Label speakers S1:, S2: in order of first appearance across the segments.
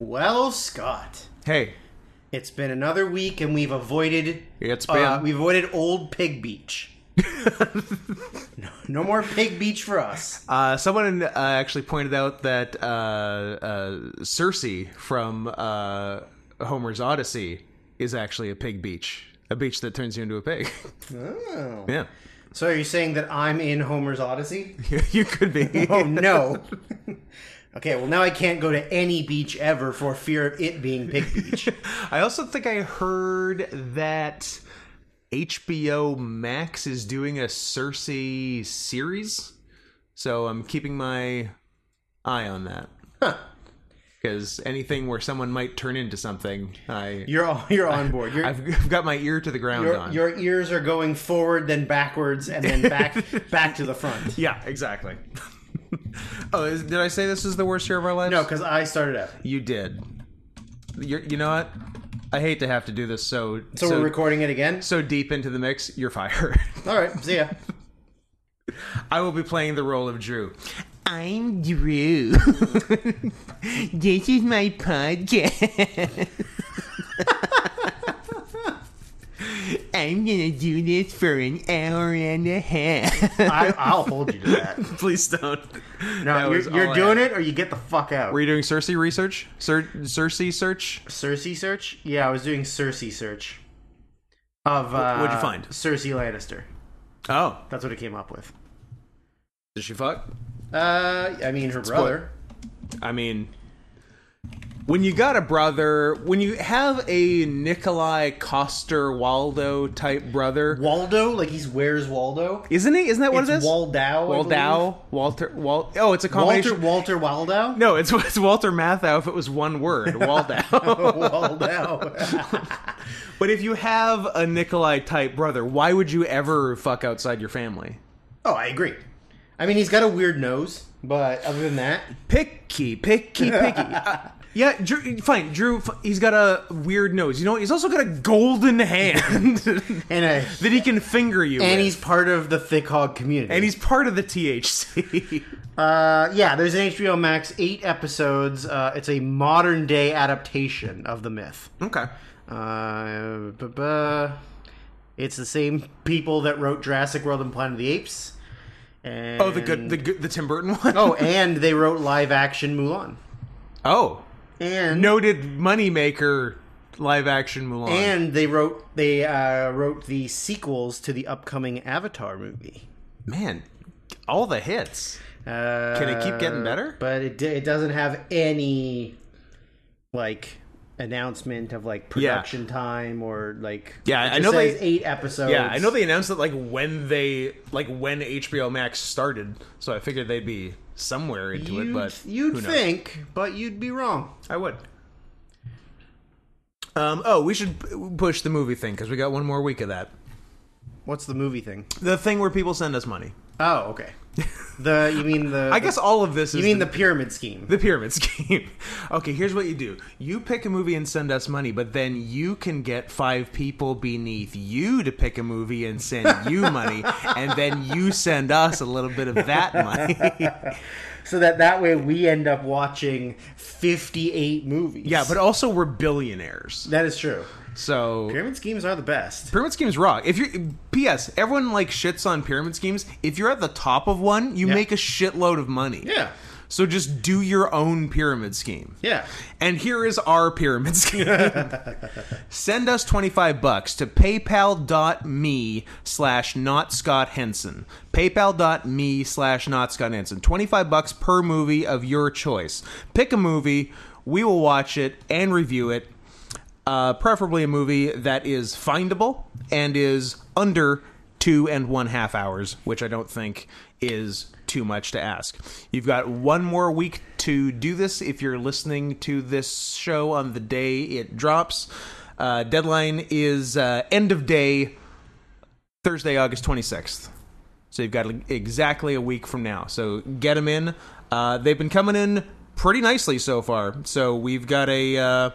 S1: Well, Scott,
S2: Hey,
S1: it's been another week, and we've avoided.
S2: It's
S1: uh,
S2: been-
S1: we've avoided Old Pig Beach. no, no more Pig Beach for us.
S2: uh, someone uh, actually pointed out that uh, uh, Cersei from uh, Homer's Odyssey is actually a pig beach, a beach that turns you into a pig.
S1: Oh.
S2: yeah,
S1: So are you saying that I'm in Homer's Odyssey?
S2: you could be.
S1: Oh no. okay, well now I can't go to any beach ever for fear of it being Pig Beach.
S2: I also think I heard that HBO Max is doing a Cersei series, so I'm keeping my eye on that. Because anything where someone might turn into something, I
S1: You're all, you're on board. You're,
S2: I've, I've got my ear to the ground
S1: your,
S2: on.
S1: your ears are going forward, then backwards, and then back back to the front.
S2: yeah, exactly. oh, is, did I say this is the worst year of our lives?
S1: No, because I started out.
S2: you did. You're, you know what? I hate to have to do this so
S1: So, we're recording it again.
S2: so deep into the mix. You're fired.
S1: All right, see ya.
S2: I will be playing the role of Drew. I'm Drew. this is my podcast. I'm gonna do this for an hour and a half.
S1: I, I'll hold you to that.
S2: Please don't.
S1: No, you're, you're doing it, or you get the fuck out.
S2: Were you doing Cersei research? Cer- Cersei search?
S1: Cersei search? Yeah, I was doing Cersei search. Of uh,
S2: what'd you find?
S1: Cersei Lannister.
S2: Oh,
S1: That's what it came up with.
S2: did she fuck?
S1: Uh, I mean, her brother.
S2: I mean, when you got a brother, when you have a Nikolai Coster Waldo type brother,
S1: Waldo, like he's where's Waldo?
S2: isn't he? Isn't that what
S1: It's
S2: it is?
S1: Waldow. I believe.
S2: Waldow, Walter, Wal. Oh, it's
S1: Walter
S2: a combination.
S1: Walter Waldo.
S2: no, it's, it's Walter Matthau if it was one word, Waldow.
S1: Waldo.
S2: but if you have a Nikolai type brother, why would you ever fuck outside your family?
S1: oh, I agree. I mean, he's got a weird nose, but other than that,
S2: picky, picky, picky. Uh, yeah, Drew, fine. Drew, f- he's got a weird nose. You know, what? he's also got a golden hand that
S1: and a,
S2: he can finger you.
S1: and
S2: with.
S1: he's part of the thick hog community.
S2: and he's part of the THC.
S1: Uh, yeah, there's an HBO Max eight episodes. Uh, it's a modern day adaptation of the myth.
S2: okay.
S1: Uh, ba-ba. it's the same people that wrote Jurassic World and Planet of the Apes. And,
S2: Oh, the good, the good, the Tim Burton one.
S1: oh, and they wrote live action Mulan.
S2: oh,
S1: And
S2: noted moneymaker live action Mulan.
S1: and they wrote they uh, wrote the sequels to the upcoming Avatar movie.
S2: Man, all the hits.
S1: Uh,
S2: Can it keep getting better?
S1: But it di- it doesn't have any like announcement of like production time or like
S2: Yeah,
S1: it
S2: I
S1: just
S2: know they-
S1: says eight episodes.
S2: Yeah, I know they announced that like when they like when HBO Max started, so I figured they'd be somewhere into
S1: You'd,
S2: it. But
S1: you'd
S2: who knows?
S1: think, but you'd be wrong.
S2: I would. Um, oh, we should p- push the movie thing because we got one more week of that.
S1: What's the movie thing?
S2: The thing where people send us money.
S1: Oh, okay. The you mean the
S2: I guess all of this is
S1: you mean the pyramid scheme.
S2: the pyramid scheme. okay, here's what you do: you pick a movie and send us money, but then you can get five people beneath you to pick a movie and send you money, and then you send us a little bit of that money.
S1: so that that way we end up watching 58 movies.
S2: yeah, but also we're billionaires,
S1: that is true.
S2: so
S1: Pyramid schemes are the best.
S2: Pyramid schemes rock. If you P.S. Everyone like shits on pyramid schemes. If you're at the top of one, you
S1: Yeah.
S2: make a shitload of money.
S1: Yeah.
S2: So just do your own pyramid scheme.
S1: Yeah.
S2: And here is our pyramid scheme. Send us 25 bucks to paypal.me slash not Scott Henson. Paypal.me slash not Scott Henson. 25 bucks per movie of your choice. Pick a movie, we will watch it and review it. Uh, preferably a movie that is findable and is under two and one half hours, which I don't think is too much to ask. You've got one more week to do this if you're listening to this show on the day it drops. Uh, deadline is uh, end of day, Thursday, August 26th. So you've got exactly a week from now. So get them in. Uh, they've been coming in pretty nicely so far. So we've got a. Uh,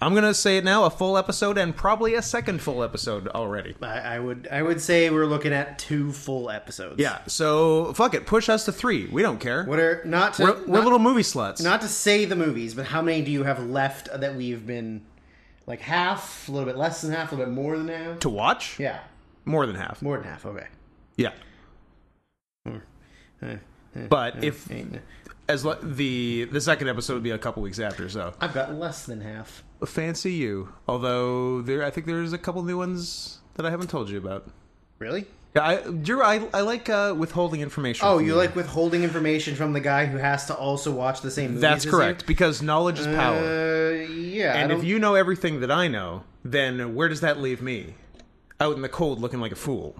S2: I'm gonna say it now: a full episode and probably a second full episode already.
S1: I, I would I would say we're looking at two full episodes.
S2: Yeah. So fuck it, push us to three. We don't care.
S1: What are not to
S2: we're we're
S1: not-
S2: little movie sluts.
S1: not to say the movies, but how many do you have left that we've been like half, a little bit less than half, a little bit more than half?
S2: to watch.
S1: Yeah,
S2: More than half.
S1: more than half. Okay.
S2: Yeah.
S1: Uh,
S2: But if as lo- the the second episode would be a couple weeks after, so
S1: I've got less than half.
S2: fancy you. Although there, I think there's a couple new ones that I haven't told you about.
S1: Really?
S2: Yeah, I, you're, I, I like uh, withholding information.
S1: Oh,
S2: from
S1: you like withholding information from the guy who has to also watch the same movies?
S2: That's
S1: as you?
S2: correct because knowledge is power.
S1: Uh, yeah.
S2: and
S1: I
S2: if
S1: don't-
S2: you know everything that I know, then where does that leave me? Out in the cold, looking like a fool.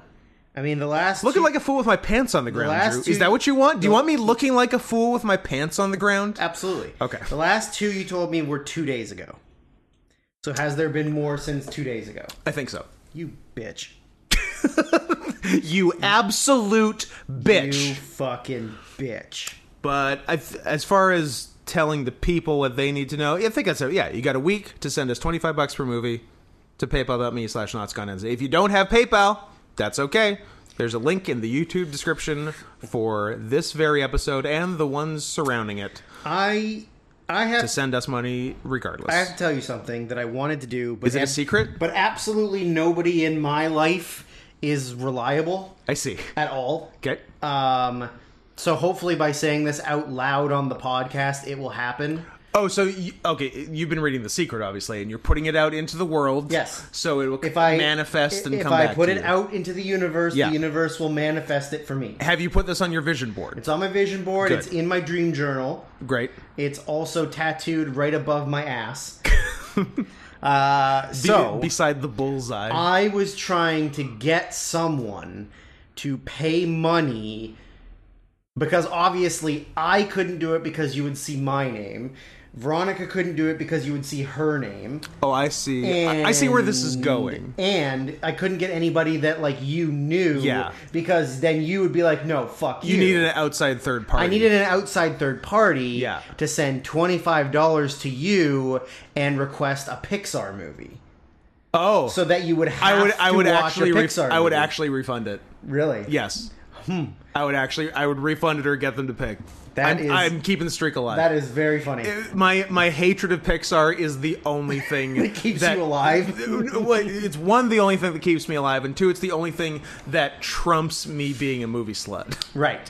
S1: I mean, the last
S2: Looking
S1: two-
S2: like a fool with my pants on the ground.
S1: last
S2: Drew.
S1: two-
S2: Is that what you want? Do you want me looking like a fool with my pants on the ground?
S1: absolutely
S2: Okay.
S1: The last two you told me were two days ago. So has there been more since two days ago?
S2: I think so.
S1: You bitch.
S2: You absolute bitch.
S1: You fucking bitch.
S2: But I th- as far as telling the people what they need to know, I think that's it. Yeah, you got a week to send us 25 bucks per movie to paypal.me slash notsconends. If you don't have PayPal, that's okay. There's a link in the YouTube description for this very episode and the ones surrounding it
S1: I I have
S2: to send us money regardless.
S1: I have to tell you something that I wanted to do, but
S2: Is it a secret?
S1: But absolutely nobody in my life is reliable
S2: I see.
S1: at all.
S2: Okay.
S1: Um, so hopefully by saying this out loud on the podcast, it will happen.
S2: Oh, so you, okay, you've been reading The Secret, obviously, and you're putting it out into the world.
S1: Yes.
S2: So it will
S1: If I
S2: manifest and
S1: if
S2: come
S1: I
S2: back
S1: put
S2: to
S1: it
S2: you.
S1: out into the universe,
S2: Yeah.
S1: the universe will manifest it for me.
S2: Have you put this on your vision board?
S1: It's on my vision board.
S2: Good.
S1: It's in my dream journal.
S2: Great.
S1: It's also tattooed right above my ass. uh, so
S2: beside the bullseye.
S1: I was trying to get someone to pay money because obviously I couldn't do it because you would see my name. Veronica couldn't do it because you would see her name.
S2: oh, I see. I, I see where this is
S1: And-
S2: going.
S1: And I couldn't get anybody that like you knew
S2: Yeah.
S1: because then you would be like, "No, fuck you."
S2: You needed an outside third party.
S1: I needed an outside third party
S2: Yeah.
S1: to send $25 to you and request a Pixar movie
S2: Oh,
S1: so that you would have
S2: I would.
S1: to
S2: I would
S1: watch
S2: actually.
S1: a
S2: Re-
S1: Pixar
S2: I would
S1: movie.
S2: actually refund it.
S1: Really?
S2: Yes. I would actually. I would refund it or get them to pick.
S1: That
S2: I'm,
S1: is-
S2: I'm keeping the streak alive.
S1: That is very funny.
S2: my my hatred of Pixar is the only thing that
S1: keeps you alive.
S2: Well, It's one, the only thing that keeps me alive, and two, it's the only thing that trumps me being a movie slut.
S1: right.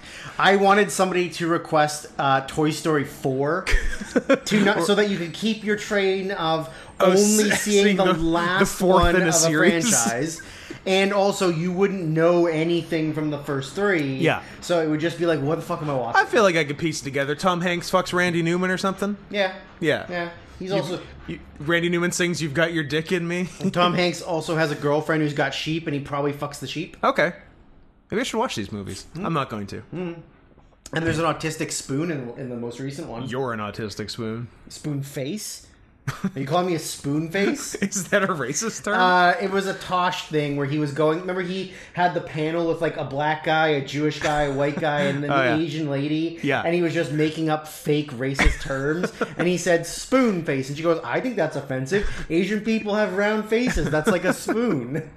S1: I wanted somebody to request uh, Toy Story 4 to not, so that you could keep your train of
S2: Oh,
S1: only
S2: s-
S1: seeing,
S2: seeing
S1: the,
S2: the- the
S1: last
S2: fourth
S1: one
S2: in a
S1: of
S2: series.
S1: a franchise. And also, you wouldn't know anything from the first three.
S2: Yeah.
S1: So it would just be like, what the fuck am I watching?
S2: I feel like I could piece together Tom Hanks fucks Randy Newman or something.
S1: yeah.
S2: Yeah.
S1: Yeah. He's
S2: You-
S1: also.
S2: you- Randy Newman sings "You've Got Your Dick in Me."
S1: Tom Hanks also has a girlfriend who's got sheep, and he probably fucks the sheep.
S2: okay, maybe I should watch these movies. I'm not going to.
S1: And there's an autistic spoon in, in the most recent one.
S2: You're an autistic spoon.
S1: Spoon face? Are you calling me a spoon face?
S2: Is that a racist term?
S1: Uh, it was a Tosh thing where he was going. Remember, he had the panel with like a black guy, a Jewish guy, a white guy, and then
S2: Oh, yeah.
S1: an Asian lady.
S2: Yeah.
S1: And he was just making up fake racist terms. and he said spoon face. And she goes, I think that's offensive. Asian people have round faces. That's like a spoon.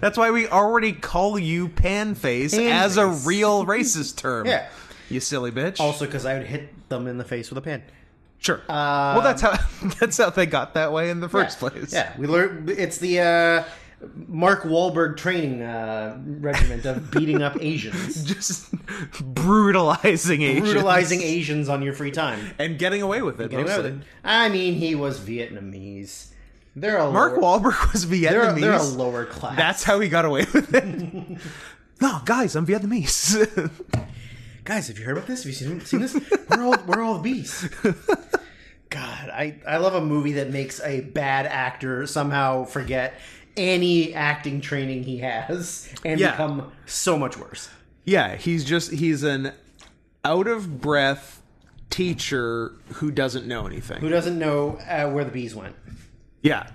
S2: That's why we already call you pan face
S1: Pan
S2: as a
S1: face.
S2: real racist term.
S1: Yeah.
S2: You silly bitch.
S1: also, because I would hit them in the face with a pen.
S2: sure. well, that's how that's how they got that way in the first place.
S1: Yeah, we learned it's the uh, Mark Wahlberg training uh, regiment of beating up Asians,
S2: Just brutalizing Asians.
S1: brutalizing Asians on your free time.
S2: and getting away with it.
S1: Get away with
S2: mostly.
S1: it. I mean, he was Vietnamese. They're a
S2: Mark
S1: lower,
S2: Wahlberg was
S1: they're,
S2: Vietnamese.
S1: a- they're a lower class.
S2: That's how he got away with it. no, guys, I'm Vietnamese.
S1: guys. Have you heard about this? Have you seen, seen this? We're all we're all bees. God, I I love a movie that makes a bad actor somehow forget any acting training he has and
S2: Yeah.
S1: become so much worse.
S2: yeah, he's just he's an out of breath teacher who doesn't know
S1: Who
S2: anything.
S1: doesn't know uh, where the bees went?
S2: Yeah.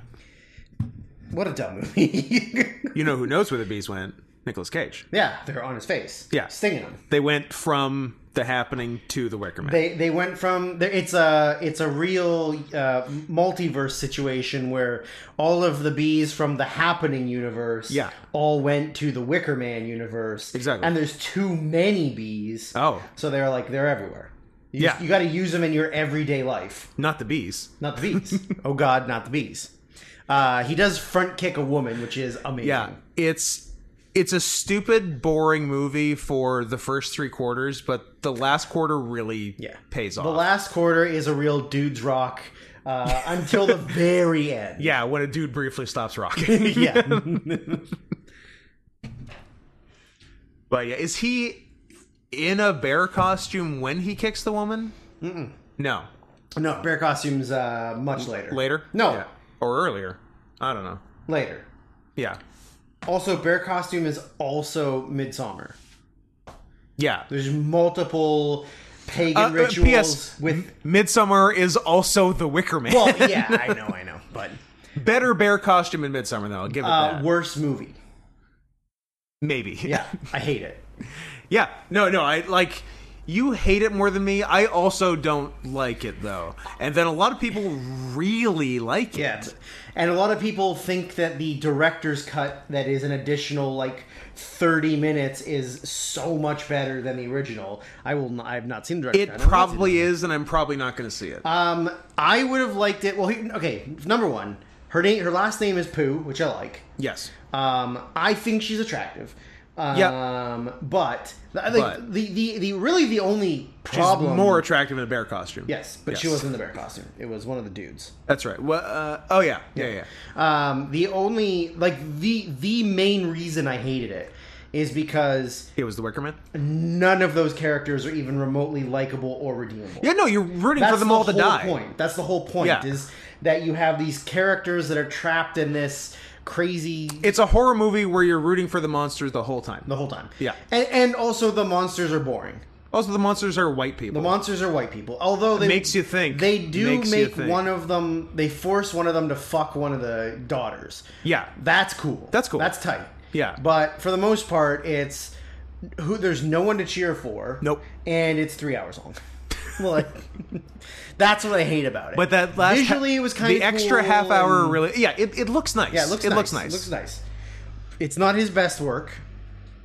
S1: What a dumb movie.
S2: You know who knows where the bees went? Nicolas Cage.
S1: Yeah, they're on his face.
S2: Yeah.
S1: stinging him.
S2: They went from the happening to the Wicker Man.
S1: They they went from there. It's a it's a real uh, multiverse situation where all of the bees from the Happening universe,
S2: Yeah.
S1: all went to the Wicker Man universe.
S2: Exactly.
S1: and there's too many bees.
S2: oh,
S1: so they're like they're everywhere. You,
S2: Yeah.
S1: you got to use them in your everyday life.
S2: not the bees.
S1: Not the bees. oh God, not the bees. Uh, he does front kick a woman, which is amazing.
S2: Yeah, it's it's a stupid, boring movie for the first three quarters, but the last quarter really
S1: Yeah.
S2: pays off.
S1: The last quarter is a real dude's rock uh, until the very end.
S2: yeah, when a dude briefly stops rocking.
S1: yeah.
S2: but yeah, is he in a bear costume when he kicks the woman? Mm-mm. No,
S1: No, bear costumes uh, much later.
S2: later.
S1: No,
S2: Yeah. or earlier. I don't know.
S1: later.
S2: Yeah,
S1: Also, bear costume is also midsummer.
S2: yeah.
S1: There's multiple pagan
S2: Uh, Mm-hmm. uh,
S1: rituals
S2: P.S.
S1: with.
S2: Midsummer is also the Wicker Man.
S1: Well, yeah, I know, I know, but
S2: Better bear costume in Midsummer, though. I'll give it
S1: uh,
S2: that.
S1: worse movie.
S2: Maybe.
S1: Yeah, I hate it.
S2: Yeah. No, no, I like you hate it more than me. I also don't like it though. And then a lot of people really like it.
S1: Yeah, but- and a lot of people think that the director's cut, that is an additional like thirty minutes, is so much better than the original. I will. Not, I have not seen the director's
S2: It
S1: cut. I don't want to.
S2: probably is and I'm probably not going to see it.
S1: Um, I would have liked it. Well, he, okay. Number one, her name, her last name is Pooh, which I like.
S2: yes.
S1: Um, I think she's attractive. Um,
S2: Yep.
S1: but I think
S2: But-
S1: the, the the really the only
S2: She's
S1: problem
S2: more attractive in a bear costume.
S1: Yes, but she
S2: Yes.
S1: was in the bear costume. It was one of the dudes.
S2: That's right. Well, uh, oh yeah. Yeah, yeah.
S1: Um, the only like the the main reason I hated it is because
S2: It was the Wicker Man.
S1: none of those characters are even remotely likable or redeemable.
S2: Yeah, no, you're rooting
S1: That's
S2: for them all
S1: the
S2: to
S1: whole
S2: die.
S1: Point. That's the whole point
S2: Yeah.
S1: is that you have these characters that are trapped in this crazy
S2: It's a horror movie where you're rooting for the monsters the whole time.
S1: the whole time.
S2: Yeah.
S1: and and also the monsters are boring.
S2: Also, the monsters are white people.
S1: The monsters are white people, although they
S2: Makes you think.
S1: They do
S2: Makes you
S1: make
S2: think.
S1: one of them. They force one of them to fuck one of the daughters.
S2: yeah.
S1: That's cool.
S2: That's cool.
S1: That's tight.
S2: Yeah.
S1: But for the most part, it's who there's no one to cheer for.
S2: Nope.
S1: And it's three hours long. like that's what I hate about it.
S2: But that last
S1: visually it was kind
S2: the
S1: of
S2: extra half hour really yeah it, it looks nice
S1: Yeah, it looks
S2: it
S1: nice.
S2: looks nice
S1: It looks nice. It's not his best work.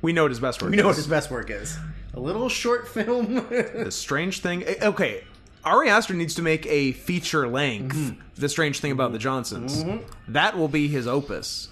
S2: we know what his best work
S1: We know what
S2: is.
S1: his best work is. A little short film.
S2: the strange thing eh, okay Ari Aster needs to make a feature length
S1: Mm-hmm.
S2: the strange thing about the Johnsons that will be his opus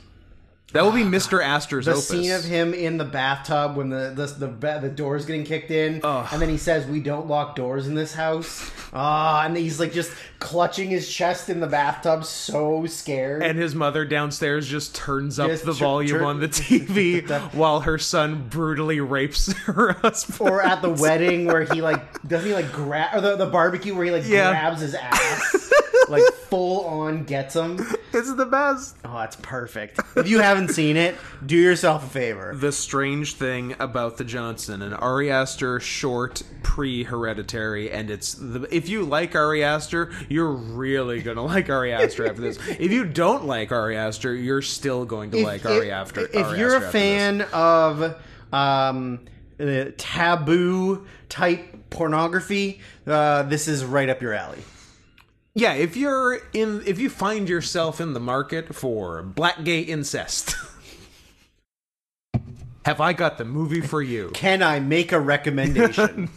S2: that will be Mr. Astor's
S1: the
S2: opus
S1: scene of him in the bathtub when the the the, ba- the door's getting kicked in, and then he says, "We don't lock doors in this house." Ah, and he's like just clutching his chest in the bathtub, so scared.
S2: and his mother downstairs just turns up
S1: Just
S2: the
S1: tur-
S2: volume
S1: tur-
S2: on the TV while her son brutally rapes her husband
S1: or at the wedding where he like doesn't he like grab or the, the barbecue where he like
S2: Yeah.
S1: grabs his ass like full on gets him
S2: it's the best
S1: oh that's perfect if you haven't seen it do yourself a favor
S2: the strange thing about the Johnson and Ari Aster short pre-hereditary, and it's the if you like Ari Aster, you're really gonna like Ari Aster after this. If you don't like Ari Aster, you're still going to like Ari Aster.
S1: if
S2: Ari
S1: you're
S2: Aster
S1: a
S2: after this.
S1: fan of um the taboo type pornography uh this is right up your alley
S2: yeah, if you're in, if you find yourself in the market for black gay incest. Have I got the movie for you?
S1: can i make a recommendation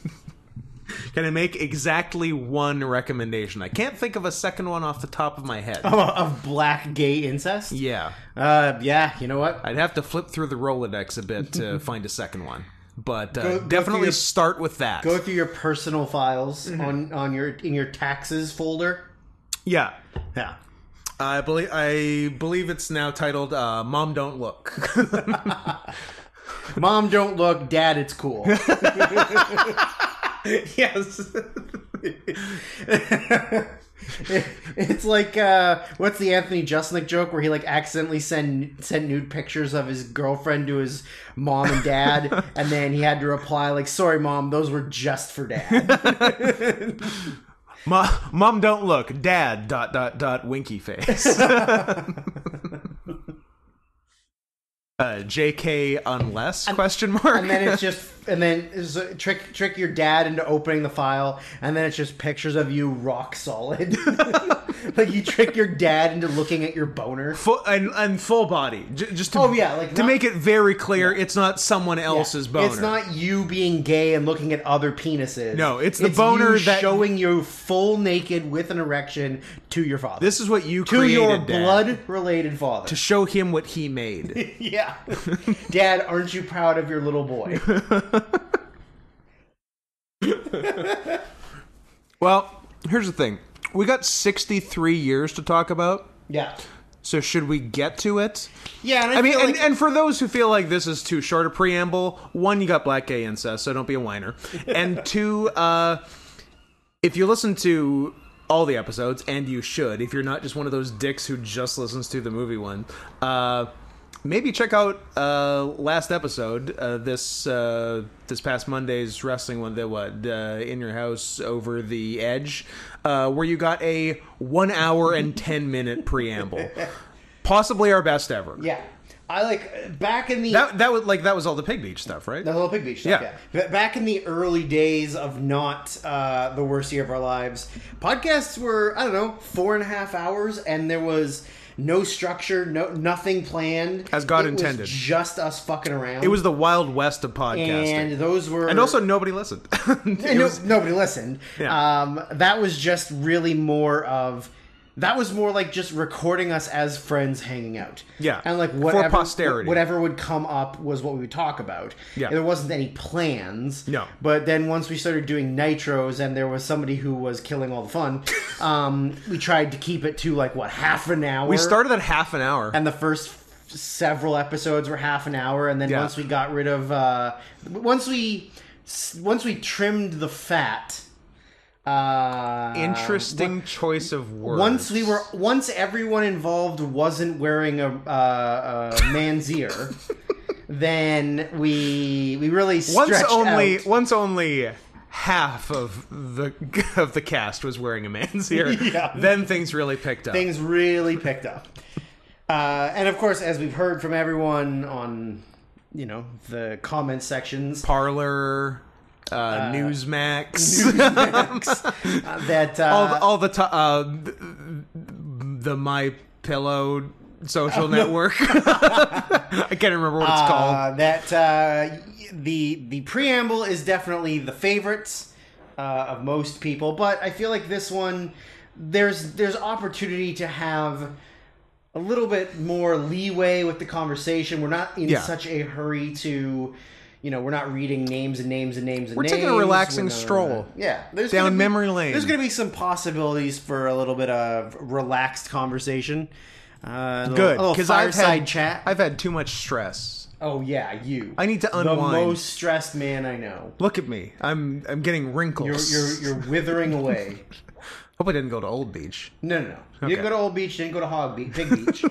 S2: Can I make exactly one recommendation? I can't think of a second one off the top of my
S1: Oh.
S2: head.
S1: of black gay incest
S2: Yeah.
S1: uh yeah you know what
S2: I'd have to flip through the Rolodex a bit to find a second one, but uh,
S1: Go- go
S2: definitely
S1: through your-
S2: start with that.
S1: go through your personal files
S2: Mm-hmm.
S1: on on your in your taxes folder.
S2: yeah,
S1: Yeah.
S2: I believe I believe it's now titled uh, "Mom Don't Look."
S1: Mom, don't look. Dad, it's cool.
S2: yes,
S1: it's like uh, what's the Anthony Justnick joke where he like accidentally sent sent nude pictures of his girlfriend to his mom and dad, and then he had to reply like, "Sorry, mom, those were just for dad."
S2: Mom, Mom Don't Look. Dad dot dot dot winky face. uh, JK unless question mark.
S1: and then it's just and then it's a trick trick your dad into opening the file and then it's just pictures of you rock solid like you trick your dad into looking at your boner
S2: Full, and, and full body, J- just to,
S1: Oh, yeah, like
S2: to
S1: not-
S2: make it very clear, it's not someone else's boner.
S1: It's not you being gay and looking at other penises.
S2: No, it's the boner
S1: you
S2: that-
S1: showing you full naked with an erection to your father.
S2: This is what you
S1: to
S2: created,
S1: your
S2: Dad,
S1: blood related father.
S2: to show him what he made.
S1: yeah. Dad, aren't you proud of your little boy?
S2: well, here's the thing: we got 63 years to talk about.
S1: Yeah.
S2: So should we get to it?
S1: Yeah, and I,
S2: I mean,
S1: feel
S2: and,
S1: like
S2: and for those who feel like this is too short a preamble, one, you got black gay incest, so don't be a whiner. And two, uh, if you listen to all the episodes, and you should, if you're not just one of those dicks who just listens to the movie one, uh, maybe check out uh, last episode, uh, this uh, this past Monday's wrestling one, that what uh, in your house over the edge, uh, where you got a one hour and ten minute preamble. Possibly our best ever.
S1: yeah. I like back in the
S2: That that was like that was all the pig beach stuff, right?
S1: The whole Pig Beach stuff,
S2: Yeah.
S1: yeah. Ba- Back in the early days of not uh, the worst year of our lives, podcasts were I don't know four and a half hours, and there was no structure, no nothing planned,
S2: As God
S1: It was
S2: intended.
S1: just us fucking around.
S2: It was the wild west of podcasting,
S1: and
S2: and,
S1: those were
S2: also nobody listened.
S1: and
S2: it
S1: no-
S2: was
S1: nobody listened.
S2: Yeah.
S1: Um, that was just really more of that was more like just recording us as friends hanging out.
S2: Yeah.
S1: and like
S2: For
S1: whatever
S2: posterity.
S1: whatever would come up was what we would talk about.
S2: Yeah.
S1: there wasn't any plans.
S2: No.
S1: but then once we started doing nitros and there was somebody who was killing all the fun, um, we tried to keep it to like what half an hour.
S2: we started at half an hour.
S1: and the first f- several episodes were half an hour and then
S2: Yeah.
S1: once we got rid of uh once we s- once we trimmed the fat uh
S2: Interesting choice of words.
S1: once we were once everyone involved wasn't wearing a uh, a man's ear then we we really
S2: once
S1: stretched
S2: only
S1: out.
S2: once only half of the of the cast was wearing a man's ear.
S1: Yeah.
S2: Then things really picked up.
S1: things really picked up. Uh, and of course, as we've heard from everyone on, you know, the comment sections,
S2: Parlor, uh, Newsmax,
S1: uh, that uh,
S2: all the, all the to- uh, the, the My Pillow social network. I can't remember what it's called.
S1: Uh, that uh, the the preamble is definitely the favorite uh, of most people, but I feel like this one there's there's opportunity to have a little bit more leeway with the conversation. We're not in
S2: Yeah.
S1: such a hurry to. You know, we're not reading names and names and names and
S2: We're taking a
S1: names.
S2: relaxing
S1: We're not-
S2: stroll.
S1: Yeah. There's
S2: Down
S1: gonna be-
S2: memory lane.
S1: There's going to be some possibilities for a little bit of relaxed conversation. Uh, a little-
S2: Good,
S1: A little
S2: I've
S1: fireside
S2: had
S1: chat.
S2: I've had too much stress.
S1: Oh yeah, you.
S2: I need to
S1: The
S2: unwind.
S1: most stressed man I know.
S2: Look at me. I'm I'm getting
S1: You're
S2: wrinkles.
S1: you're, you're withering away.
S2: Hope I didn't go to Old Beach.
S1: No, no, no. You didn't
S2: Okay.
S1: go to Old Beach. You didn't go to Hog Beach. Big Beach.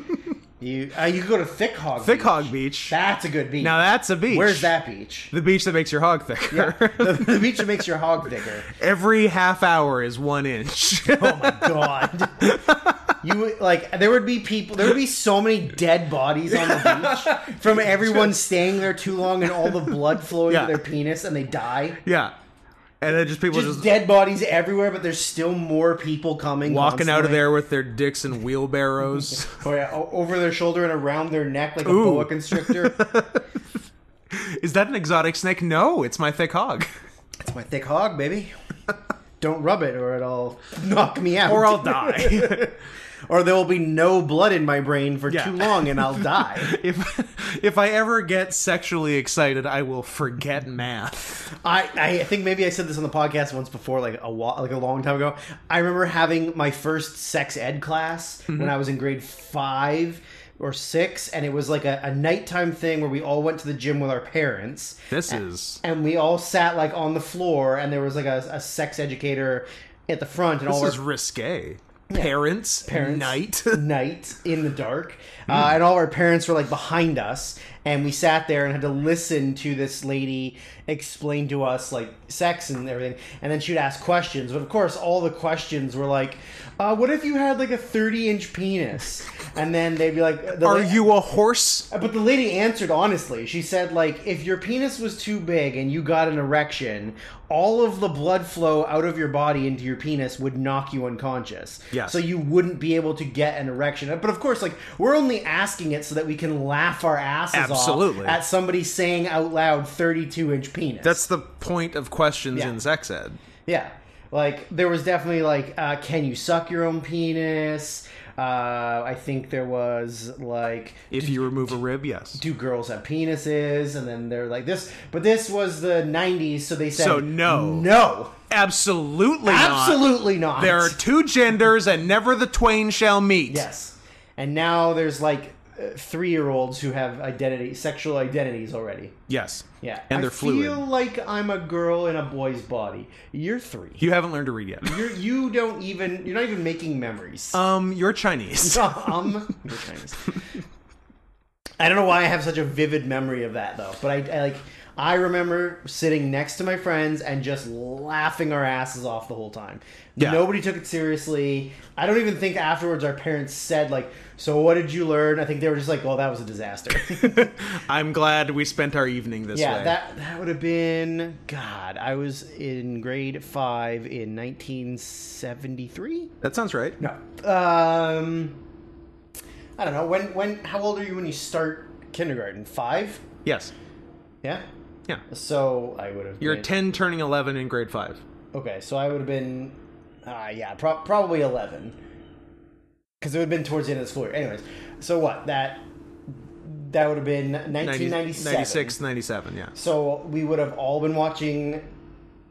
S1: you uh, you could go to Thick Hog.
S2: Thick
S1: beach.
S2: Hog Beach.
S1: That's a good beach.
S2: now that's a beach.
S1: Where's that beach?
S2: The beach that makes your hog thicker.
S1: the, the beach that makes your hog thicker.
S2: Every half hour is one inch.
S1: Oh my god. You would- like there would be people there would be so many dead bodies on the beach from everyone staying there too long and all the blood flowing
S2: Yeah.
S1: to their penis and they die.
S2: yeah. And then just people
S1: Just,
S2: just,
S1: dead bodies everywhere, but there's still more people coming
S2: walking out of
S1: constantly.
S2: there with their dicks and wheelbarrows.
S1: Oh yeah, o- over their shoulder and around their neck like a
S2: Ooh.
S1: boa constrictor.
S2: is that an exotic snake? No, it's my thick hog.
S1: That's my thick hog, baby. Don't rub it, or it'll knock me out.
S2: Or I'll die.
S1: or there will be no blood in my brain for
S2: Yeah.
S1: too long, and I'll die.
S2: if if I ever get sexually excited, I will forget math.
S1: I, I think maybe I said this on the podcast once before, like a wa- like a long time ago. I remember having my first sex ed class
S2: Mm-hmm.
S1: when I was in grade five or six, and it was like a, a nighttime thing where we all went to the gym with our parents.
S2: This is
S1: Uh, and we all sat like on the floor and there was like a, a sex educator at the front and all
S2: This
S1: our
S2: is risque. Parents,
S1: parents
S2: night. Hmm.
S1: night in the dark uh, and all our parents were like behind us and we sat there and had to listen to this lady explain to us like sex and everything, and then she would ask questions. But of course, all the questions were like, uh, "What if you had like a thirty-inch penis?" And then they'd be like, the
S2: Are
S1: la-
S2: you a horse?
S1: but the lady answered honestly. She said, like, if your penis was too big and you got an erection, all of the blood flow out of your body into your penis would knock you unconscious.
S2: Yes.
S1: So you wouldn't be able to get an erection. But of course, like, we're only asking it so that we can laugh our asses
S2: Absolutely.
S1: off at somebody saying out loud 32 inch penis.
S2: That's the point of questions
S1: Yeah.
S2: in sex ed.
S1: Yeah. Like, there was definitely, like, uh, can you suck your own penis? Uh, I think there was, like,
S2: If you remove a rib, yes.
S1: do girls have penises? And then they're like this, but this was the '90s, so they said
S2: So no.
S1: no,
S2: Absolutely, not.
S1: absolutely not.
S2: There are two genders, and never the twain shall meet.
S1: yes, and now there's like uh, three-year-olds who have identity, sexual identities already.
S2: Yes.
S1: Yeah,
S2: And they're
S1: I
S2: fluid.
S1: feel like I'm a girl in a boy's body. You're three.
S2: You haven't learned to read yet.
S1: You're you don't even you're not even making memories.
S2: Um, you're Chinese.
S1: um, you're Chinese. I don't know why I have such a vivid memory of that though, but I, I like I remember sitting next to my friends and just laughing our asses off the whole time.
S2: Yeah.
S1: Nobody took it seriously. I don't even think afterwards our parents said like, "So what did you learn?" I think they were just like, "Well, that was a disaster."
S2: I'm glad we spent our evening this
S1: yeah,
S2: way.
S1: that that would have been God. I was in grade five in 1973.
S2: that sounds right.
S1: No. Um, I don't know. When when how old are you when you start kindergarten? Five.
S2: Yes.
S1: Yeah.
S2: Yeah.
S1: So I would have.
S2: You're
S1: been,
S2: 10 turning 11 in grade 5.
S1: Okay, so I would have been, uh, yeah, pro- probably eleven, because it would have been towards the end of the school year. Anyways, so what that that would have been
S2: 90
S1: 1997.
S2: 96, 97, yeah.
S1: So we would have all been watching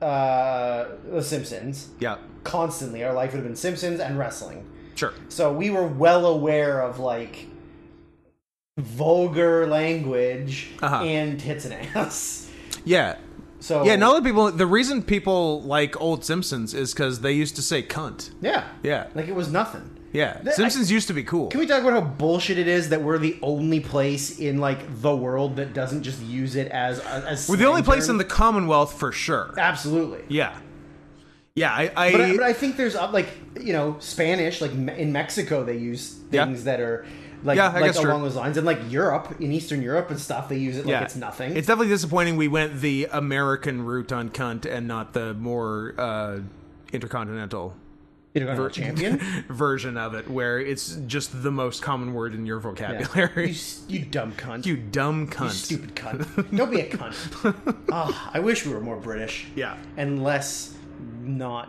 S1: uh, The Simpsons
S2: Yeah.
S1: constantly. Our life would have been Simpsons and wrestling.
S2: Sure.
S1: So we were well aware of like vulgar language
S2: Uh-huh.
S1: and tits and ass.
S2: Yeah.
S1: So
S2: Yeah, no, other people, the reason people like old Simpsons is because they used to say cunt.
S1: yeah,
S2: Yeah.
S1: like it was nothing.
S2: Yeah.
S1: Th- I-
S2: Simpsons used to be cool.
S1: Can we talk about how bullshit it is that we're the only place in like the world that doesn't just use it as as
S2: We're the only place in the Commonwealth for sure.
S1: absolutely.
S2: Yeah. Yeah, I. I,
S1: But I, but I think there's uh, like you know Spanish like me- in Mexico they use
S2: Yeah.
S1: things that are like
S2: Yeah, I
S1: like
S2: guess true.
S1: along those lines and like Europe in Eastern Europe and stuff they use it like
S2: yeah.
S1: it's nothing.
S2: It's definitely disappointing we went the American route on cunt and not the more uh, intercontinental
S1: Intercontinental champion.
S2: version of it where it's just the most common word in your vocabulary.
S1: You, s- you dumb cunt.
S2: You, dumb cunt.
S1: stupid cunt. Don't be a cunt. Ah, I wish we were more British.
S2: Yeah.
S1: And less not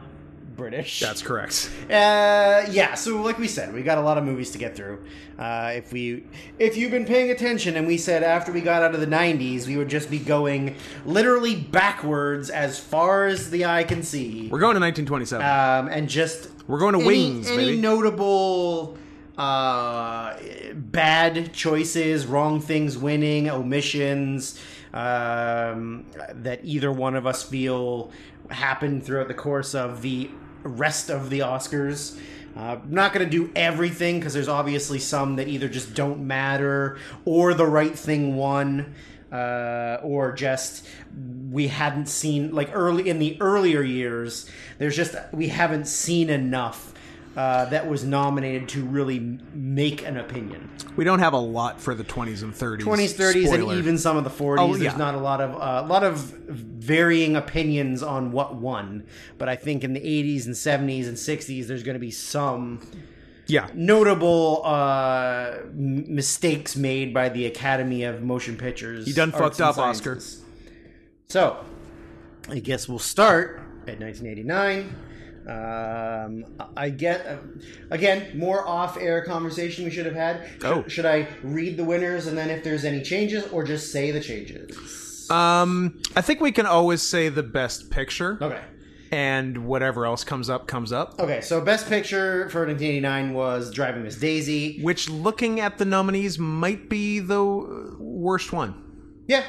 S1: British.
S2: That's correct.
S1: Uh, yeah, so like we said, we got a lot of movies to get through. Uh, if we, if you've been paying attention, and we said after we got out of the '90s, we would just be going literally backwards as far as the eye can see,
S2: We're going to 1927.
S1: um, and just
S2: We're going to
S1: any,
S2: Wings,
S1: Any
S2: baby.
S1: notable uh, bad choices, wrong things, winning, omissions um, that either one of us feel happened throughout the course of the rest of the Oscars. Uh, not going to do everything because there's obviously some that either just don't matter or the right thing won uh, or just we hadn't seen like early in the earlier years. There's just we haven't seen enough uh, that was nominated to really m- make an opinion.
S2: we don't have a lot for the 20s and 30s.
S1: 20s, 30s,
S2: Spoiler.
S1: and even some of the 40s.
S2: Oh, yeah.
S1: There's not a lot of uh, a lot of varying opinions on what won, but I think in the 80s and 70s and 60s, there's going to be some
S2: Yeah.
S1: notable uh, m- mistakes made by the Academy of Motion Pictures. You
S2: done fucked up, Oscar.
S1: Oscars. So, I guess we'll start at 1989. Um, I get uh, again more off-air conversation we should have had. Should,
S2: Oh.
S1: should I read the winners and then if there's any changes, or just say the changes?
S2: Um, I think we can always say the best picture,
S1: Okay.
S2: and whatever else comes up, comes up.
S1: Okay. So, best picture for 1989 was Driving Miss Daisy.
S2: Which, looking at the nominees, might be the worst one.
S1: Yeah,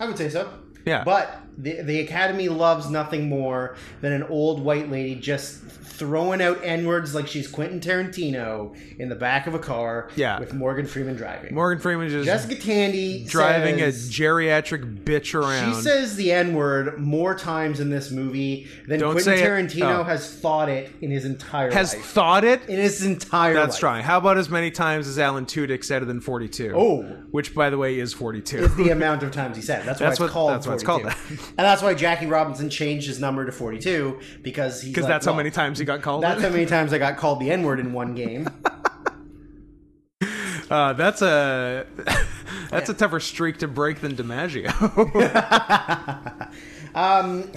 S1: I would say so.
S2: Yeah.
S1: But The, the Academy loves nothing more than an old white lady just throwing out N words like she's Quentin Tarantino in the back of a car
S2: Yeah.
S1: with Morgan Freeman driving.
S2: Morgan Freeman is just
S1: Jessica Tandy
S2: driving
S1: says,
S2: a geriatric bitch around.
S1: She says the N word more times in this movie than
S2: Don't
S1: Quentin
S2: say it.
S1: Tarantino
S2: Oh.
S1: has thought it in his entire
S2: has
S1: life.
S2: thought it.
S1: in his entire
S2: That's
S1: life.
S2: trying. How about as many times as Alan Tudyk said it than 42?
S1: Oh.
S2: Which, by the way, is 42.
S1: Is the amount of times he said it. That's why
S2: That's
S1: it's
S2: what-
S1: called.
S2: that's why it's
S1: 42.
S2: called
S1: and that's why Jackie Robinson changed his number to forty-two because he's
S2: Because
S1: like,
S2: that's how
S1: well,
S2: many times he got called.
S1: That's
S2: it.
S1: how many times I got called the N word in one game.
S2: Uh, that's a that's a tougher streak to break than DiMaggio.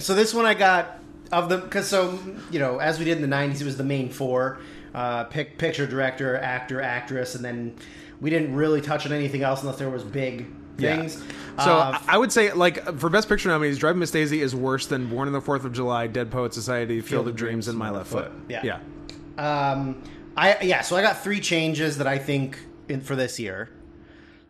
S1: so this one I got of the because so you know as we did in the '90s, it was the main four: uh, pic, picture director, actor, actress, and then we didn't really touch on anything else unless there was big
S2: Yeah.
S1: things.
S2: So
S1: Uh,
S2: I I would say, like, for Best Picture nominees, Driving Miss Daisy is worse than Born on the Fourth of July, Dead Poet Society, Field, of Dreams, and My Left Foot.
S1: Yeah.
S2: yeah.
S1: Um, I yeah, so I got three changes that I think in for this year.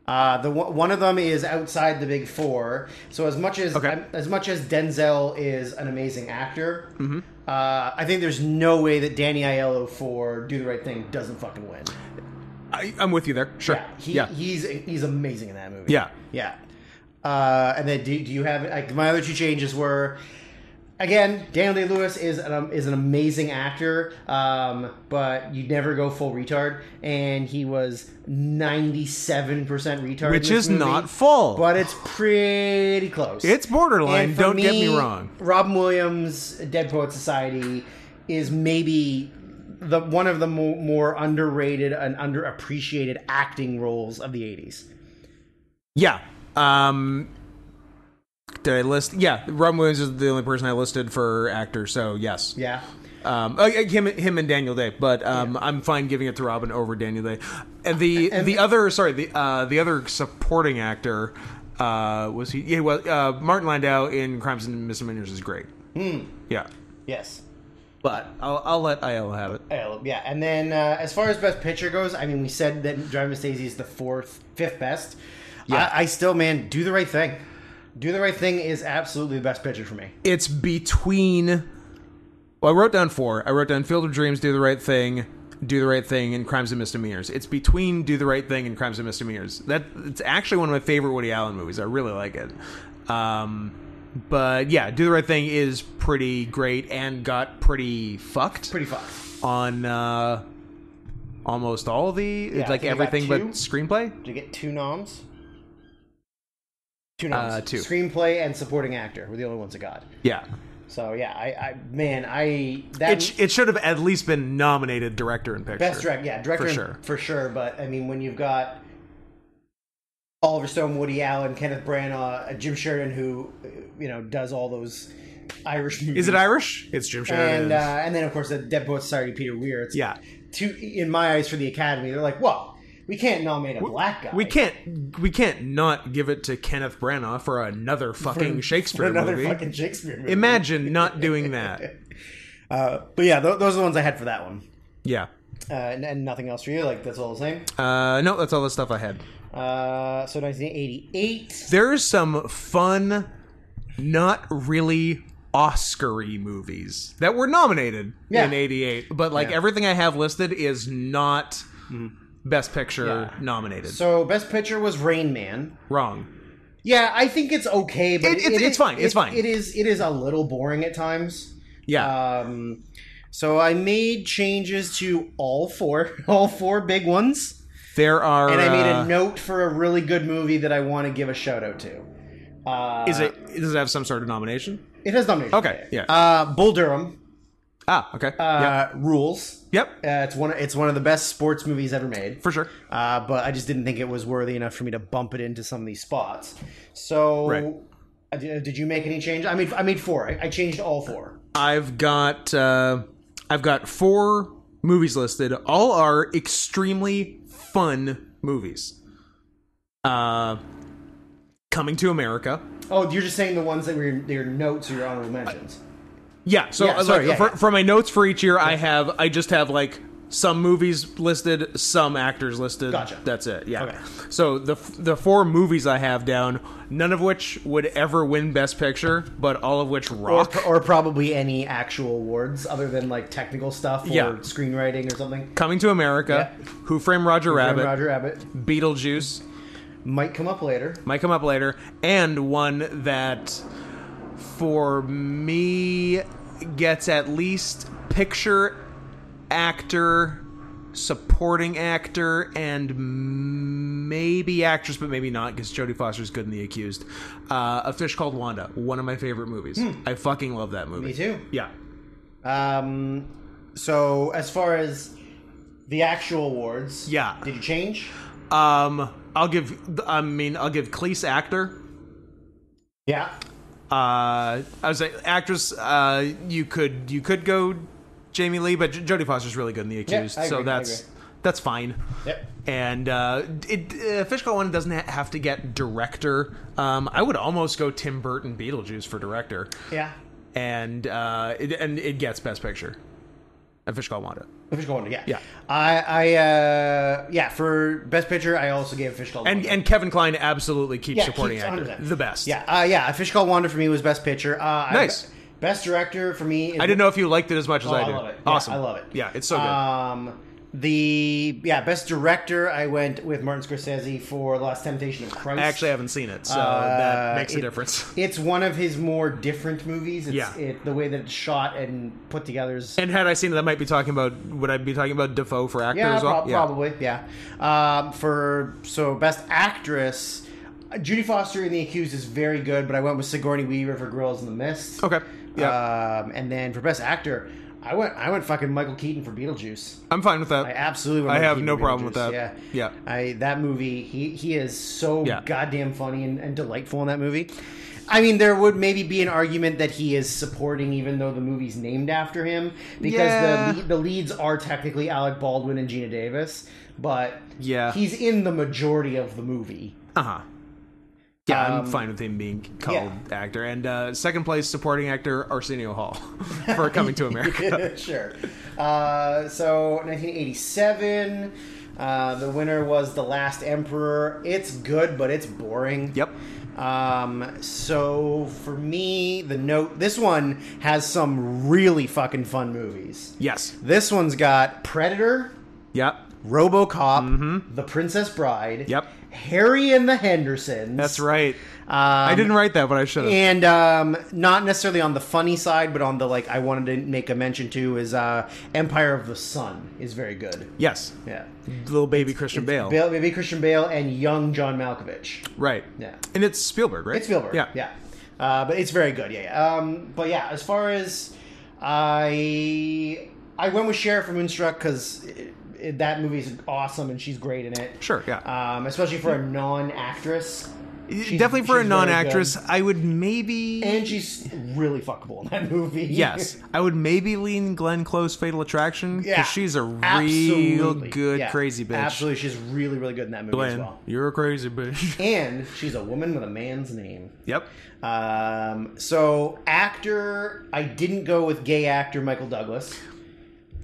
S1: Uh, the one one of them is outside the big four. So as much as
S2: Okay.
S1: as much as Denzel is an amazing actor, uh, I think there's no way that Danny Aiello for Do the Right Thing doesn't fucking win.
S2: I, I'm with you there. Sure.
S1: Yeah, he,
S2: yeah.
S1: he's he's amazing in that movie.
S2: Yeah.
S1: yeah. Uh, and then do, do you have like my other two changes were again Daniel Day Lewis is an um, is an amazing actor, um, but you never go full retard, and he was ninety seven percent retard, in
S2: Which
S1: this
S2: is
S1: movie,
S2: not full.
S1: but it's pretty close.
S2: It's borderline.
S1: And for
S2: Don't get me wrong.
S1: Robin Williams, Dead Poet Society, is maybe the one of the mo- more underrated and underappreciated acting roles of the '80s.
S2: Yeah. Um did I list? Yeah, Robin Williams is the only person I listed for actor, so yes.
S1: Yeah,
S2: Um, uh, him, him and Daniel Day, but um, I'm fine giving it to Robin over Daniel Day. And the the other, sorry, the uh, the other supporting actor uh, was he? Yeah, well, uh, Martin Landau in Crimes and Misdemeanors is great. Yeah,
S1: yes.
S2: Hmm. but I'll, I'll let IL have it.
S1: Oh, Yeah, and then uh, as far as best picture goes, I mean, we said that Driving Miss Daisy is the fourth, fifth best.
S2: Yeah.
S1: I, I still, man, do the right thing. Do the right thing is absolutely the best picture for me.
S2: It's between. Well, I wrote down four. I wrote down Field of Dreams, Do the Right Thing, Do the Right Thing, and Crimes and Misdemeanors. It's between Do the Right Thing and Crimes and Misdemeanors. That it's actually one of my favorite Woody Allen movies. I really like it. Um, but yeah, Do the Right Thing is pretty great and got pretty fucked
S1: Pretty fucked.
S2: on uh, almost all the
S1: Yeah, I
S2: like
S1: think I got
S2: everything but
S1: two.
S2: screenplay.
S1: Did you get two noms? Two noms.
S2: Uh, two.
S1: Screenplay and supporting actor were the only ones I got.
S2: Yeah,
S1: So yeah, I, I man, I that
S2: it, sh- it should have at least been nominated director and picture.
S1: best direct, yeah, director
S2: For
S1: for
S2: sure.
S1: sure. for sure. But I mean, when you've got Oliver Stone, Woody Allen, Kenneth Branagh, uh, Jim Sheridan, who uh, you know does all those Irish movies.
S2: Is it Irish? It's Jim Sheridan.
S1: And uh, and then of course the Dead Poets Society, Peter Weir. It's
S2: yeah.
S1: Two in my eyes for the Academy, they're like, well, we can't nominate a black guy.
S2: We can't we can't not give it to Kenneth Branagh for another fucking
S1: for
S2: Shakespeare
S1: another
S2: movie.
S1: fucking Shakespeare movie.
S2: Imagine not doing that.
S1: Uh, but yeah, th- those are the ones I had for that one,
S2: Yeah.
S1: uh, and, and nothing else for you. Like that's all the same.
S2: Uh, no, that's all the stuff I had.
S1: Uh, so 1988.
S2: There's some fun, not really Oscar-y movies that were nominated
S1: Yeah.
S2: in '88, but like
S1: Yeah. Mm-hmm.
S2: everything I have listed is not Best Picture
S1: Yeah.
S2: nominated.
S1: So best picture was Rain Man.
S2: Wrong.
S1: Yeah, I think it's okay, but
S2: It- it's- it's fine,
S1: it-
S2: it's fine.
S1: It is. It is a little boring at times.
S2: Yeah.
S1: Um, so I made changes to all four, all four big ones,
S2: there are.
S1: and I made
S2: uh,
S1: a note for a really good movie that I want to give a shout out to. Uh,
S2: Is it? Does it have some sort of nomination?
S1: It has nominations.
S2: Okay, yeah.
S1: Uh, Bull Durham
S2: Ah. Okay.
S1: uh, rules.
S2: yep.
S1: Uh,
S2: Yep.
S1: it's one. It's one of the best sports movies ever made.
S2: For sure.
S1: Uh, but I just didn't think it was worthy enough for me to bump it into some of these spots. So,
S2: Right.
S1: I did, did you make any change? I mean, I made four. I, I changed all four.
S2: I've got uh, I've got four movies listed. All are extremely fun movies. Uh, Coming to America.
S1: Oh, you're just saying the ones that were your, your notes or your honorable mentions.
S2: Yeah. So
S1: Yeah,
S2: uh,
S1: sorry,
S2: like,
S1: yeah,
S2: for,
S1: yeah.
S2: for my notes for each year, I have I just have like some movies listed, some actors listed.
S1: Gotcha.
S2: That's it. Yeah.
S1: Okay.
S2: So the f- the four movies I have down, none of which would ever win Best Picture, but all of which
S1: Or,
S2: rock.
S1: or probably any actual awards other than like technical stuff or
S2: Yeah.
S1: screenwriting or something.
S2: Coming to America,
S1: Yeah.
S2: Who Framed Roger Rabbit,
S1: Roger Rabbit
S2: Beetlejuice,
S1: might come up later.
S2: might come up later, and one that for me gets at least picture, actor, supporting actor, and maybe actress, but maybe not because Jodie Foster's good in The Accused. Uh, A Fish Called Wanda, one of my favorite movies. I fucking love that movie.
S1: Hmm. Me too.
S2: Yeah.
S1: Um, so as far as the actual awards,
S2: Yeah.
S1: Did you change?
S2: Um, I'll give. I mean, I'll give Cleese actor.
S1: Yeah.
S2: uh, I was like actress. Uh, you could you could go Jamie Lee, but J- Jodie Foster's really good in The Accused,
S1: I agree,
S2: so
S1: I
S2: that's
S1: agree.
S2: that's fine.
S1: Yep.
S2: And uh, it uh, Fish Call One doesn't ha- have to get director. Um, I would almost go Tim Burton Beetlejuice for director,
S1: Yeah.
S2: and uh, it, and it gets Best Picture. And Fish Call Wanda.
S1: Fish Called Wanda, yeah.
S2: Yeah.
S1: I, I, uh, yeah, for Best Picture, I also gave Fish Called
S2: And
S1: Wanda.
S2: and Kevin Klein absolutely keeps
S1: Yeah,
S2: supporting
S1: keeps
S2: actor.
S1: 100%.
S2: The best.
S1: Yeah, uh, yeah, Fish Called Wanda for me was Best Picture. Uh, I-
S2: Nice.
S1: best Director for me is
S2: I didn't know if you liked it as much as
S1: Oh,
S2: I do.
S1: love it. Yeah,
S2: Awesome.
S1: I love it.
S2: Yeah, it's so good.
S1: Um, the yeah, best director I went with Martin Scorsese for Last Temptation of Christ.
S2: I actually haven't seen it, so
S1: Uh,
S2: that makes a
S1: it-
S2: difference.
S1: It's one of his more different movies. It's,
S2: Yeah.
S1: it, the way that it's shot and put together is
S2: And had I seen it, I might be talking about would I be talking about Defoe for actor
S1: yeah,
S2: as well?
S1: prob- probably yeah. Um, for so best actress, Judy Foster in The Accused is very good, but I went with Sigourney Weaver for Girls in the Mist.
S2: Okay. Yeah.
S1: Um, and then for best actor, I went I went fucking Michael Keaton for Beetlejuice.
S2: I'm fine with that.
S1: I absolutely. want
S2: I
S1: to
S2: have
S1: keep
S2: no
S1: Beetlejuice,
S2: problem with that.
S1: Yeah,
S2: Yeah.
S1: I that movie. He he is so
S2: Yeah.
S1: goddamn funny and, and delightful in that movie. I mean, there would maybe be an argument that he is supporting, even though the movie's named after him, because
S2: Yeah.
S1: the le- the leads are technically Alec Baldwin and Gina Davis, but
S2: Yeah.
S1: he's in the majority of the movie.
S2: Uh huh. Yeah, I'm
S1: Um,
S2: fine with him being called actor. And uh, second place supporting actor Arsenio Hall for Coming to America.
S1: sure. Uh, so 1987. Uh, the winner was The Last Emperor. It's good, but it's boring.
S2: Yep.
S1: Um, so for me, the note this one has some really fucking fun movies.
S2: Yes.
S1: This one's got Predator,
S2: Yep.
S1: RoboCop, The Princess Bride,
S2: Mm-hmm. Yep.
S1: Harry and the Hendersons.
S2: That's right.
S1: Um,
S2: I didn't write that, but I should have.
S1: and um, not necessarily on the funny side, but on the like, I wanted to make a mention to is uh, Empire of the Sun is very good.
S2: yes.
S1: Yeah,
S2: Little baby Christian Bale.
S1: Bale, maybe Christian Bale and young John Malkovich.
S2: Right.
S1: Yeah.
S2: And it's Spielberg, right?
S1: It's Spielberg.
S2: Yeah.
S1: yeah. Uh, but it's very good. Yeah, yeah. Um, but yeah, as far as I, I went with Sheriff from Moonstruck because that movie's awesome and she's great in it.
S2: Sure. Yeah.
S1: Um, especially for a non-actress, she's-
S2: Definitely for
S1: she's very
S2: a
S1: good.
S2: non-actress, I would maybe.
S1: and she's really fuckable in that movie.
S2: Yes, I would maybe lean Glenn Close Fatal Attraction because
S1: Yeah,
S2: she's a real
S1: absolutely.
S2: good
S1: Yeah,
S2: crazy bitch.
S1: Absolutely, she's really really good in that movie as
S2: Glenn,
S1: well.
S2: you're a crazy bitch.
S1: And she's a woman with a man's name.
S2: yep.
S1: Um, so actor, I didn't go with gay actor Michael Douglas.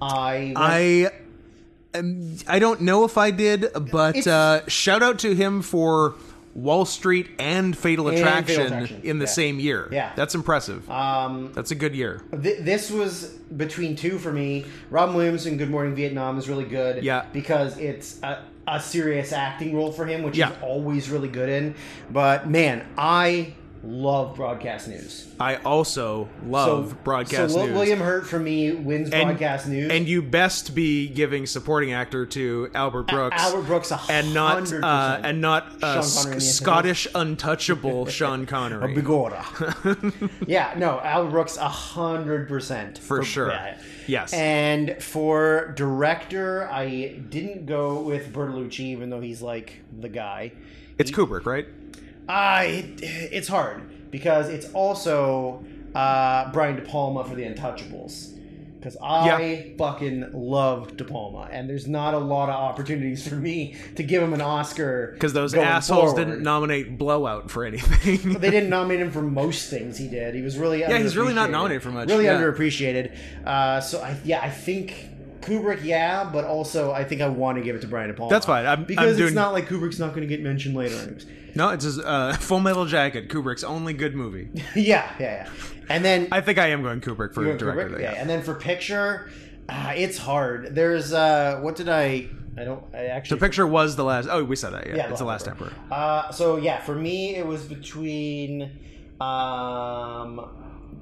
S1: I,
S2: I um, I don't know if I did, but
S1: It's-
S2: uh, shout out to him for Wall Street and Fatal
S1: Fatal
S2: Attraction,
S1: Attraction,
S2: in the
S1: yeah.
S2: same year.
S1: Yeah.
S2: that's impressive.
S1: um,
S2: that's a good year.
S1: th- this was between two for me. Robin Williams in Good Morning Vietnam is really good.
S2: Yeah.
S1: because it's a, a serious acting role for him, which
S2: Yeah.
S1: he's always really good in. But man, I love broadcast news.
S2: I also love broadcast
S1: so Wil-
S2: news.
S1: William Hurt for me wins
S2: And-
S1: broadcast news.
S2: and you best be giving supporting actor to Albert Brooks.
S1: Albert Brooks a
S2: and not
S1: 100%.
S2: uh, and not uh,
S1: Sean Connery and the
S2: sc- Scottish untouchable Sean Connery.
S1: Bigora. yeah, no, Albert Brooks a hundred percent
S2: For sure. Yes.
S1: And for director, I didn't go with Bertolucci, even though he's like the guy.
S2: it's Kubrick, right?
S1: I it's hard because it's also uh, Brian De Palma for The Untouchables. Because I fucking love De Palma, and there's not a lot of opportunities for me to give him an Oscar.
S2: Because those
S1: going
S2: assholes
S1: forward.
S2: didn't nominate Blowout for anything.
S1: they didn't nominate him for most things he did. He was really yeah,
S2: he's really not nominated for much,
S1: Really
S2: yeah.
S1: underappreciated. Uh, so I yeah, I think Kubrick, yeah, but also I think I want to give it to Brian De Palma.
S2: That's fine. I'm- I'm
S1: because
S2: doing-
S1: it's not like Kubrick's not going to get mentioned later. Anyways.
S2: No, it's just, uh, Full Metal Jacket, Kubrick's only good movie.
S1: yeah, yeah, yeah. And then
S2: I think I am going Kubrick for
S1: Kubrick,
S2: director. though,
S1: yeah. And then for picture, uh, it's hard. There's uh, what did I? I don't. I
S2: The
S1: actually.
S2: picture was the last. Oh, we said that. Yeah,
S1: Yeah,
S2: it's the last
S1: Emperor.
S2: emperor.
S1: Uh, so yeah, for me it was between um,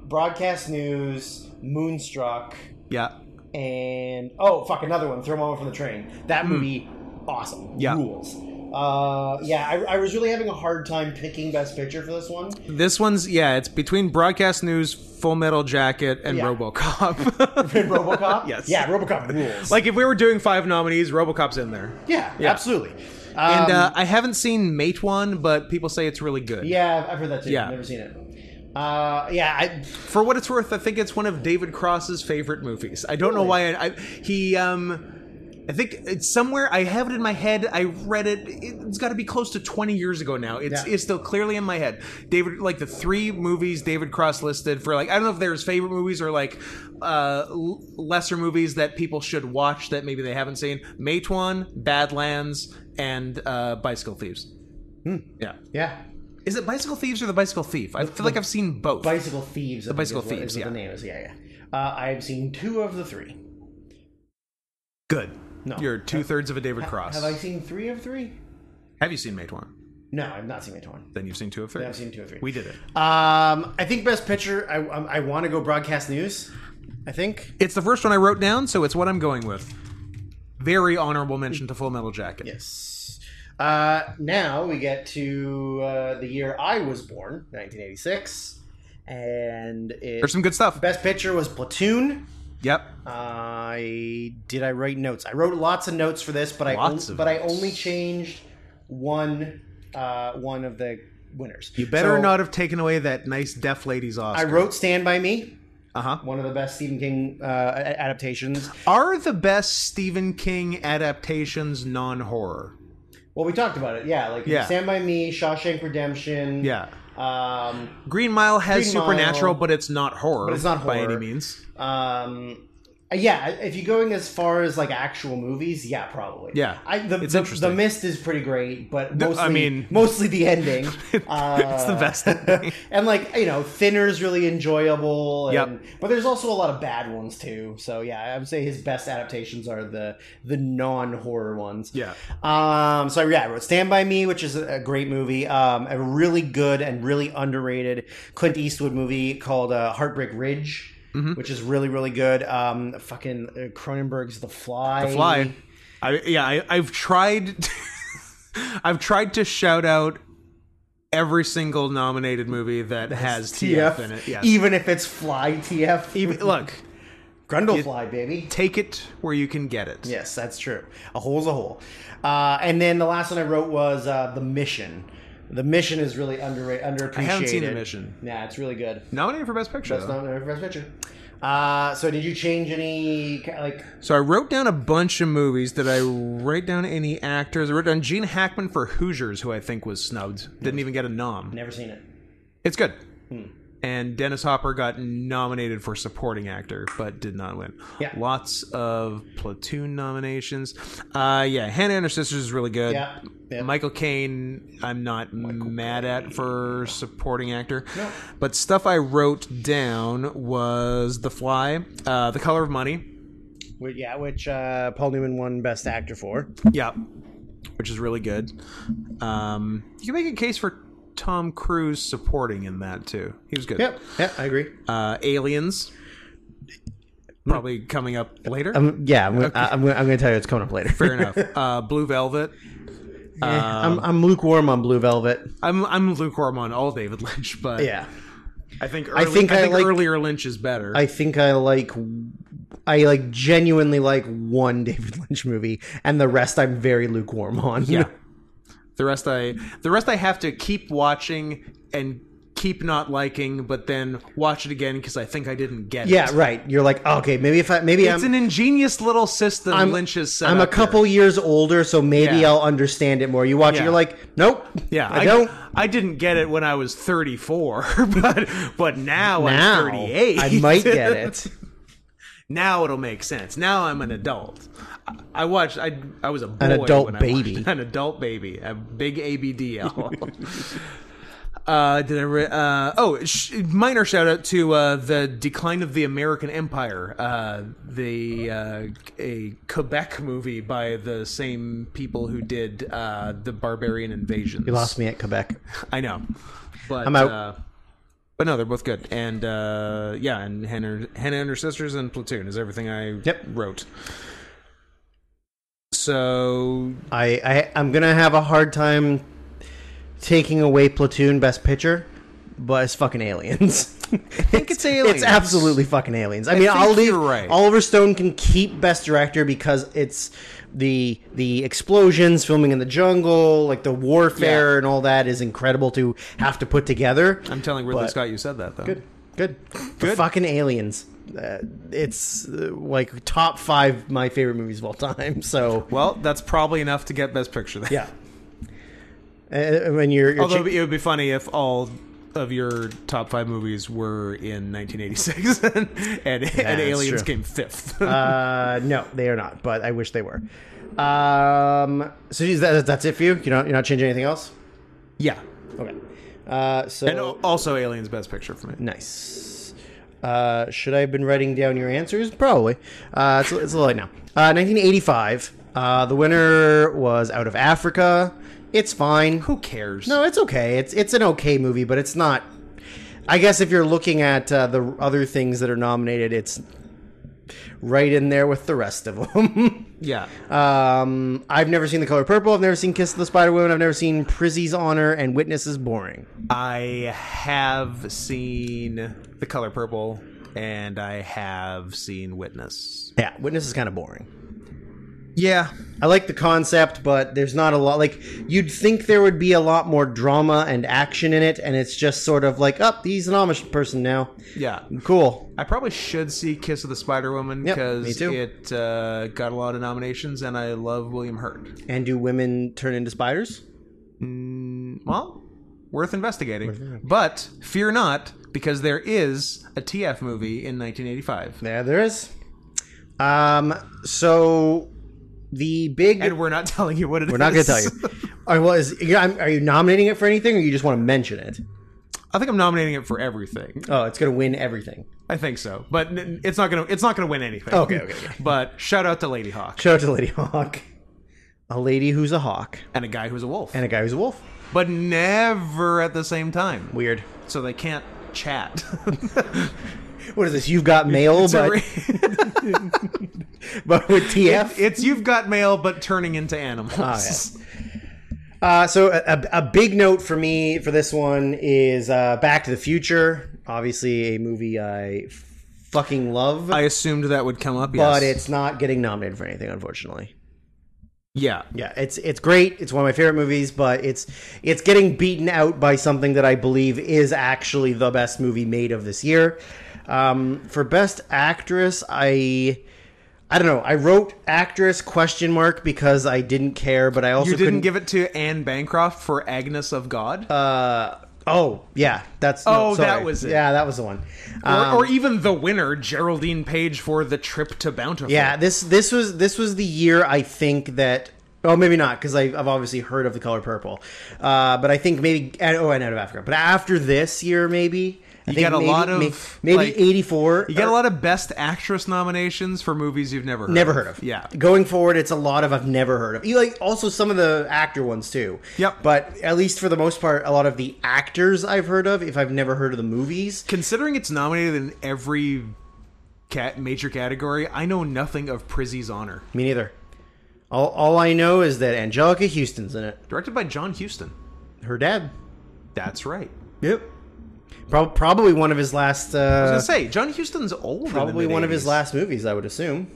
S1: broadcast news, Moonstruck,
S2: Yeah,
S1: and oh fuck, another one, Throw Mama from the Train. That movie, awesome,
S2: Hmm. Yeah.
S1: rules. Uh, yeah, I, I was really having a hard time picking best picture for this one.
S2: this one's yeah. It's between broadcast news, Full Metal Jacket, and
S1: Yeah.
S2: RoboCop.
S1: RoboCop,
S2: Yes.
S1: yeah, RoboCop rules.
S2: like if we were doing five nominees, RoboCop's in there.
S1: yeah,
S2: yeah.
S1: absolutely. Um,
S2: And uh, I haven't seen Mate One, but people say it's really good.
S1: yeah, I've heard that too.
S2: Yeah.
S1: never seen it. Uh, yeah, I,
S2: For what it's worth, I think it's one of David Cross's favorite movies. I don't know why. I, I he um. I think it's somewhere I have it in my head. I read it. It's got to be close to 20 years ago now. It's
S1: Yeah.
S2: it's still clearly in my head. David like the three movies David Cross listed for like I don't know if they're his favorite movies or like uh l- lesser movies that people should watch that maybe they haven't seen. Matewan, Badlands, and uh Bicycle Thieves.
S1: Hmm.
S2: Yeah.
S1: yeah,
S2: Is it Bicycle Thieves or the Bicycle Thief? I feel like I've seen both.
S1: Bicycle Thieves. The
S2: Bicycle Thieves,
S1: Is what
S2: yeah.
S1: the name is. Yeah, yeah. Uh, I have seen two of the three.
S2: Good.
S1: No.
S2: You're two thirds of a David Cross.
S1: Have I seen three of three?
S2: Have you seen Matewan?
S1: No, I've not seen it one.
S2: Then you've seen two of three.
S1: I've seen two of three.
S2: We did it.
S1: Um, I think best picture. I um, I want to go broadcast news. I think
S2: It's the first one I wrote down, so it's what I'm going with. Very honorable mention to Full Metal Jacket.
S1: yes. Uh, now we get to uh, the year I was born, 1986, and it,
S2: There's some good stuff.
S1: best picture was Platoon.
S2: Yep.
S1: I did I write notes. I wrote lots of notes for this, but I
S2: Lots
S1: on-
S2: of
S1: but I
S2: notes.
S1: only changed one uh, one of the winners.
S2: You better
S1: So,
S2: not have taken away that nice deaf lady's
S1: I
S2: Oscar.
S1: wrote Stand by Me,
S2: uh huh.
S1: one of the best Stephen King uh, a- adaptations.
S2: Are the best Stephen King adaptations non horror?
S1: Well, we talked about it. Yeah, like
S2: Yeah.
S1: Stand by Me, Shawshank Redemption.
S2: Yeah.
S1: Um,
S2: Green Mile has
S1: Green Mile-
S2: supernatural, but it's not horror.
S1: But it's not
S2: by
S1: horror.
S2: any means.
S1: um, yeah. If you're going as far as like actual movies, yeah, probably.
S2: Yeah.
S1: I, the,
S2: It's
S1: the,
S2: interesting.
S1: The Mist is pretty great, but
S2: The- I
S1: mostly,
S2: mean-
S1: mostly the ending.
S2: it's the
S1: Uh,
S2: best.
S1: and like you know, Thinner's really enjoyable. And,
S2: Yep.
S1: But there's also a lot of bad ones too. So yeah, I would say his best adaptations are the the non horror ones.
S2: yeah.
S1: Um, so yeah, I wrote Stand By Me, which is a a great movie, um, a really good and really underrated Clint Eastwood movie called uh, Heartbreak Ridge,
S2: Mm-hmm.
S1: which is really really good. Um, fucking uh, Cronenberg's The Fly.
S2: The Fly. I yeah, I, I've tried. I've tried to shout out every single nominated movie that has TF,
S1: TF,
S2: in it. Yes.
S1: even if it's Fly TF,
S2: Even- look,
S1: Grundle Fly, baby.
S2: take it where you can get it.
S1: Yes, that's true. A hole's a hole. Uh, and then the last one I wrote was uh, The Mission. The Mission is really underrated, underappreciated. I
S2: haven't seen The Mission.
S1: Yeah, it's really good.
S2: Nominated for Best Picture.
S1: That's
S2: though.
S1: not my first picture. Uh, so did you change any ki- like?
S2: so I wrote down a bunch of movies. Did I write down any actors? I wrote down Gene Hackman for Hoosiers, who I think was snubbed. Didn't even get a nom.
S1: Never seen it.
S2: It's good.
S1: Hmm.
S2: And Dennis Hopper got nominated for supporting actor, but did not win.
S1: Yeah.
S2: Lots of platoon nominations. Uh, yeah, Hannah and her sisters is really good.
S1: Yeah. yeah.
S2: Michael Caine, I'm not mad at for supporting actor.
S1: No.
S2: But stuff I wrote down was The Fly, uh, The Color of Money.
S1: Wh- yeah, which uh, Paul Newman won Best Actor for.
S2: Yeah. Which is really good. Um, you can make a case for Tom Cruise supporting in that, too. He was good.
S1: Yeah, I agree.
S2: uh, aliens probably coming up later
S1: Um, yeah, I'm, gonna I, am gonna, I'm gonna tell you it's coming up later.
S2: fair enough uh, blue velvet um,
S1: I'm, I'm lukewarm on Blue Velvet.
S2: i'm i'm lukewarm on all david lynch but
S1: Yeah,
S2: i think early, i think,
S1: think I like-
S2: earlier lynch is better
S1: I think I like. I like genuinely like one David Lynch movie, and the rest I'm very lukewarm on.
S2: yeah the rest i the rest i have to keep watching and keep not liking but then watch it again because i think i didn't get
S1: yeah,
S2: it
S1: right. You're like, okay, maybe if I maybe
S2: it's
S1: I'm
S2: an ingenious little system
S1: I'm-
S2: lynch has set
S1: I'm a
S2: up here.
S1: couple years older, so maybe
S2: Yeah.
S1: I'll understand it more. You watch
S2: Yeah.
S1: it, you're like, nope,
S2: Yeah,
S1: I, don't.
S2: I didn't get it when I was 34, but but now,
S1: Now
S2: I'm 38.
S1: I might get it.
S2: Now it'll make sense. Now I'm an adult. I, I watched. I I was a boy
S1: adult
S2: when I
S1: baby.
S2: watched- an adult baby. A big ABDL. Uh, did I? Re- uh, oh, sh- minor shout out to uh, the decline of the American Empire, uh, the uh, a Quebec movie by the same people who did uh, the Barbarian Invasions.
S1: You lost me at Quebec.
S2: I know, but
S1: I'm out.
S2: Uh, but no, they're both good, and uh, yeah, and Hannah, Hannah and her sisters and Platoon is everything I
S1: Yep.
S2: wrote. So
S1: I, I I'm gonna have a hard time taking away Platoon Best Picture, but it's fucking aliens. I think
S2: it's Aliens.
S1: It's absolutely fucking aliens. I mean,
S2: think
S1: I will leave.
S2: you're right.
S1: Oliver Stone can keep Best Director because it's the the explosions, filming in the jungle, like the warfare
S2: Yeah.
S1: and all that is incredible to have to put together.
S2: I'm telling Ridley
S1: But-
S2: Scott you said that though.
S1: Good, good, The fucking aliens. Uh, it's uh, like top five my favorite movies of all time. So
S2: Well, that's probably enough to get Best Picture. Then.
S1: yeah. Uh, when you're, you're
S2: Although it would be funny if all of your top five movies were in 1986 and, and,
S1: that's
S2: Aliens
S1: true.
S2: came fifth.
S1: uh, no, they are not. But I wish they were. Um, so is that, that's it for you. You're not you're not changing anything else.
S2: yeah.
S1: Okay. Uh, so
S2: And oh. al- also Aliens Best Picture for me.
S1: nice. Uh, should I have been writing down your answers? Probably. Uh, it's, it's a little late now. Uh, 1985. Uh, the winner was Out of Africa. It's fine.
S2: Who cares?
S1: No, it's okay. It's it's an okay movie, but it's not. I guess if you're looking at uh, the other things that are nominated, it's right in there with the rest of them.
S2: Yeah.
S1: um, I've never seen The Color Purple. I've never seen Kiss of the Spider Woman. I've never seen Prizzy's Honor and Witness is Boring.
S2: I have seen The Color Purple and I have seen Witness.
S1: Yeah, Witness is kind of boring.
S2: Yeah.
S1: I like the concept, but there's not a lot. Like you'd think there would be a lot more drama and action in it, and it's just sort of like, up, he's an Amish person now.
S2: Yeah.
S1: Cool.
S2: I probably should see Kiss of the Spider Woman
S1: Yep, me
S2: because
S1: too.
S2: it uh, got a lot of nominations and I love William Hurt.
S1: And do women turn into spiders?
S2: Well, worth investigating. But fear not, because there is a TF movie in 1985.
S1: There, there is. Um, so the big.
S2: And we're not telling you what it
S1: we're not going to tell you. All right, well, is, yeah, I'm- are you nominating it for anything, or you just want to mention it?
S2: I think I'm nominating it for everything.
S1: Oh, it's going to win everything.
S2: I think so, but n- it's not gonna it's not gonna win anything.
S1: Okay, okay, okay.
S2: But shout out to Lady Hawk
S1: Shout out to Lady Hawk, a lady who's a hawk
S2: and a guy who's a wolf,
S1: and a guy who's a wolf.
S2: but never at the same time,
S1: Weird.
S2: so they can't chat.
S1: What is this? You've got mail,
S2: It's a
S1: but
S2: re-
S1: but with TF.
S2: it's you've got mail, but turning into animals.
S1: Ah, yes. Uh, so a, a- a big note for me for this one is uh, Back to the Future. Obviously, a movie I fucking love.
S2: I assumed that would come up.
S1: but
S2: yes.
S1: it's not getting nominated for anything, unfortunately.
S2: yeah,
S1: Yeah, it's it's great. It's one of my favorite movies, but it's it's getting beaten out by something that I believe is actually the best movie made of this year. Um, for best actress, I I don't know. I wrote actress question mark because I didn't care, but I also
S2: You didn't
S1: couldn't, Uh,
S2: give it to Anne Bancroft for Agnes of God,
S1: Oh yeah, that's no,
S2: Oh, that
S1: sorry.
S2: was it.
S1: Yeah, that was the one.
S2: or,
S1: um,
S2: or even the winner Geraldine Page for the trip to Bountiful.
S1: Yeah, this this was this was the year I think that. Oh, maybe not because I've obviously heard of the color purple, uh, but I think maybe and, oh, and out of Africa. But after this year, maybe I
S2: You
S1: think
S2: got a
S1: maybe-
S2: lot of,
S1: may- maybe uh,
S2: like,
S1: eighty four.
S2: you get a lot of Best Actress nominations for movies you've never heard
S1: never
S2: of.
S1: heard of.
S2: Yeah,
S1: going forward, it's a lot of I've never heard of. You like also some of the actor ones too.
S2: Yep.
S1: But at least for the most part, a lot of the actors I've heard of, if I've never heard of the movies.
S2: considering it's nominated in every cat major category, I know nothing of Prizzy's Honor,
S1: Me neither. All all I know is that Angelica Houston's in it.
S2: directed by John Huston.
S1: Her dad.
S2: That's right.
S1: Yep. Prob- probably one of his last.
S2: I
S1: Uh,
S2: was gonna say John Huston's old. in the
S1: probably one of his
S2: mid-eighties.
S1: last movies, I would assume.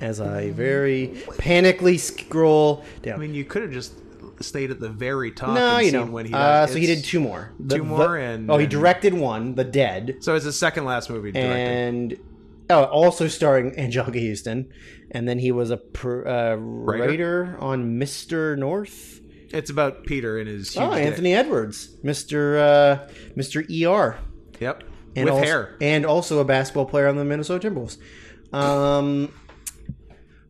S1: As I very panically scroll down.
S2: Mm. I mean, you could have just stayed at the very top.
S1: no,
S2: and
S1: you
S2: seen
S1: know.
S2: when he.
S1: uh, so he
S2: it's-
S1: did two more. The-
S2: two
S1: the-
S2: more and-
S1: oh, he
S2: and-
S1: directed one, The Dead,
S2: So it's his second last movie directed.
S1: and oh, also starring Angelica Houston. And then he was a pr- uh, writer? on Mister North.
S2: It's about Peter and his huge
S1: oh,
S2: dick.
S1: Anthony Edwards, Mister uh, Mister ER.
S2: Yep.
S1: and
S2: With
S1: also,
S2: hair.
S1: and also a basketball player on the Minnesota Timberwolves. Um,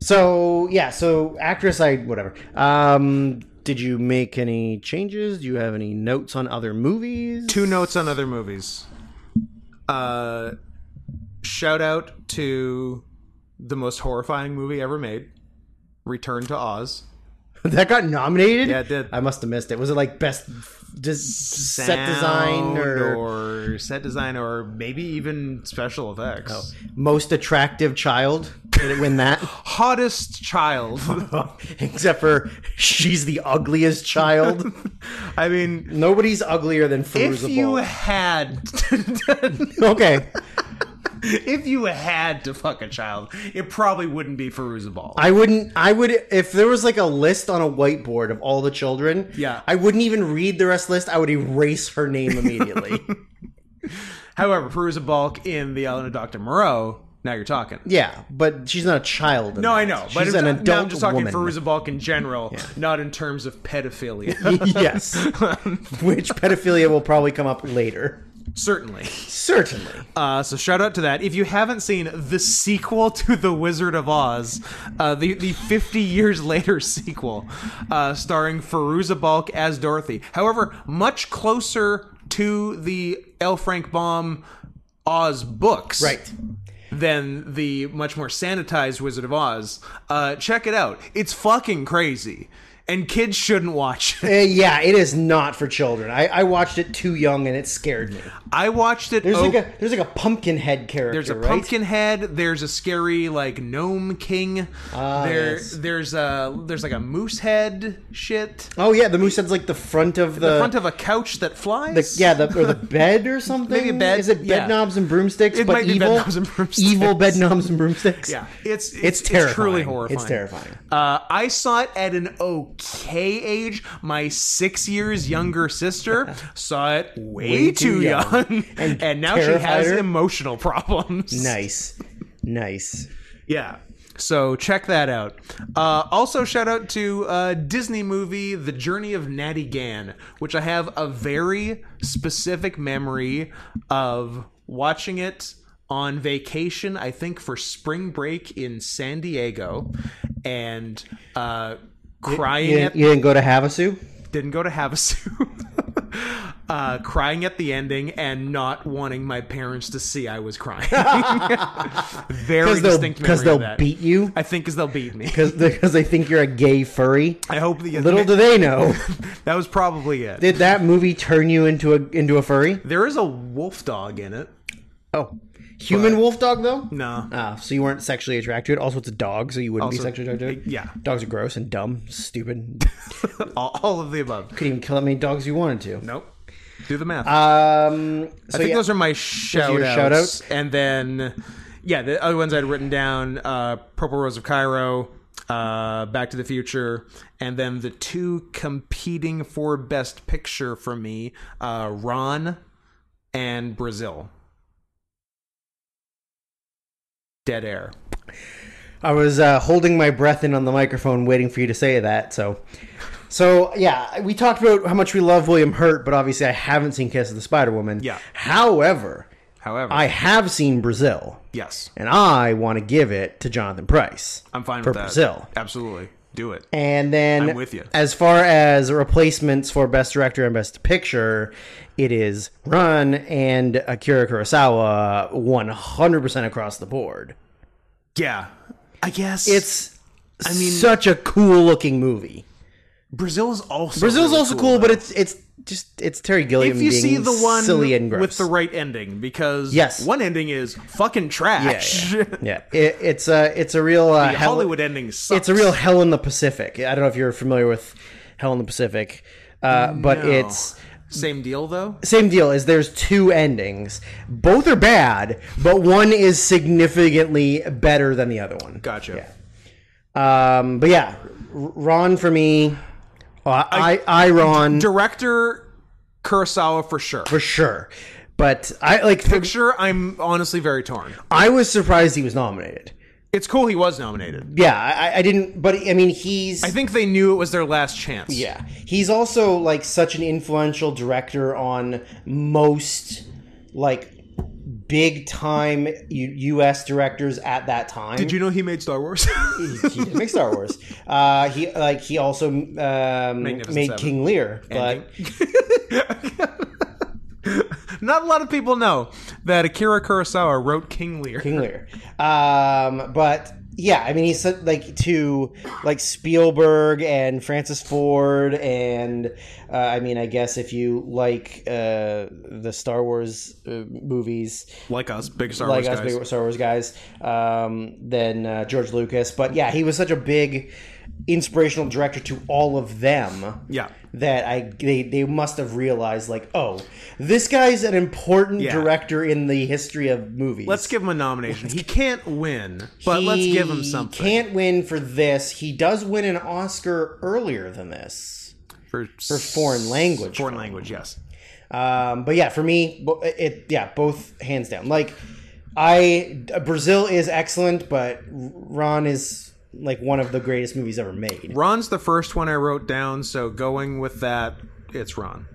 S1: so yeah, so actress, I whatever. Um, did you make any changes? Do you have any notes on other movies?
S2: two notes on other movies. Uh, shout out to the most horrifying movie ever made, Return to Oz.
S1: that got nominated.
S2: Yeah, it did.
S1: I must have missed it. Was it like best des- set design
S2: Sound
S1: or,
S2: or set design or maybe even special effects.
S1: most attractive child? Did it win that?
S2: Hottest child.
S1: Except for she's the ugliest child.
S2: I mean,
S1: Nobody's uglier than
S2: if
S1: Feruza
S2: you
S1: Balk.
S2: had,
S1: Okay,
S2: if you had to fuck a child, it probably wouldn't be Feruza Ball.
S1: I wouldn't. I would if there was like a list on a whiteboard of all the children.
S2: Yeah.
S1: I wouldn't even read the rest of the list. I would erase her name immediately.
S2: However, Feruza Balk in the Island of Doctor Moreau. Now you're talking.
S1: yeah, but she's not a child. in
S2: No, I
S1: that.
S2: know,
S1: She's
S2: but
S1: an
S2: I'm,
S1: adult
S2: now I'm just talking
S1: woman.
S2: Feruza Balk in general, not in terms of pedophilia.
S1: yes, which pedophilia will probably come up later.
S2: Certainly.
S1: Certainly.
S2: Uh, so shout out to that. If you haven't seen the sequel to The Wizard of Oz, uh, the the 50 years later sequel, uh, starring Feruza Balk as Dorothy. However, much closer to the L. Frank Baum Oz books,
S1: Right.
S2: than the much more sanitized Wizard of Oz. Uh, check it out. It's fucking crazy, and kids shouldn't watch it.
S1: Uh, yeah, it is not for children. I, I watched it too young and it scared me.
S2: I watched it.
S1: There's
S2: oh,
S1: like a there's like a pumpkin head character.
S2: there's a
S1: right?
S2: pumpkin head. There's a scary like gnome king.
S1: Ah,
S2: there,
S1: yes.
S2: there's a there's like a moose head shit.
S1: Oh yeah, the moose head's like the front of the,
S2: In front of a couch that flies.
S1: Uh, the- yeah, the, or the bed or something.
S2: Maybe a bed,
S1: Is it bed
S2: yeah.
S1: knobs and broomsticks?
S2: It
S1: but
S2: might be
S1: evil,
S2: bedknobs and broomsticks.
S1: Evil bed knobs and broomsticks.
S2: yeah. It's
S1: it's,
S2: it's,
S1: terrifying.
S2: truly horrifying.
S1: It's terrifying.
S2: Uh, I saw it at an okay age. My six years younger sister saw it way, too,
S1: too
S2: young,
S1: young.
S2: and,
S1: And
S2: now she has
S1: terrified her.
S2: emotional problems.
S1: Nice, nice.
S2: Yeah. So check that out. Uh, also, shout out to uh, Disney movie The Journey of Natty Gann, which I have a very specific memory of watching it on vacation. I think for spring break in San Diego, and uh, crying
S1: You,
S2: at
S1: didn't, you didn't go to Havasu?
S2: didn't go to Havasu. Uh, crying at the ending and not wanting my parents to see I was crying. Very
S1: Because they'll,
S2: distinct memory
S1: 'cause
S2: of
S1: they'll
S2: that.
S1: beat you.
S2: I think is they'll beat me.
S1: Because they, 'cause they think you're a gay furry.
S2: I hope the
S1: Little do they know.
S2: that was probably it.
S1: Did that movie turn you into a into a furry?
S2: there is a wolf dog in it.
S1: Oh, human wolf dog though.
S2: No,
S1: Ah, so you weren't sexually attracted to it. Also, it's a dog, so you wouldn't
S2: Also-
S1: be sexually attracted. to it.
S2: yeah,
S1: Dogs are gross and dumb, stupid.
S2: all, all of the above.
S1: Could even kill that many dogs you wanted to.
S2: Nope. Do the math.
S1: Um, so
S2: I think
S1: yeah,
S2: those are my shout
S1: your
S2: outs.
S1: shout-outs?
S2: And then, yeah, the other ones I'd written down uh, Purple Rose of Cairo, uh, Back to the Future, and then the two competing for Best Picture for me uh, Ron and Brazil. Dead air.
S1: I was uh, holding my breath in on the microphone, waiting for you to say that. So, so yeah, we talked about how much we love William Hurt, but obviously, I haven't seen Kiss of the Spider Woman.
S2: Yeah.
S1: However,
S2: However,
S1: I have seen Brazil,
S2: yes,
S1: and I want to give it to Jonathan Price.
S2: I'm fine
S1: for
S2: with that.
S1: Brazil.
S2: Absolutely. Do it.
S1: And then,
S2: I'm with you.
S1: as far as replacements for Best Director and Best Picture, it is Run and Akira Kurosawa 100% across the board.
S2: Yeah. I guess
S1: It's, I mean, such a cool looking movie.
S2: Brazil's also
S1: Brazil's
S2: really
S1: also cool,
S2: though.
S1: but it's it's just it's Terry Gilliam.
S2: if you
S1: being
S2: see the one
S1: silly and gross.
S2: with the right ending because
S1: Yes.
S2: one ending is fucking trash
S1: yeah, it, it's a it's a real uh,
S2: The
S1: hell-
S2: hollywood ending sucks
S1: It's a real Hell in the Pacific. I don't know if you're familiar with Hell in the Pacific, uh, but
S2: No.
S1: it's
S2: same deal though
S1: same deal is there's two endings both are bad but one is significantly better than the other one
S2: gotcha
S1: um but yeah R- ron for me uh, i i, ron
S2: director kurosawa for sure
S1: for sure but i like for,
S2: sure i'm honestly very torn
S1: i was surprised he was nominated
S2: it's cool he was nominated
S1: yeah i i didn't but i mean he's
S2: i think they knew it was their last chance
S1: yeah he's also like such an influential director on most like big time U- U.S. directors at that time.
S2: Did you know he made Star Wars?
S1: he he did make Star Wars. Uh, he like he also um, made
S2: Magnificent Seven.
S1: King Lear, but
S2: Not a lot of people know that Akira Kurosawa wrote King Lear.
S1: King Lear. Um, but yeah, I mean, he said like to like Spielberg and Francis Ford, and uh, I mean, I guess if you like uh, the Star Wars uh, movies,
S2: like us, big Star
S1: like
S2: Wars
S1: us
S2: guys.
S1: big Star Wars guys, um, then uh, George Lucas. But yeah, he was such a big inspirational director to all of them.
S2: Yeah.
S1: That I they, they must have realized like oh this guy's an important
S2: Yeah.
S1: director in the history of movies.
S2: Let's give him a nomination. He can't win, but let's give him
S1: He
S2: something
S1: Can't win for this. He does win an Oscar earlier than this
S2: for,
S1: for foreign language.
S2: foreign language. Yes,
S1: Um, but yeah, for me, bo- it yeah, both hands down. Like I uh, Brazil is excellent, but Ron is like one of the greatest movies ever made.
S2: Ron's the first one I wrote down. So going with that, it's Ron.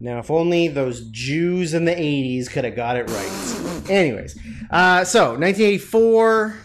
S1: Now, if only those Jews in the 80s could have got it right. Anyways, uh, so 1984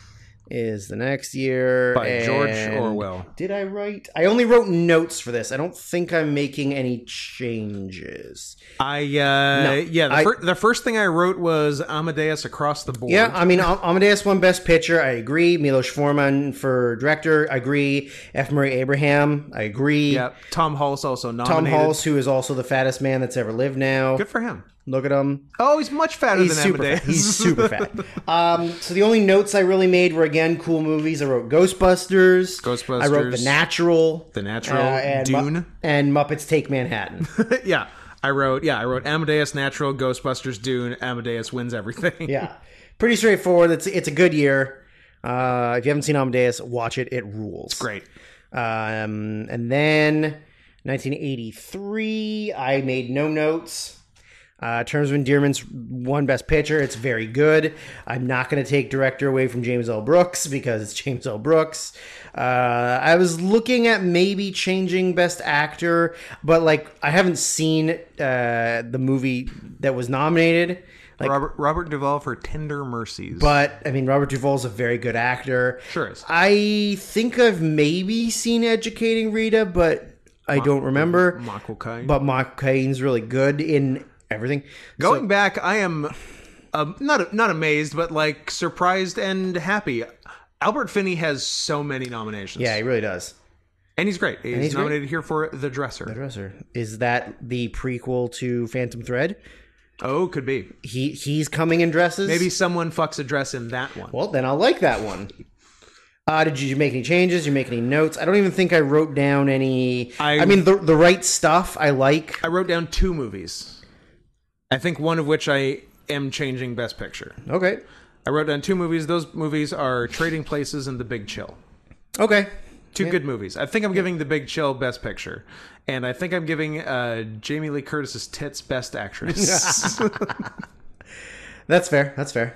S1: is the next year.
S2: By George
S1: and-
S2: Orwell.
S1: Did I write? I only wrote notes for this. I don't think I'm making any changes.
S2: I uh, yeah. The,
S1: I-
S2: fir- the first thing I wrote was Amadeus across the board.
S1: Yeah, I mean, Am- Amadeus won Best Picture. I agree. Milos Forman for director. I agree. F. Murray Abraham. I agree.
S2: yeah. Tom Hulse also
S1: Tom
S2: nominated.
S1: Hulse, who is also the fattest man that's ever lived now.
S2: Good for him.
S1: Look at him.
S2: Oh, he's much fatter
S1: He's
S2: than
S1: super
S2: Amadeus.
S1: fat. He's super fat. Um, so the only notes I really made were again cool movies. I wrote Ghostbusters.
S2: Ghostbusters.
S1: I wrote The Natural.
S2: The
S1: uh,
S2: Natural
S1: and Mu-
S2: Dune.
S1: and Muppets Take Manhattan.
S2: yeah. I wrote yeah, I wrote Amadeus Natural, Ghostbusters Dune, Amadeus wins everything.
S1: yeah, pretty straightforward. It's it's a good year. Uh, if you haven't seen Amadeus, watch it. It rules.
S2: Great.
S1: Um, and then 1983, I made no notes. Uh, Terms of Endearment's one best picture. It's very good. I'm not going to take director away from James L. Brooks because it's James L. Brooks. Uh, I was looking at maybe changing best actor, but like I haven't seen uh, the movie that was nominated. Like,
S2: Robert Robert Duvall for Tender Mercies.
S1: but I mean, Robert Duvall's a very good actor.
S2: Sure is.
S1: I think I've maybe seen Educating Rita, but I don't remember.
S2: Michael Caine.
S1: But Mark Caine's really good in everything.
S2: Going back, I am um, not not amazed, but like surprised and happy. Albert Finney has so many nominations.
S1: yeah, he really does.
S2: and he's great. He's,
S1: he's great.
S2: nominated here for The Dresser.
S1: Dresser. Is that the prequel to Phantom Thread?
S2: Oh, could be.
S1: He he's coming in dresses.
S2: Maybe someone fucks a dress in that one.
S1: Well, then I'll like that one. Uh, did you make any changes? Did you make any notes? I don't even think I wrote down any.
S2: I-
S1: I, mean, the the right stuff I like.
S2: I wrote down two movies. I think one of which I am changing Best Picture.
S1: Okay.
S2: I wrote down two movies. Those movies are Trading Places and The Big Chill.
S1: Okay.
S2: Two good movies. I think I'm giving The Big Chill Best Picture, and I think I'm giving uh, Jamie Lee Curtis's tits Best Actress.
S1: That's fair. That's fair.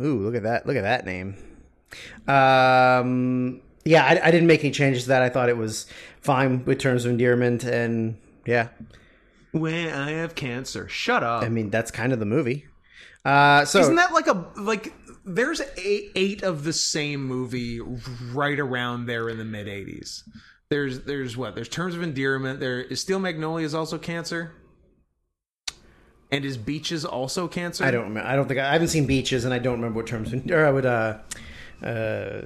S1: Ooh, look at that. Look at that name. Um, yeah, I, I didn't make any changes to that. I thought it was fine with terms of endearment, and yeah,
S2: when I have cancer, shut up.
S1: I mean that's kind of the movie. Uh, so
S2: Isn't that like a like? There's eight, eight of the same movie right around there in the mid '80s. There's there's what there's Terms of Endearment. There is Steel Magnolia is also cancer, and is Beaches also cancer?
S1: I don't. Remember, I don't think I, I haven't seen Beaches, and I don't remember what terms of or I would. Uh, uh,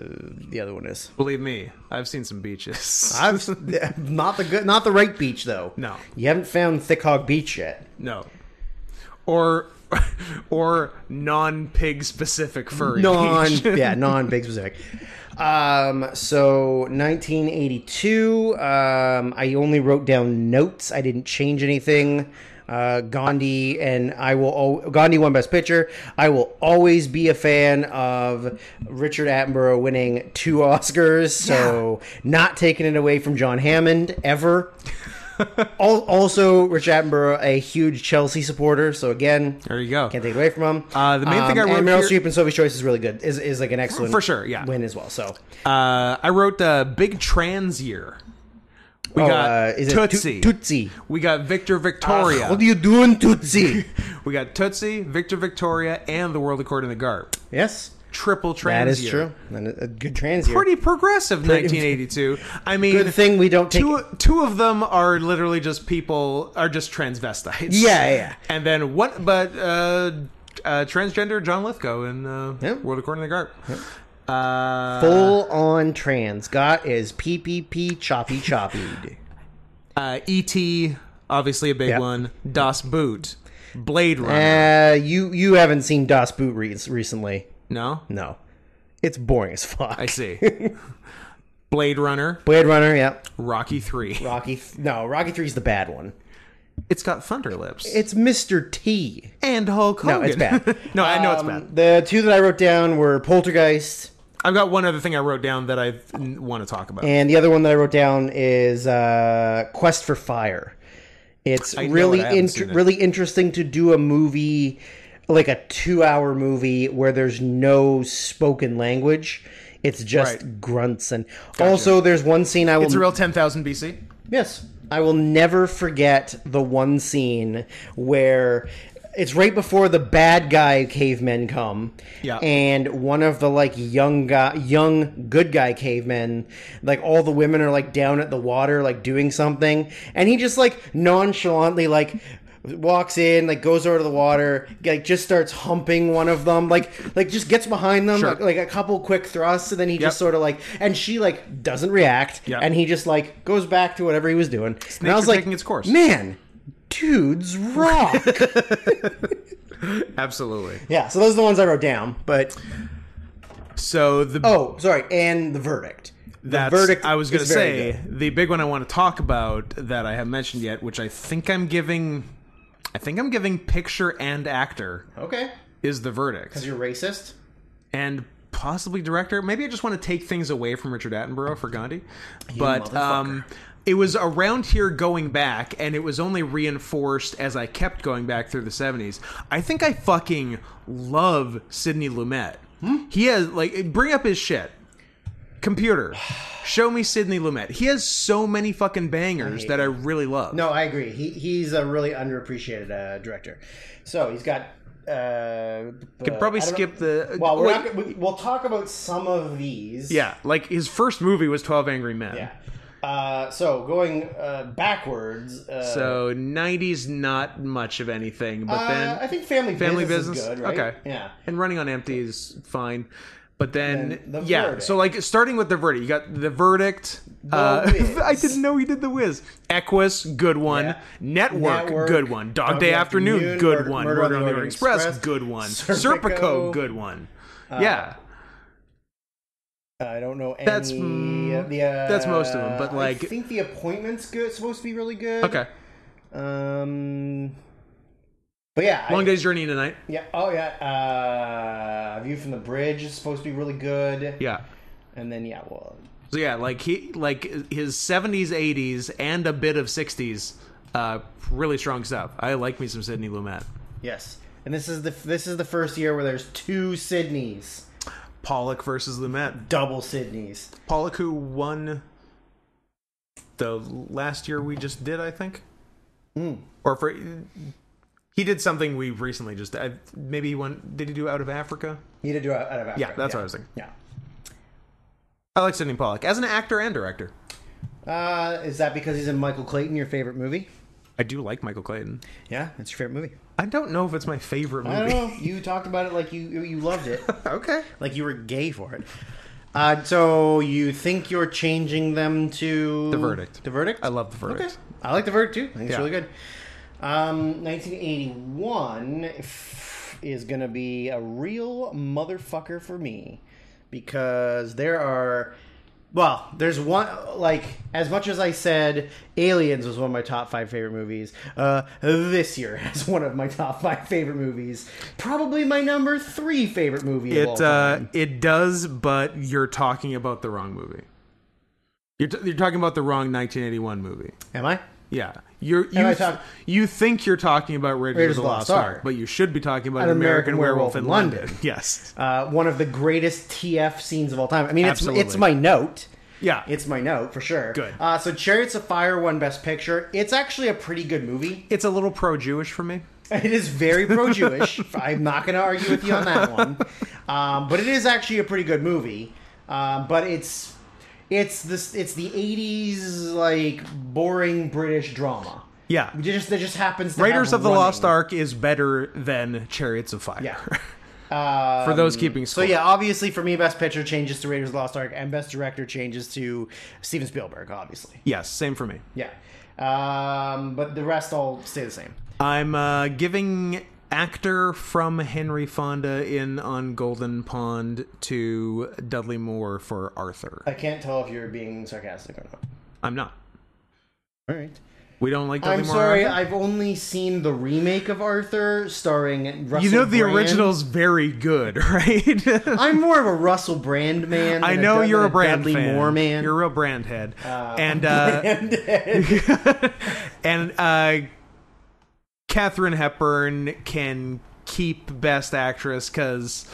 S1: the other one is.
S2: believe me. I've seen some beaches.
S1: I've not the good, not the right beach though.
S2: No.
S1: you haven't found Thick Hog Beach yet.
S2: no, or or non pig specific furry.
S1: non
S2: beach.
S1: yeah non big specific um so 1982 um i only wrote down notes i didn't change anything uh gandhi and i will al- gandhi won best picture i will always be a fan of richard attenborough winning two oscars so not taking it away from john hammond ever Al- also richard attenborough a huge chelsea supporter so again
S2: There you go.
S1: can't take it away from him. Um,
S2: Uh, the main thing I
S1: and
S2: wrote
S1: Meryl
S2: here-
S1: Streep and Sophie's Choice is really good. Is is like an excellent
S2: For sure, yeah.
S1: win as well. So
S2: Uh, I wrote uh, Big Trans Year. We
S1: Oh,
S2: got
S1: uh, is it Toot-
S2: Tootsie.
S1: Tootsie.
S2: We got Victor Victoria.
S1: Ah, what are you doing, Tootsie?
S2: we got Tootsie, Victor Victoria, and the World According to Garp.
S1: yes,
S2: Triple trans.
S1: that is
S2: year.
S1: true. And a, a good trans year.
S2: Pretty progressive, 1982. I mean,
S1: good thing we don't take.
S2: two two of them are literally just people are just transvestites.
S1: Yeah, yeah.
S2: And then what? But uh, uh, transgender John Lithgow in uh,
S1: Yeah.
S2: World According to Garp. Uh,
S1: Full on trans. Got is PPP choppy choppy.
S2: uh, E.T. obviously a big
S1: Yeah.
S2: one. Das Boot, Blade Runner.
S1: Uh, you you haven't seen Das Boot re- recently?
S2: no,
S1: No, it's boring as fuck.
S2: I see. Blade Runner,
S1: Blade Runner, yeah.
S2: Rocky Three.
S1: Rocky, th- no, Rocky Three is the bad one.
S2: It's got thunder lips
S1: It's Mr. T.
S2: and Hulk Hogan.
S1: No, it's bad.
S2: no, I know it's
S1: Um,
S2: bad.
S1: The two that I wrote down were Poltergeist,
S2: I've got one other thing I wrote down that I want to talk about.
S1: and the other one that I wrote down is uh, Quest for Fire. It's
S2: know
S1: really
S2: it, I haven't
S1: in-
S2: seen it.
S1: really interesting to do a movie like a two hour movie where there's no spoken language. It's just
S2: Right.
S1: grunts and also there's one scene I will
S2: It's a real 10,000 BC.
S1: Yes. I will never forget the one scene where it's right before the bad guy cavemen come.
S2: Yeah.
S1: And one of the like young guy young good guy cavemen, like all the women are like down at the water, like doing something. And he just like nonchalantly like walks in, like goes over to the water, like just starts humping one of them, like like just gets behind them,
S2: Sure.
S1: like, like a couple quick thrusts, and then he just
S2: Yep.
S1: sort of like and she like doesn't react.
S2: Yeah.
S1: And he just like goes back to whatever he was doing. and I was
S2: nature
S1: like,
S2: taking its course.
S1: Man, dudes rock.
S2: Absolutely.
S1: yeah, so those are the ones I wrote down. But
S2: So the
S1: oh, sorry, and the verdict. The
S2: that's,
S1: verdict.
S2: I was going to
S1: is very
S2: say
S1: good.
S2: the big one I want to talk about that I haven't mentioned yet, which I think I'm giving I think I'm giving picture and actor
S1: Okay.
S2: is the verdict.
S1: You're racist.
S2: And possibly director. Maybe I just want to take things away from Richard Attenborough for Gandhi. but um it was around here going back and it was only reinforced as I kept going back through the 70s. I think I fucking love Sidney Lumet.
S1: Hmm?
S2: He has like bring up his shit. computer show me sidney lumet he has so many fucking bangers that i really love
S1: No, I agree. He he's a really underappreciated uh, director. So he's got. Uh, Could
S2: probably skip the-
S1: Well, we're
S2: wait.
S1: not, gonna- we, we'll talk about some of these.
S2: yeah like his first movie was 12 angry men
S1: Yeah. Uh, so going uh, backwards. Uh,
S2: so 90s not much of anything but
S1: uh,
S2: then
S1: I think family
S2: family
S1: business,
S2: business
S1: is good, right?
S2: okay
S1: Yeah.
S2: and running on empty is fine but then,
S1: Then The
S2: yeah
S1: Verdict.
S2: so like starting with the verdict you got the verdict uh,
S1: Wiz.
S2: I didn't know he did the Wiz. Equus, good one.
S1: Yeah.
S2: Network,
S1: Network,
S2: good one. Dog, Day Afternoon, good one. Murder, on the Orient Express,
S1: Express,
S2: good one.
S1: Serpico,
S2: Serpico, Uh, good one. yeah,
S1: I don't know any.
S2: That's-
S1: of the, uh,
S2: that's most of 'em, but, like-
S1: I think the appointment's good. Supposed to be really good.
S2: okay.
S1: Um. But yeah,
S2: Long
S1: I,
S2: Day's Journey tonight.
S1: yeah. Oh yeah. Uh, View from the Bridge is supposed to be really good.
S2: Yeah.
S1: And then yeah, well,
S2: So yeah, like he like his seventies, eighties, and a bit of sixties, uh, really strong stuff. I like me some Sidney Lumet.
S1: yes. And this is the this is the first year where there's two Sydneys,
S2: Pollock versus Lumet.
S1: double Sydneys.
S2: Pollock who won the last year we just did, I think.
S1: Hmm.
S2: Or for he did something we recently just I, maybe he won. Did he do Out of Africa?
S1: You did do out out of Africa.
S2: Yeah, that's what I was thinking.
S1: Yeah.
S2: I like Sidney Pollock as an actor and director.
S1: Uh, is that because he's in Michael Clayton, your favorite movie?
S2: I do like Michael Clayton.
S1: Yeah, it's your favorite movie.
S2: I don't know if it's my favorite movie.
S1: I don't know. You talked about it like you you loved it,
S2: okay.
S1: like you were gay for it. Uh, so you think you're changing them to
S2: The Verdict.
S1: The verdict.
S2: I love the verdict.
S1: Okay. I like the verdict too. I think it's
S2: Yeah.
S1: really good. Um, 1981 f- is going to be a real motherfucker for me because there are. Well, there's one like as much as I said, Aliens was one of my top five favorite movies. Uh, this year has one of my top five favorite movies, probably my number three favorite movie. of all
S2: It
S1: time.
S2: uh, it does, but you're talking about the wrong movie. You're, t- you're talking about the wrong 1981 movie.
S1: am I?
S2: Yeah, you're you
S1: I
S2: th-
S1: talk-
S2: you think you're talking about Raiders,
S1: Raiders
S2: of the Lost Ark, but you should be talking about
S1: An
S2: American,
S1: American
S2: Werewolf,
S1: Werewolf
S2: in
S1: in
S2: London.
S1: London.
S2: Yes.
S1: Uh, one of the greatest TF scenes of all time. I mean, it's
S2: Absolutely.
S1: it's my note.
S2: Yeah.
S1: It's my note for sure.
S2: Good.
S1: Uh, so Chariots of Fire won Best Picture. It's actually a pretty good movie.
S2: It's a little pro-Jewish for me.
S1: It is very pro Jewish. I'm not going to argue with you on that one. Um, but it is actually a pretty good movie. Um, but it's it's this it's the 80s like boring British drama.
S2: Yeah.
S1: It just that just happens. To
S2: Raiders
S1: have
S2: of the
S1: running.
S2: Lost Ark is better than Chariots of Fire.
S1: Yeah.
S2: for those keeping
S1: Um, So
S2: score.
S1: yeah, obviously for me, best picture changes to Raiders of the Lost Ark, and best director changes to Steven Spielberg. Obviously,
S2: Yes, same for me.
S1: yeah. Um, but the rest all stay the same.
S2: I'm uh, giving actor from Henry Fonda in on Golden Pond to Dudley Moore for Arthur.
S1: I can't tell if you're being sarcastic or not.
S2: I'm not.
S1: All right.
S2: We don't like Dudley
S1: I'm
S2: Moore.
S1: sorry,
S2: Arthur.
S1: I've only seen the remake of Arthur starring Russell.
S2: you know the
S1: Brand.
S2: original's very good, right?
S1: I'm more of a Russell Brand man.
S2: I
S1: than
S2: know
S1: Dud-
S2: you're
S1: than
S2: a brand
S1: Dudley
S2: fan.
S1: Moore man.
S2: You're a real brand head. and uh, and uh, Catherine Hepburn can keep Best Actress because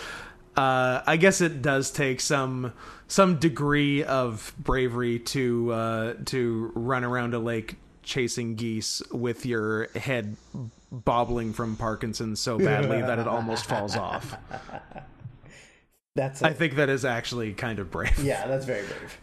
S2: uh, I guess it does take some some degree of bravery to uh, to run around a lake chasing geese with your head bobbling from Parkinson's so badly that it almost falls off.
S1: That's it.
S2: I think that is actually kind of brave.
S1: Yeah, that's very brave.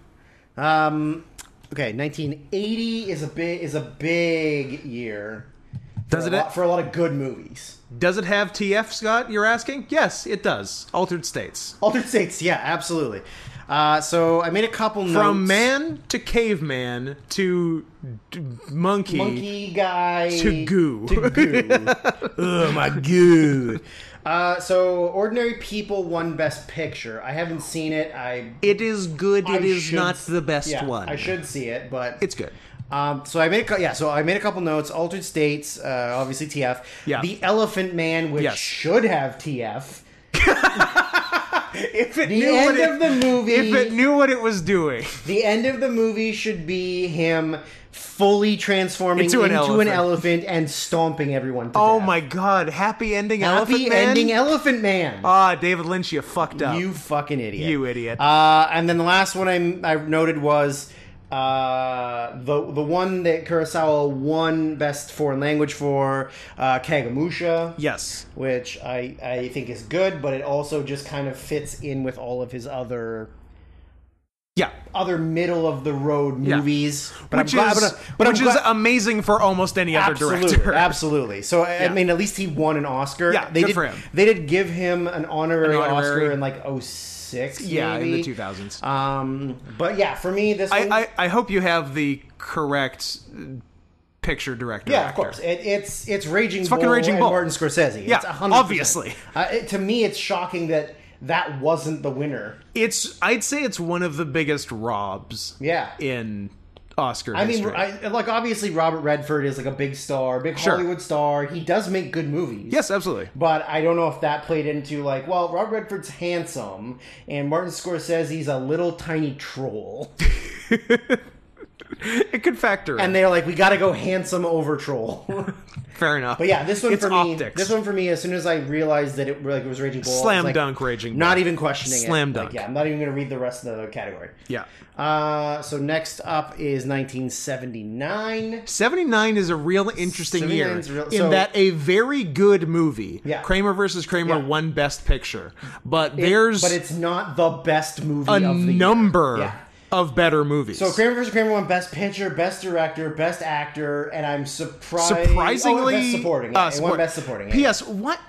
S1: Um, okay, 1980 is a big is a big year. for
S2: Does
S1: a
S2: it-
S1: lot- for a lot of good movies?
S2: Does it have TF, Scott? You're asking? Yes, it does. Altered States.
S1: Altered States, yeah, absolutely. Uh, so I made a couple notes.
S2: From man to caveman to d- monkey.
S1: monkey guy
S2: To goo.
S1: to goo. oh my goo. Uh, so ordinary people won best picture. I haven't seen it. I
S2: It is good.
S1: I
S2: It is
S1: should-
S2: not the best
S1: yeah,
S2: one.
S1: I should see it, but
S2: It's good.
S1: Um, so I made a, cou- yeah. So I made a couple notes. Altered States, uh, obviously TF.
S2: Yeah.
S1: The Elephant Man, which
S2: Yes.
S1: should have TF.
S2: If it
S1: The end of the movie.
S2: if it knew what it was doing,
S1: the end of the movie should be him fully transforming
S2: Into
S1: into,
S2: an
S1: an, elephant.
S2: elephant.
S1: and stomping everyone. To
S2: oh
S1: death.
S2: my god! Happy ending,
S1: Happy
S2: elephant man.
S1: ending, Elephant Man.
S2: ah, David Lynch, you fucked up.
S1: You fucking idiot.
S2: You idiot.
S1: Uh, and then the last one I, I noted was uh, the the one that Kurosawa won Best Foreign Language for, uh, Kagamusha.
S2: yes,
S1: Which I, I think is good, but it also just kind of fits in with all of his other
S2: yeah,
S1: other middle of the road
S2: Yeah.
S1: movies. But
S2: which
S1: I'm glad,
S2: is
S1: but, I'm- but I'm
S2: which is
S1: glad-
S2: amazing for almost any other
S1: absolutely,
S2: director.
S1: Absolutely. So I-
S2: Yeah.
S1: I mean, at least he won an Oscar.
S2: Yeah,
S1: they
S2: good
S1: did.
S2: for him.
S1: They did give him an honorary,
S2: An honorary.
S1: Oscar in like 06,
S2: Yeah, in the
S1: maybe.
S2: 2000s.
S1: Um, but yeah, for me, this one,
S2: I, I, I hope you have the correct uh, picture director.
S1: yeah, of
S2: actor.
S1: course, it, it's it's Raging it's
S2: fucking Raging
S1: and
S2: Bull.
S1: Martin Scorsese.
S2: Yeah,
S1: it's 100%.
S2: obviously.
S1: Uh, it, to me, it's shocking that that wasn't the winner.
S2: It's I'd say it's one of the biggest robs
S1: Yeah.
S2: in Oscar
S1: I mean,
S2: history.
S1: I, like obviously Robert Redford is like a big star, big
S2: Sure.
S1: Hollywood star. He does make good movies.
S2: yes, absolutely.
S1: But I don't know if that played into like, well, Robert Redford's handsome and Martin Scorsese's a little tiny troll,
S2: It could factor in.
S1: and they're like, we got to go handsome over troll.
S2: Fair enough.
S1: But yeah, this one
S2: it's
S1: for me.
S2: optics.
S1: This one for me. As soon as I realized that it like it was Raging Bull, I was
S2: Slam
S1: like,
S2: dunk Raging Bull.
S1: Not even questioning
S2: Slam
S1: it. Like,
S2: dunk.
S1: yeah, I'm not even going to read the rest of the category.
S2: Yeah.
S1: Uh, so next up is 1979.
S2: 79 is a real interesting year
S1: 79 is real-
S2: in
S1: so-
S2: that a very good movie,
S1: Yeah.
S2: Kramer versus Kramer
S1: Yeah.
S2: won Best Picture, but there's
S1: but it's not the best movie
S2: a
S1: of the year.
S2: number
S1: Yeah.
S2: of better movies.
S1: So Kramer vs. Kramer won Best Picture, Best Director, Best Actor, and I'm surprised.
S2: surprisingly
S1: oh, best supporting. Yeah,
S2: uh,
S1: it
S2: support-
S1: won Best Supporting. yeah.
S2: P.S. What?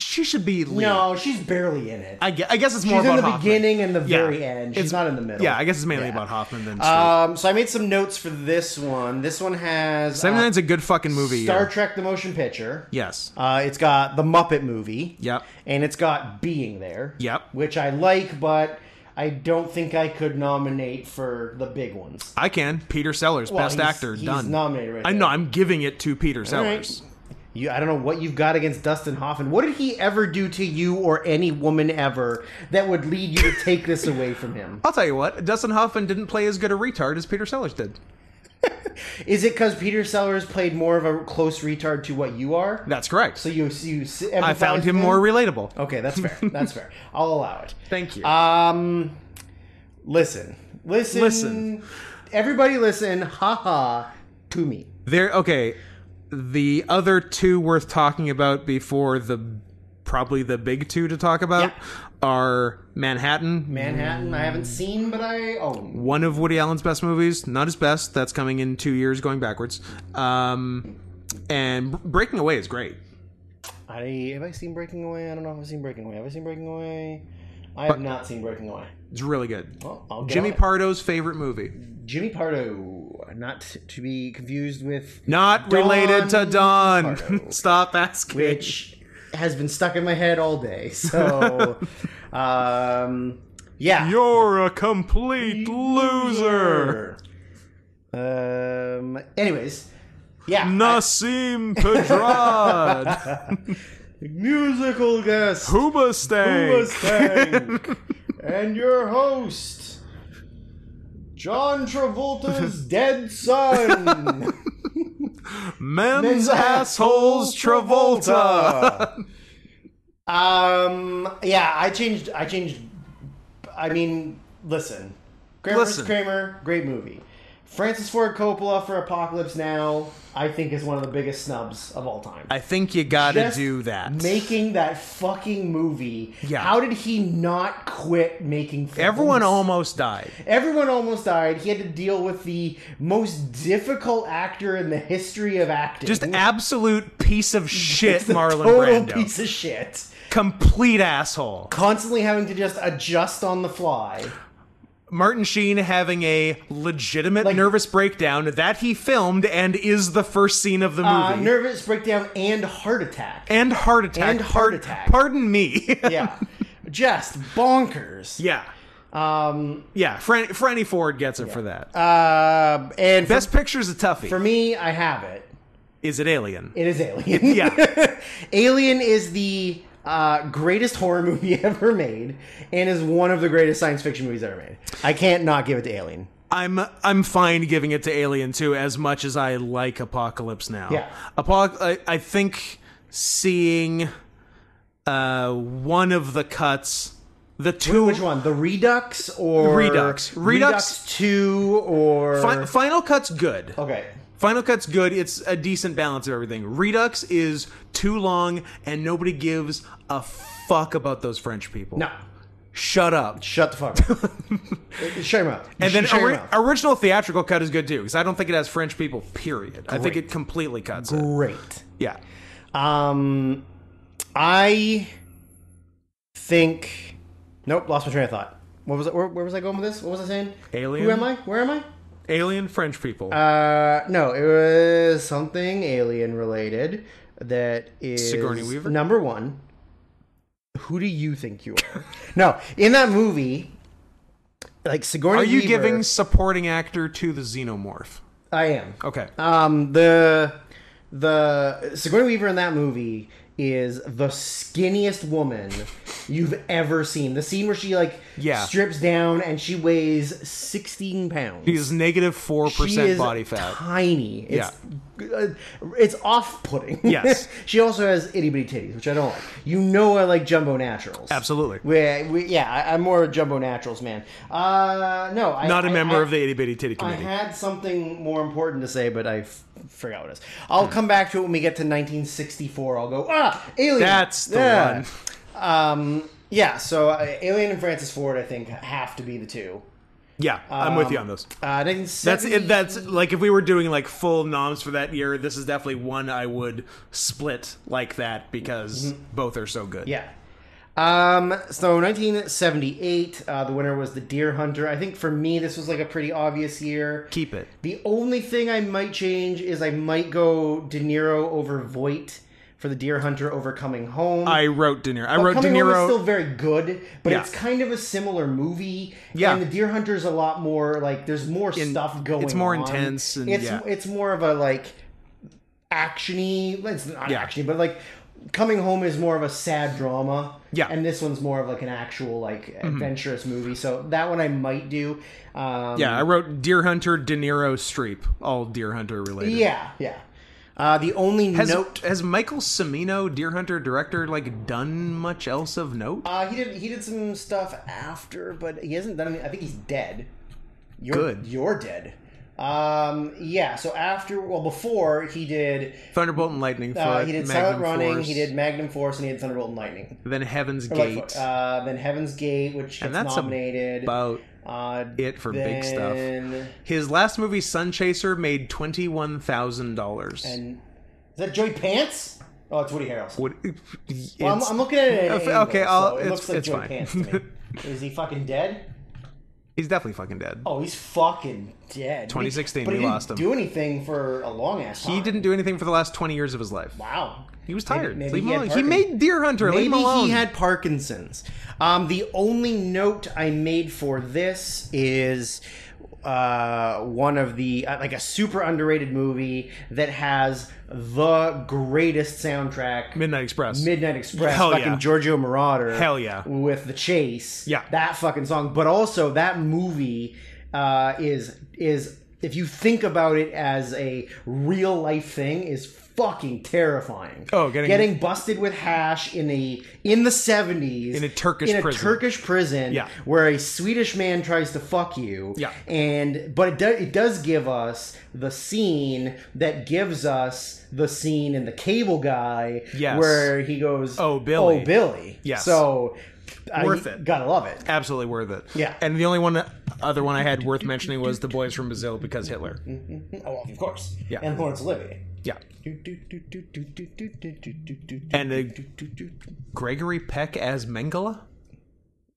S2: She should be lead.
S1: No, she's barely in it.
S2: I guess, I guess it's more
S1: she's in
S2: about
S1: the
S2: Hoffman.
S1: beginning and the
S2: Yeah.
S1: very end. She's
S2: It's-
S1: not in the middle.
S2: Yeah, I guess it's mainly
S1: Yeah.
S2: about Hoffman then.
S1: Um, so I made some notes for this one. This one has
S2: Seven
S1: uh,
S2: Nine's a good fucking movie.
S1: Star
S2: year.
S1: Trek: The Motion Picture.
S2: Yes.
S1: Uh, it's got the Muppet movie.
S2: Yep.
S1: And it's got Being There.
S2: Yep.
S1: Which I like, but I don't think I could nominate for the big ones.
S2: I can. Peter Sellers,
S1: Well,
S2: best
S1: he's-
S2: actor.
S1: he's
S2: done.
S1: nominated right
S2: I
S1: there.
S2: know. I'm giving it to Peter
S1: All right.
S2: Sellers.
S1: You, I don't know what you've got against Dustin Hoffman. What did he ever do to you or any woman ever that would lead you to take this away from him?
S2: I'll tell you what. Dustin Hoffman didn't play as good a retard as Peter Sellers did.
S1: Is it because Peter Sellers played more of a close retard to what you are?
S2: That's correct.
S1: So you, you s-
S2: I
S1: empathize
S2: found him
S1: with
S2: more relatable.
S1: Oh. Uh, Okay, that's fair. That's fair. I'll allow it.
S2: Thank you.
S1: Um, listen, Listen,
S2: Listen.
S1: everybody, listen, haha, to me.
S2: There. Okay. The other two worth talking about before the probably the big two to talk about
S1: Yeah.
S2: are Manhattan.
S1: Manhattan, I haven't seen, but I own.
S2: One of Woody Allen's best movies, not his best. That's coming in two years, going backwards. Um, and Br- Breaking Away is great.
S1: I have I seen Breaking Away? I don't know if I've seen Breaking Away. Have I seen Breaking Away? I have not seen Breaking Away.
S2: It's really good.
S1: Well, I'll get
S2: Jimmy
S1: on it.
S2: Pardo's favorite movie,
S1: Jimmy Pardo, not to be confused with
S2: not related to
S1: Don
S2: Don.
S1: Pardo.
S2: Stop asking.
S1: which has been stuck in my head all day. So, um, yeah,
S2: You're a complete loser.
S1: Um. Anyways, yeah,
S2: Nassim Pedrad.
S1: musical guest
S2: Hoobastank.
S1: Mustang, and your host John Travolta's dead son.
S2: Men's assholes Travolta.
S1: um. Yeah, I changed. I changed. I mean, listen, Kramer
S2: Listen.
S1: listen. Kramer, great movie. Francis Ford Coppola for Apocalypse Now, I think is one of the biggest snubs of all time.
S2: I think you gotta
S1: Just
S2: do that.
S1: Making that fucking movie.
S2: Yeah.
S1: How did he not quit making films?
S2: Everyone almost died.
S1: Everyone almost died. He had to deal with the most difficult actor in the history of acting.
S2: Just absolute piece of shit,
S1: The
S2: Marlon
S1: total
S2: Brando.
S1: piece of shit.
S2: Complete asshole.
S1: Constantly having to just adjust on the fly.
S2: Martin Sheen having a legitimate nervous breakdown that he filmed and is the first scene of the
S1: Uh,
S2: movie.
S1: nervous breakdown and heart attack.
S2: and heart attack.
S1: And heart
S2: Par-
S1: attack.
S2: Pardon me.
S1: yeah. Just bonkers.
S2: yeah.
S1: Um,
S2: Yeah. Fran- Franny Ford gets it for that.
S1: uh, and for,
S2: Best Picture's a toughie.
S1: for me, I have it.
S2: is it Alien?
S1: It is Alien.
S2: Yeah.
S1: Alien is the uh, greatest horror movie ever made and is one of the greatest science fiction movies ever made. I can't not give it to Alien.
S2: I'm I'm fine giving it to Alien too, as much as I like Apocalypse Now.
S1: Yeah.
S2: Apoc- I, I think seeing uh, one of the cuts, the two
S1: Which one? The Redux or
S2: Redux. Redux-
S1: 2 or
S2: fi- final cuts good.
S1: Okay.
S2: Final Cut's good. It's a decent balance of everything. Redux is too long, and nobody gives a fuck about those French people.
S1: No.
S2: Shut up.
S1: Shut the fuck up. Shut your mouth.
S2: And then
S1: Shut your
S2: ori-
S1: mouth.
S2: original theatrical cut is good too, because I don't think it has French people. Period. I think it completely cuts it.
S1: Great.
S2: Yeah.
S1: Um, I think. Nope, lost my train of thought. What was I, where, where was I going with this? What was I saying?
S2: Alien?
S1: Who am I? Where am I?
S2: Alien French people.
S1: Uh, no, it was something alien related. That is
S2: Sigourney Weaver?
S1: Number one. Who do you think you are? no, in that movie, like Sigourney.
S2: Are you
S1: Weaver-
S2: giving supporting actor to the xenomorph?
S1: I am.
S2: Okay.
S1: Um, the the Sigourney Weaver in that movie is the skinniest woman you've ever seen. The scene where she like
S2: Yeah.
S1: strips down and she weighs sixteen pounds.
S2: He's negative four
S1: She
S2: percent
S1: is
S2: body fat.
S1: Tiny. It's, uh, it's off putting.
S2: Yes.
S1: she also has itty bitty titties, which I don't like. You know, I like jumbo naturals.
S2: Absolutely.
S1: We, we, yeah, I, I'm more a jumbo naturals man. Uh, no, I,
S2: Not a
S1: I-
S2: member
S1: I-
S2: of the itty bitty titty
S1: I
S2: committee.
S1: had something more important to say, but I f- forgot what it is. I'll come back to it when we get to 1964. I'll go, ah, Alien.
S2: That's the
S1: yeah. Um, yeah, so uh, Alien and Francis Ford, I think, have to be the two.
S2: Yeah, I'm with you on those.
S1: Uh,
S2: That's
S1: 1970
S2: it. That's like if we were doing like full noms for that year, this is definitely one I would split like that because both are so good.
S1: Mm-hmm. Yeah. Um, so 1978, uh, the winner was The Deer Hunter. I think for me, this was like a pretty obvious year.
S2: Keep it.
S1: The only thing I might change is I might go De Niro over Voight for The Deer Hunter over Coming Home.
S2: I wrote De Niro. I wrote De
S1: Coming Home is
S2: Niro.
S1: still very good, but
S2: Yeah.
S1: it's kind of a similar movie.
S2: Yeah.
S1: and The Deer Hunter is a lot more like there's more stuff going.
S2: it's more
S1: on.
S2: intense and-
S1: it's
S2: yeah.
S1: it's more of a like actiony. It's not
S2: Yeah.
S1: actiony, but like Coming Home is more of a sad drama.
S2: Yeah. Mm-hmm.
S1: and this one's more of like an actual like adventurous movie. So that one I might do. Um,
S2: yeah, I wrote Deer Hunter, De Niro, Streep, all Deer Hunter related.
S1: yeah, yeah. Uh, the only
S2: Has,
S1: note
S2: has Michael Cimino, Deer Hunter director, like done much else of note?
S1: Uh, he did he did some stuff after, but he hasn't done. Any, I think he's dead. You're,
S2: Good.
S1: You're dead. Um, yeah. So after, well, before he did,
S2: Thunderbolt and Lightning. For
S1: uh, he did Silent
S2: Magnum
S1: Running,
S2: Force,
S1: he did Magnum Force, and he did Thunderbolt and Lightning.
S2: Then Heaven's
S1: Or
S2: Gate.
S1: Lightfoot. Uh, then Heaven's Gate, which
S2: And
S1: gets
S2: that's
S1: nominated.
S2: about
S1: uh,
S2: it for big stuff.
S1: then-
S2: His last movie, Sun Chaser, made twenty one thousand dollars.
S1: And is that Joey Pants? Oh, it's Woody Harrelson.
S2: Would
S1: Well, I'm,
S2: it's-
S1: I'm looking at it. At an
S2: Okay, okay,
S1: angle,
S2: I'll-
S1: so it
S2: it's-
S1: looks like
S2: it's
S1: Joey
S2: fine.
S1: Pants to me. Is he fucking dead?
S2: he's definitely fucking dead.
S1: Oh, he's fucking dead.
S2: 2016,
S1: but he
S2: we
S1: didn't
S2: lost him.
S1: Do anything for a long ass time.
S2: He didn't do anything for the last twenty years of his life.
S1: Wow.
S2: He was tired.
S1: maybe
S2: Leave
S1: he
S2: him
S1: had
S2: alone. He
S1: Parkinson's.
S2: made Deer Hunter. Leave him
S1: Maybe
S2: alone.
S1: he had Parkinson's. Um, the only note I made for this is uh, one of the uh, like a super underrated movie that has the greatest soundtrack.
S2: Midnight Express.
S1: Midnight Express,
S2: Hell
S1: fucking
S2: yeah.
S1: Giorgio Moroder,
S2: Hell yeah.
S1: with the chase,
S2: Yeah.
S1: that fucking song. But also that movie uh, is is if you think about it as a real life thing is fucking terrifying.
S2: Oh, getting-
S1: busted with hash in a in the seventies
S2: In a Turkish
S1: in a
S2: prison.
S1: Turkish prison,
S2: Yeah.
S1: where a Swedish man tries to fuck you,
S2: Yeah.
S1: and but it does it does give us the scene that gives us the scene in the Cable Guy,
S2: Yes.
S1: where he goes,
S2: Oh, Billy.
S1: oh Billy,
S2: Yes.
S1: So I-
S2: Worth it.
S1: gotta love it.
S2: Absolutely worth it.
S1: Yeah.
S2: And the only one, other one I had worth mentioning was The Boys from Brazil because Hitler.
S1: Oh, of course,
S2: Yeah.
S1: and Lawrence Olivier.
S2: Yeah. And uh, Gregory Peck as Mengele.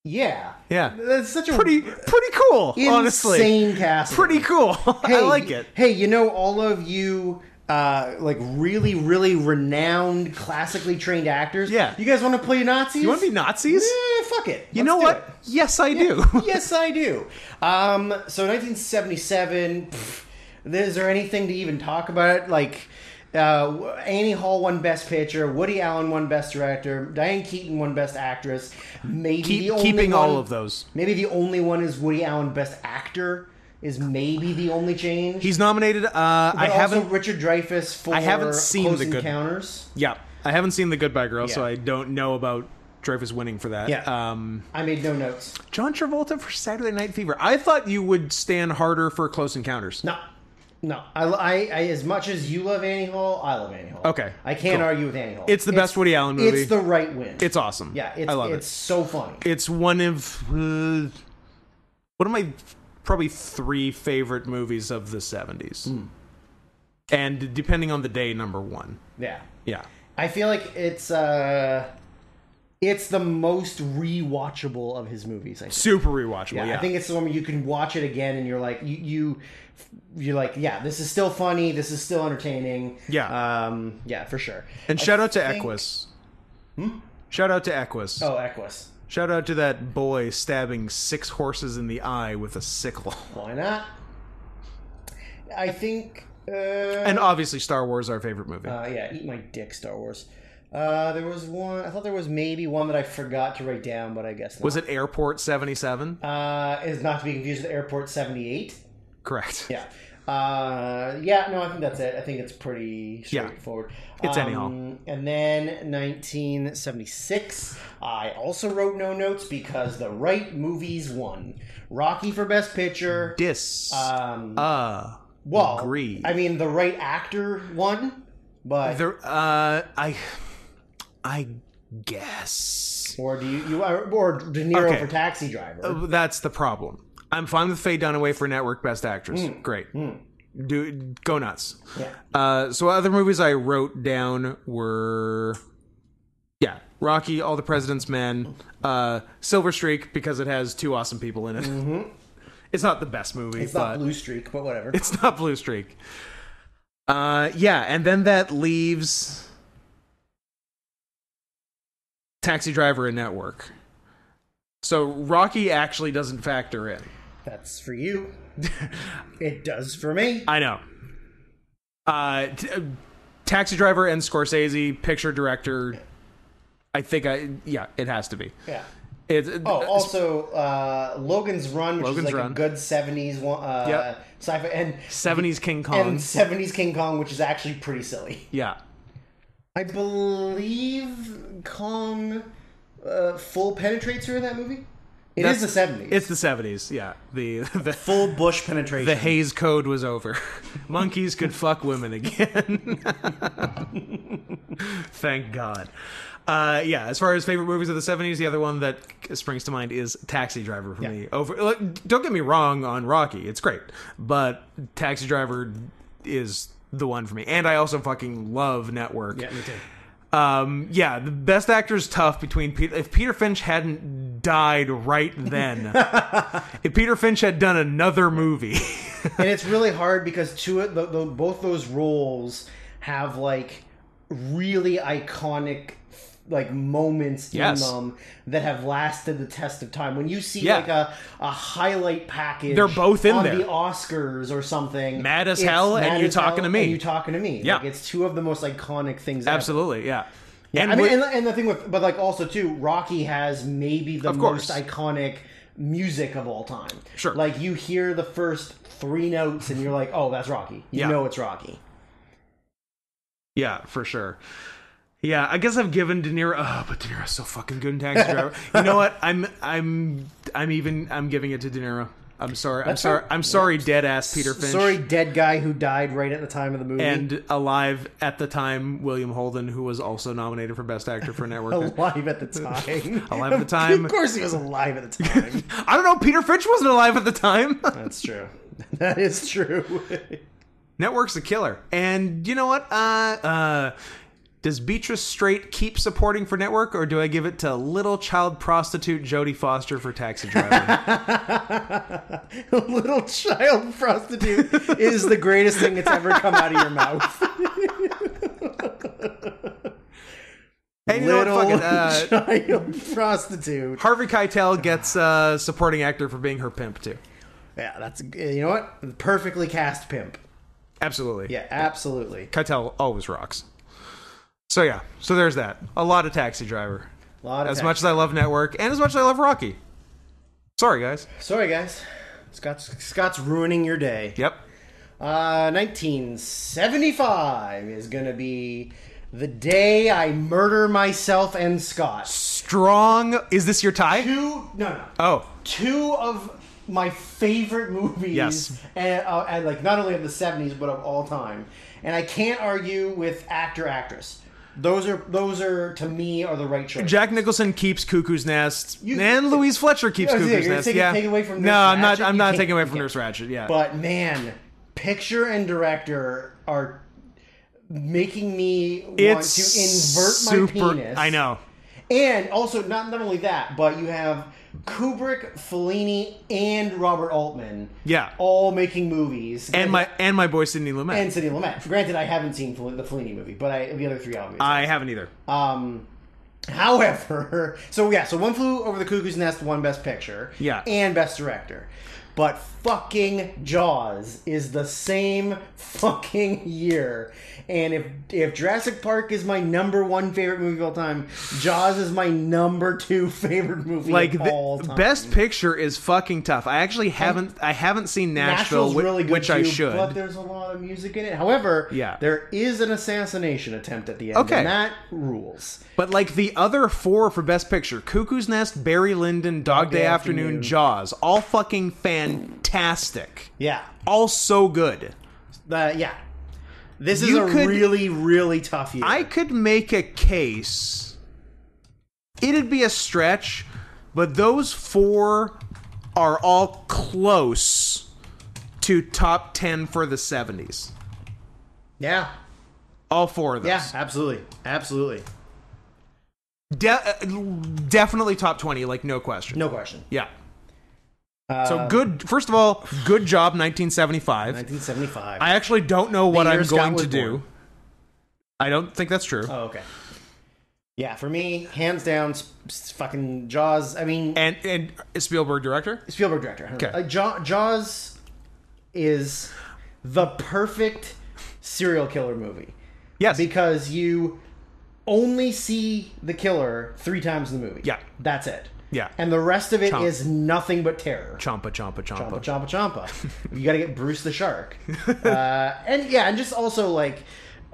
S1: Yeah,
S2: Yeah.
S1: that's such a
S2: Pretty, pretty cool.
S1: insane
S2: Honestly,
S1: cast.
S2: pretty cool. I
S1: hey,
S2: like it.
S1: Hey, you know, all of you, uh, like really, really renowned, classically trained actors.
S2: Yeah.
S1: You guys want to play Nazis?
S2: You want to be Nazis?
S1: Eh, fuck it.
S2: you know what? Yes, I do.
S1: yes, I do. Um, so 1977. Pff, is there anything to even talk about? Like. Uh, Annie Hall won Best Picture. Woody Allen won Best Director. Diane Keaton won Best Actress. Maybe
S2: Keep-
S1: the only
S2: keeping all
S1: one-
S2: of those.
S1: Maybe the only one is Woody Allen Best Actor. Is maybe the only change.
S2: He's nominated. Uh, I
S1: But also
S2: haven't.
S1: Richard Dreyfuss for
S2: I haven't seen
S1: Close
S2: The Good-
S1: Encounters.
S2: yeah, I haven't seen The Goodbye Girl, so
S1: Yeah.
S2: I don't know about Dreyfus winning for that.
S1: Yeah.
S2: Um,
S1: I made no notes.
S2: John Travolta for Saturday Night Fever. I thought you would stand harder for Close Encounters.
S1: No, no. I, I, I as much as you love Annie Hall, I love Annie Hall.
S2: Okay,
S1: I can't
S2: cool.
S1: argue with Annie Hall.
S2: It's the best Woody Allen movie.
S1: It's the right win.
S2: It's awesome.
S1: yeah. It's,
S2: I love
S1: It's so funny.
S2: it. It's one of uh, one of my probably three favorite movies of the '70s,
S1: Hmm.
S2: and depending on the day, number one.
S1: yeah.
S2: Yeah,
S1: I feel like it's uh, it's the most rewatchable of his movies. I think.
S2: super rewatchable. Oh, Yeah,
S1: I think it's the one where you can watch it again and you're like you, you you're like yeah this is still funny this is still entertaining
S2: Yeah.
S1: um yeah for sure
S2: and
S1: I
S2: shout out to
S1: think- Hmm?
S2: Equus. Shout out to Equus.
S1: oh Equus
S2: Shout out to that boy stabbing six horses in the eye with a sickle.
S1: Why not? I think. Uh,
S2: And obviously, Star Wars, our favorite movie.
S1: uh, yeah, eat my dick, Star Wars. Uh, there was one. I thought there was maybe one that I forgot to write down, but I guess not.
S2: Was it Airport 77?
S1: Uh, is not to be confused with Airport seventy eight.
S2: Correct.
S1: Yeah. Uh, yeah. No, I think that's it. I think it's pretty
S2: Yeah.
S1: straightforward.
S2: It's
S1: um,
S2: anyhow.
S1: And then nineteen seventy six. I also wrote no notes because the right movies won. Rocky for best picture.
S2: Dis.
S1: Um,
S2: uh.
S1: Well,
S2: Agree.
S1: I mean, the right actor won, but
S2: There, uh, I, I guess
S1: or do you, you or De Niro
S2: Okay.
S1: for Taxi Driver?
S2: that's the problem. I'm fine with Faye Dunaway for Network Best Actress. Great, do go nuts.
S1: Hmm. yeah,
S2: Uh, so other movies I wrote down were, yeah, Rocky, All the President's Men, uh, Silver Streak because it has two awesome people in it. It's not the best movie,
S1: Mm-hmm. it's
S2: but
S1: not Blue Streak, but whatever.
S2: It's not Blue Streak. Uh, yeah, and then that leaves Taxi Driver and Network. So Rocky actually doesn't factor in.
S1: That's for you. it does for me.
S2: I know. Uh, t- uh, Taxi Driver and Scorsese, picture director. I think I yeah, it has to be.
S1: Yeah.
S2: It's
S1: Oh, also uh, Logan's Run, which
S2: Logan's
S1: is like
S2: Run.
S1: a good seventies one, uh,
S2: Yep.
S1: sci-fi, and
S2: seventies King Kong.
S1: and seventies King Kong, which is actually pretty silly.
S2: yeah,
S1: I believe Kong uh, full penetrates her in that movie. It is the seventies.
S2: It's the seventies. Yeah, the the
S1: full bush penetration.
S2: the Hayes Code was over. Monkeys could fuck women again. Thank God. Uh, yeah, as far as favorite movies of the '70s, the other one that springs to mind is Taxi Driver for me. Over, like, don't get me wrong on Rocky; it's great, but Taxi Driver is the one for me. And I also fucking love Network.
S1: Yeah, me too.
S2: Um, yeah, the best actor is tough between Peter. If Peter Finch hadn't died right then, if Peter Finch had done another movie,
S1: and it's really hard because two of the, the, both those roles have like really iconic like moments
S2: Yes.
S1: in them that have lasted the test of time. When you see
S2: Yeah.
S1: like a, a highlight package,
S2: They're both in
S1: on
S2: there.
S1: the Oscars or something.
S2: Mad as
S1: it's
S2: hell and
S1: Mad
S2: You
S1: as
S2: Talking
S1: Hell
S2: to Me.
S1: and you talking to me.
S2: Yeah.
S1: like, it's two of the most iconic things. ever.
S2: absolutely, yeah.
S1: I mean,
S2: with-
S1: and, and the thing with, but like also too, Rocky has maybe the
S2: Of course.
S1: most iconic music of all time.
S2: Sure.
S1: Like you hear the first three notes and you're like, oh, that's Rocky. You
S2: Yeah.
S1: know it's Rocky.
S2: Yeah, for sure. Yeah, I guess I've given De Niro. Oh, but De Niro's so fucking good in Taxi Driver. you know what? I'm, I'm, I'm even. I'm giving it to De Niro. I'm sorry. I'm sorry. I'm sorry. Dead ass Peter Finch.
S1: Sorry, dead guy who died right at the time of the movie.
S2: And alive at the time, William Holden, who was also nominated for Best Actor for Network.
S1: alive at the time.
S2: Alive at the time.
S1: of course, he was alive at the time.
S2: I don't know. Peter Finch wasn't alive at the time.
S1: that's true. That is true.
S2: Network's a killer. And you know what? Uh, uh, does Beatrice Straight keep supporting for Network, or do I give it to little child prostitute Jodie Foster for Taxi Driver?
S1: A little child prostitute is the greatest thing that's ever come out of your mouth.
S2: hey, you know
S1: little
S2: what? Fuck it. Uh,
S1: child prostitute.
S2: Harvey Keitel gets uh, supporting actor for being her pimp too.
S1: Yeah, that's you know what? Perfectly cast pimp.
S2: Absolutely.
S1: Yeah, absolutely.
S2: Keitel always rocks. So yeah, so there's that. A lot of Taxi Driver.
S1: Lot of
S2: As
S1: tact-
S2: much as I love Network, and as much as I love Rocky. Sorry guys.
S1: Sorry, guys. Scott's Scott's ruining your day.
S2: Yep.
S1: Uh, 1975 is gonna be the day I murder myself and Scott.
S2: Strong. Is this your tie?
S1: Two no no
S2: Oh,
S1: two of my favorite movies.
S2: Yes.
S1: and, uh, and like not only of the 70s but of all time. And I can't argue with actor actress. Those are those are to me are the right choice.
S2: Jack Nicholson keeps Cuckoo's Nest,
S1: You-
S2: and Louise Fletcher keeps
S1: Yeah, I was
S2: Cuckoo's
S1: gonna
S2: Nest.
S1: say, you're
S2: yeah.
S1: taking- take away from
S2: no,
S1: Nurse
S2: I'm not.
S1: Ratched?
S2: I'm
S1: You
S2: not
S1: can't-
S2: taking away
S1: you
S2: from
S1: can't.
S2: Nurse Ratched. Yeah.
S1: But man, picture and director are making me want
S2: it's
S1: to invert
S2: super.
S1: my penis.
S2: I know.
S1: And also, not not only that, but you have Kubrick, Fellini, and Robert Altman.
S2: Yeah.
S1: all making movies.
S2: And my and my boy Sidney Lumet.
S1: and Sidney Lumet. Granted, I haven't seen Fel- the Fellini movie, but I the other three obviously.
S2: I haven't either.
S1: Um, however, so yeah, so one flew over the cuckoo's nest, one best picture,
S2: Yeah.
S1: and best director. But fucking Jaws is the same fucking year, and if if Jurassic Park is my number one favorite movie of all time, Jaws is my number two favorite movie
S2: like
S1: of all
S2: the
S1: time.
S2: best picture is fucking tough. I actually haven't. I haven't seen Nashville,
S1: Nashville's
S2: whi-
S1: really good
S2: which I
S1: too,
S2: should.
S1: but there's a lot of music in it. However,
S2: Yeah.
S1: there is an assassination attempt at the end,
S2: Okay.
S1: and that rules.
S2: But like the other four for Best Picture, Cuckoo's Nest, Barry Lyndon, Dog, Day, Afternoon,
S1: Afternoon.
S2: Jaws, all fucking fantastic.
S1: Yeah,
S2: All so good.
S1: Uh, yeah. This is
S2: You
S1: a
S2: could-
S1: really, really tough year.
S2: I could make a case. It'd be a stretch, but those four are all close to top 10 for the 70s.
S1: yeah.
S2: All four of those.
S1: Yeah, absolutely. Absolutely.
S2: De- uh, definitely top 20, like no question.
S1: No Uh, question.
S2: Yeah. so good. First of all, good job, 1975.
S1: 1975.
S2: I actually don't know what
S1: The
S2: I'm
S1: year Scott
S2: going
S1: was
S2: to do.
S1: born.
S2: I don't think that's true.
S1: oh, okay. Yeah, for me, hands down, s- s- fucking Jaws. I mean,
S2: And and Spielberg director.
S1: Spielberg director. Okay.
S2: Okay.
S1: Uh, Jaw- Jaws is the perfect serial killer movie
S2: Yes.
S1: because you only see the killer three times in the movie.
S2: Yeah.
S1: That's it.
S2: Yeah.
S1: And the rest of it is
S2: Chomp.
S1: nothing but terror.
S2: Chompa chompa chompa.
S1: Chompa Chompa Chompa. you got to get Bruce the Shark. Uh, and yeah, and just also like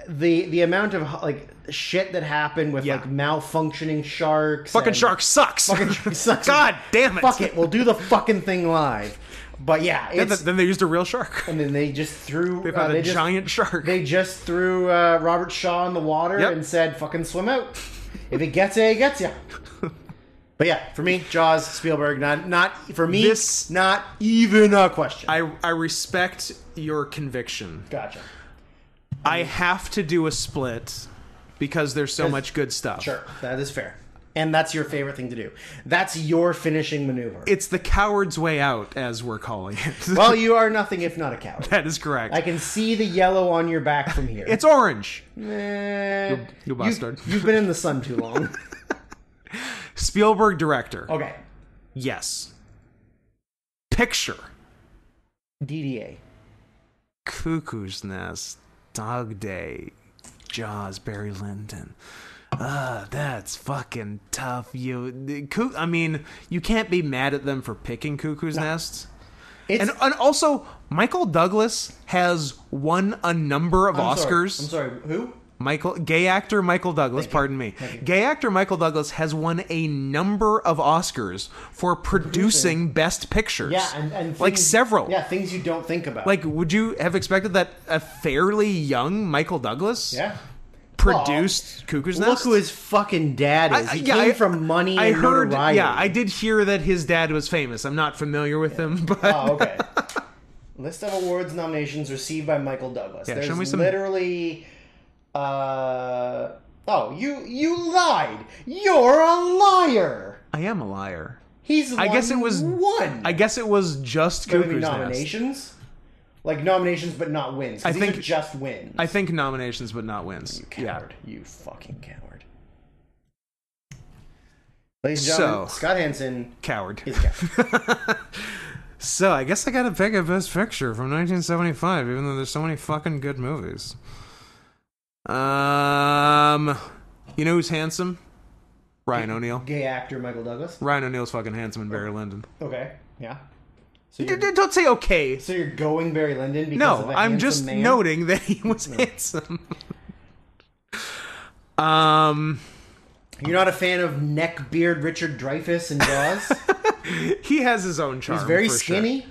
S1: the the amount of like shit that happened with
S2: Yeah.
S1: like malfunctioning sharks.
S2: Fucking
S1: and-
S2: shark sucks.
S1: Fucking shark sucks.
S2: God damn it.
S1: Fuck it. We'll do the fucking thing live. But yeah,
S2: Then,
S1: it's,
S2: then they used a real shark.
S1: and then they just threw.
S2: They
S1: uh,
S2: found
S1: Oh they
S2: a
S1: just-
S2: giant shark.
S1: They just threw uh, Robert Shaw in the water
S2: Yep.
S1: and said, "Fucking swim out. If it gets you, it gets you." But yeah, for me, Jaws, Spielberg, not not for me,
S2: This-
S1: not even a question.
S2: I I respect your conviction.
S1: gotcha.
S2: I have to do a split because there's so much good stuff.
S1: Sure, that is fair, and that's your favorite thing to do. That's your finishing maneuver.
S2: It's the coward's way out, as we're calling it.
S1: well, you are nothing if not a coward.
S2: that is correct.
S1: I can see the yellow on your back from here.
S2: it's orange.
S1: Eh, you,
S2: you bastard.
S1: You've, been in the sun too long.
S2: Spielberg director.
S1: okay,
S2: Yes. Picture.
S1: DDA.
S2: Cuckoo's Nest. Dog Day. Jaws. Barry Lyndon. Ah, that's fucking tough. You, Coo- I mean, you can't be mad at them for picking Cuckoo's Nest.
S1: It's,
S2: And, and also, Michael Douglas has won a number of
S1: I'm sorry,
S2: Oscars.
S1: I'm sorry. Who?
S2: Michael, gay actor Michael Douglas, pardon me. Gay actor Michael Douglas has won a number of Oscars for producing Best Pictures.
S1: Yeah, and, and
S2: like
S1: things-
S2: several.
S1: Yeah, things you don't think about.
S2: Like, would you have expected that a fairly young Michael Douglas
S1: yeah.
S2: produced Cuckoo's
S1: Look
S2: Nest?
S1: who his fucking dad is.
S2: I-
S1: He
S2: yeah,
S1: came
S2: I-
S1: from money.
S2: I
S1: and
S2: heard.
S1: notoriety.
S2: Yeah, I did hear that his dad was famous. I'm not familiar with him, but
S1: Oh, okay. List of awards nominations received by Michael Douglas.
S2: Yeah, show
S1: There's
S2: me some-
S1: literally. Uh, oh, you you lied. You're a liar.
S2: I am a liar.
S1: He's.
S2: I guess it
S1: won
S2: was-
S1: one.
S2: I guess it was just
S1: Maybe
S2: Cuckoo's Nest.
S1: nominations. Like nominations, but not wins. I
S2: think-
S1: these are just wins.
S2: I think nominations, but not wins. Yeah.
S1: Coward. You fucking coward. Ladies and
S2: So-
S1: gentlemen, Scott Hansen
S2: Coward.
S1: is a coward.
S2: So I guess I gotta pick a best picture from 1975, even though there's so many fucking good movies. Um, you know who's handsome? Ryan O'Neal.
S1: Gay actor Michael Douglas.
S2: Ryan O'Neal's fucking handsome in Barry Lyndon.
S1: Okay. Yeah. So
S2: Oh. D-
S1: you're,
S2: d- Don't say okay.
S1: so you're going Barry Lyndon because of
S2: No,
S1: a
S2: I'm
S1: handsome
S2: just
S1: man?
S2: noting that he was handsome. um,
S1: You're not a fan of neck beard Richard Dreyfuss and Jaws.
S2: he has his own charm.
S1: He's very
S2: for sure.
S1: skinny.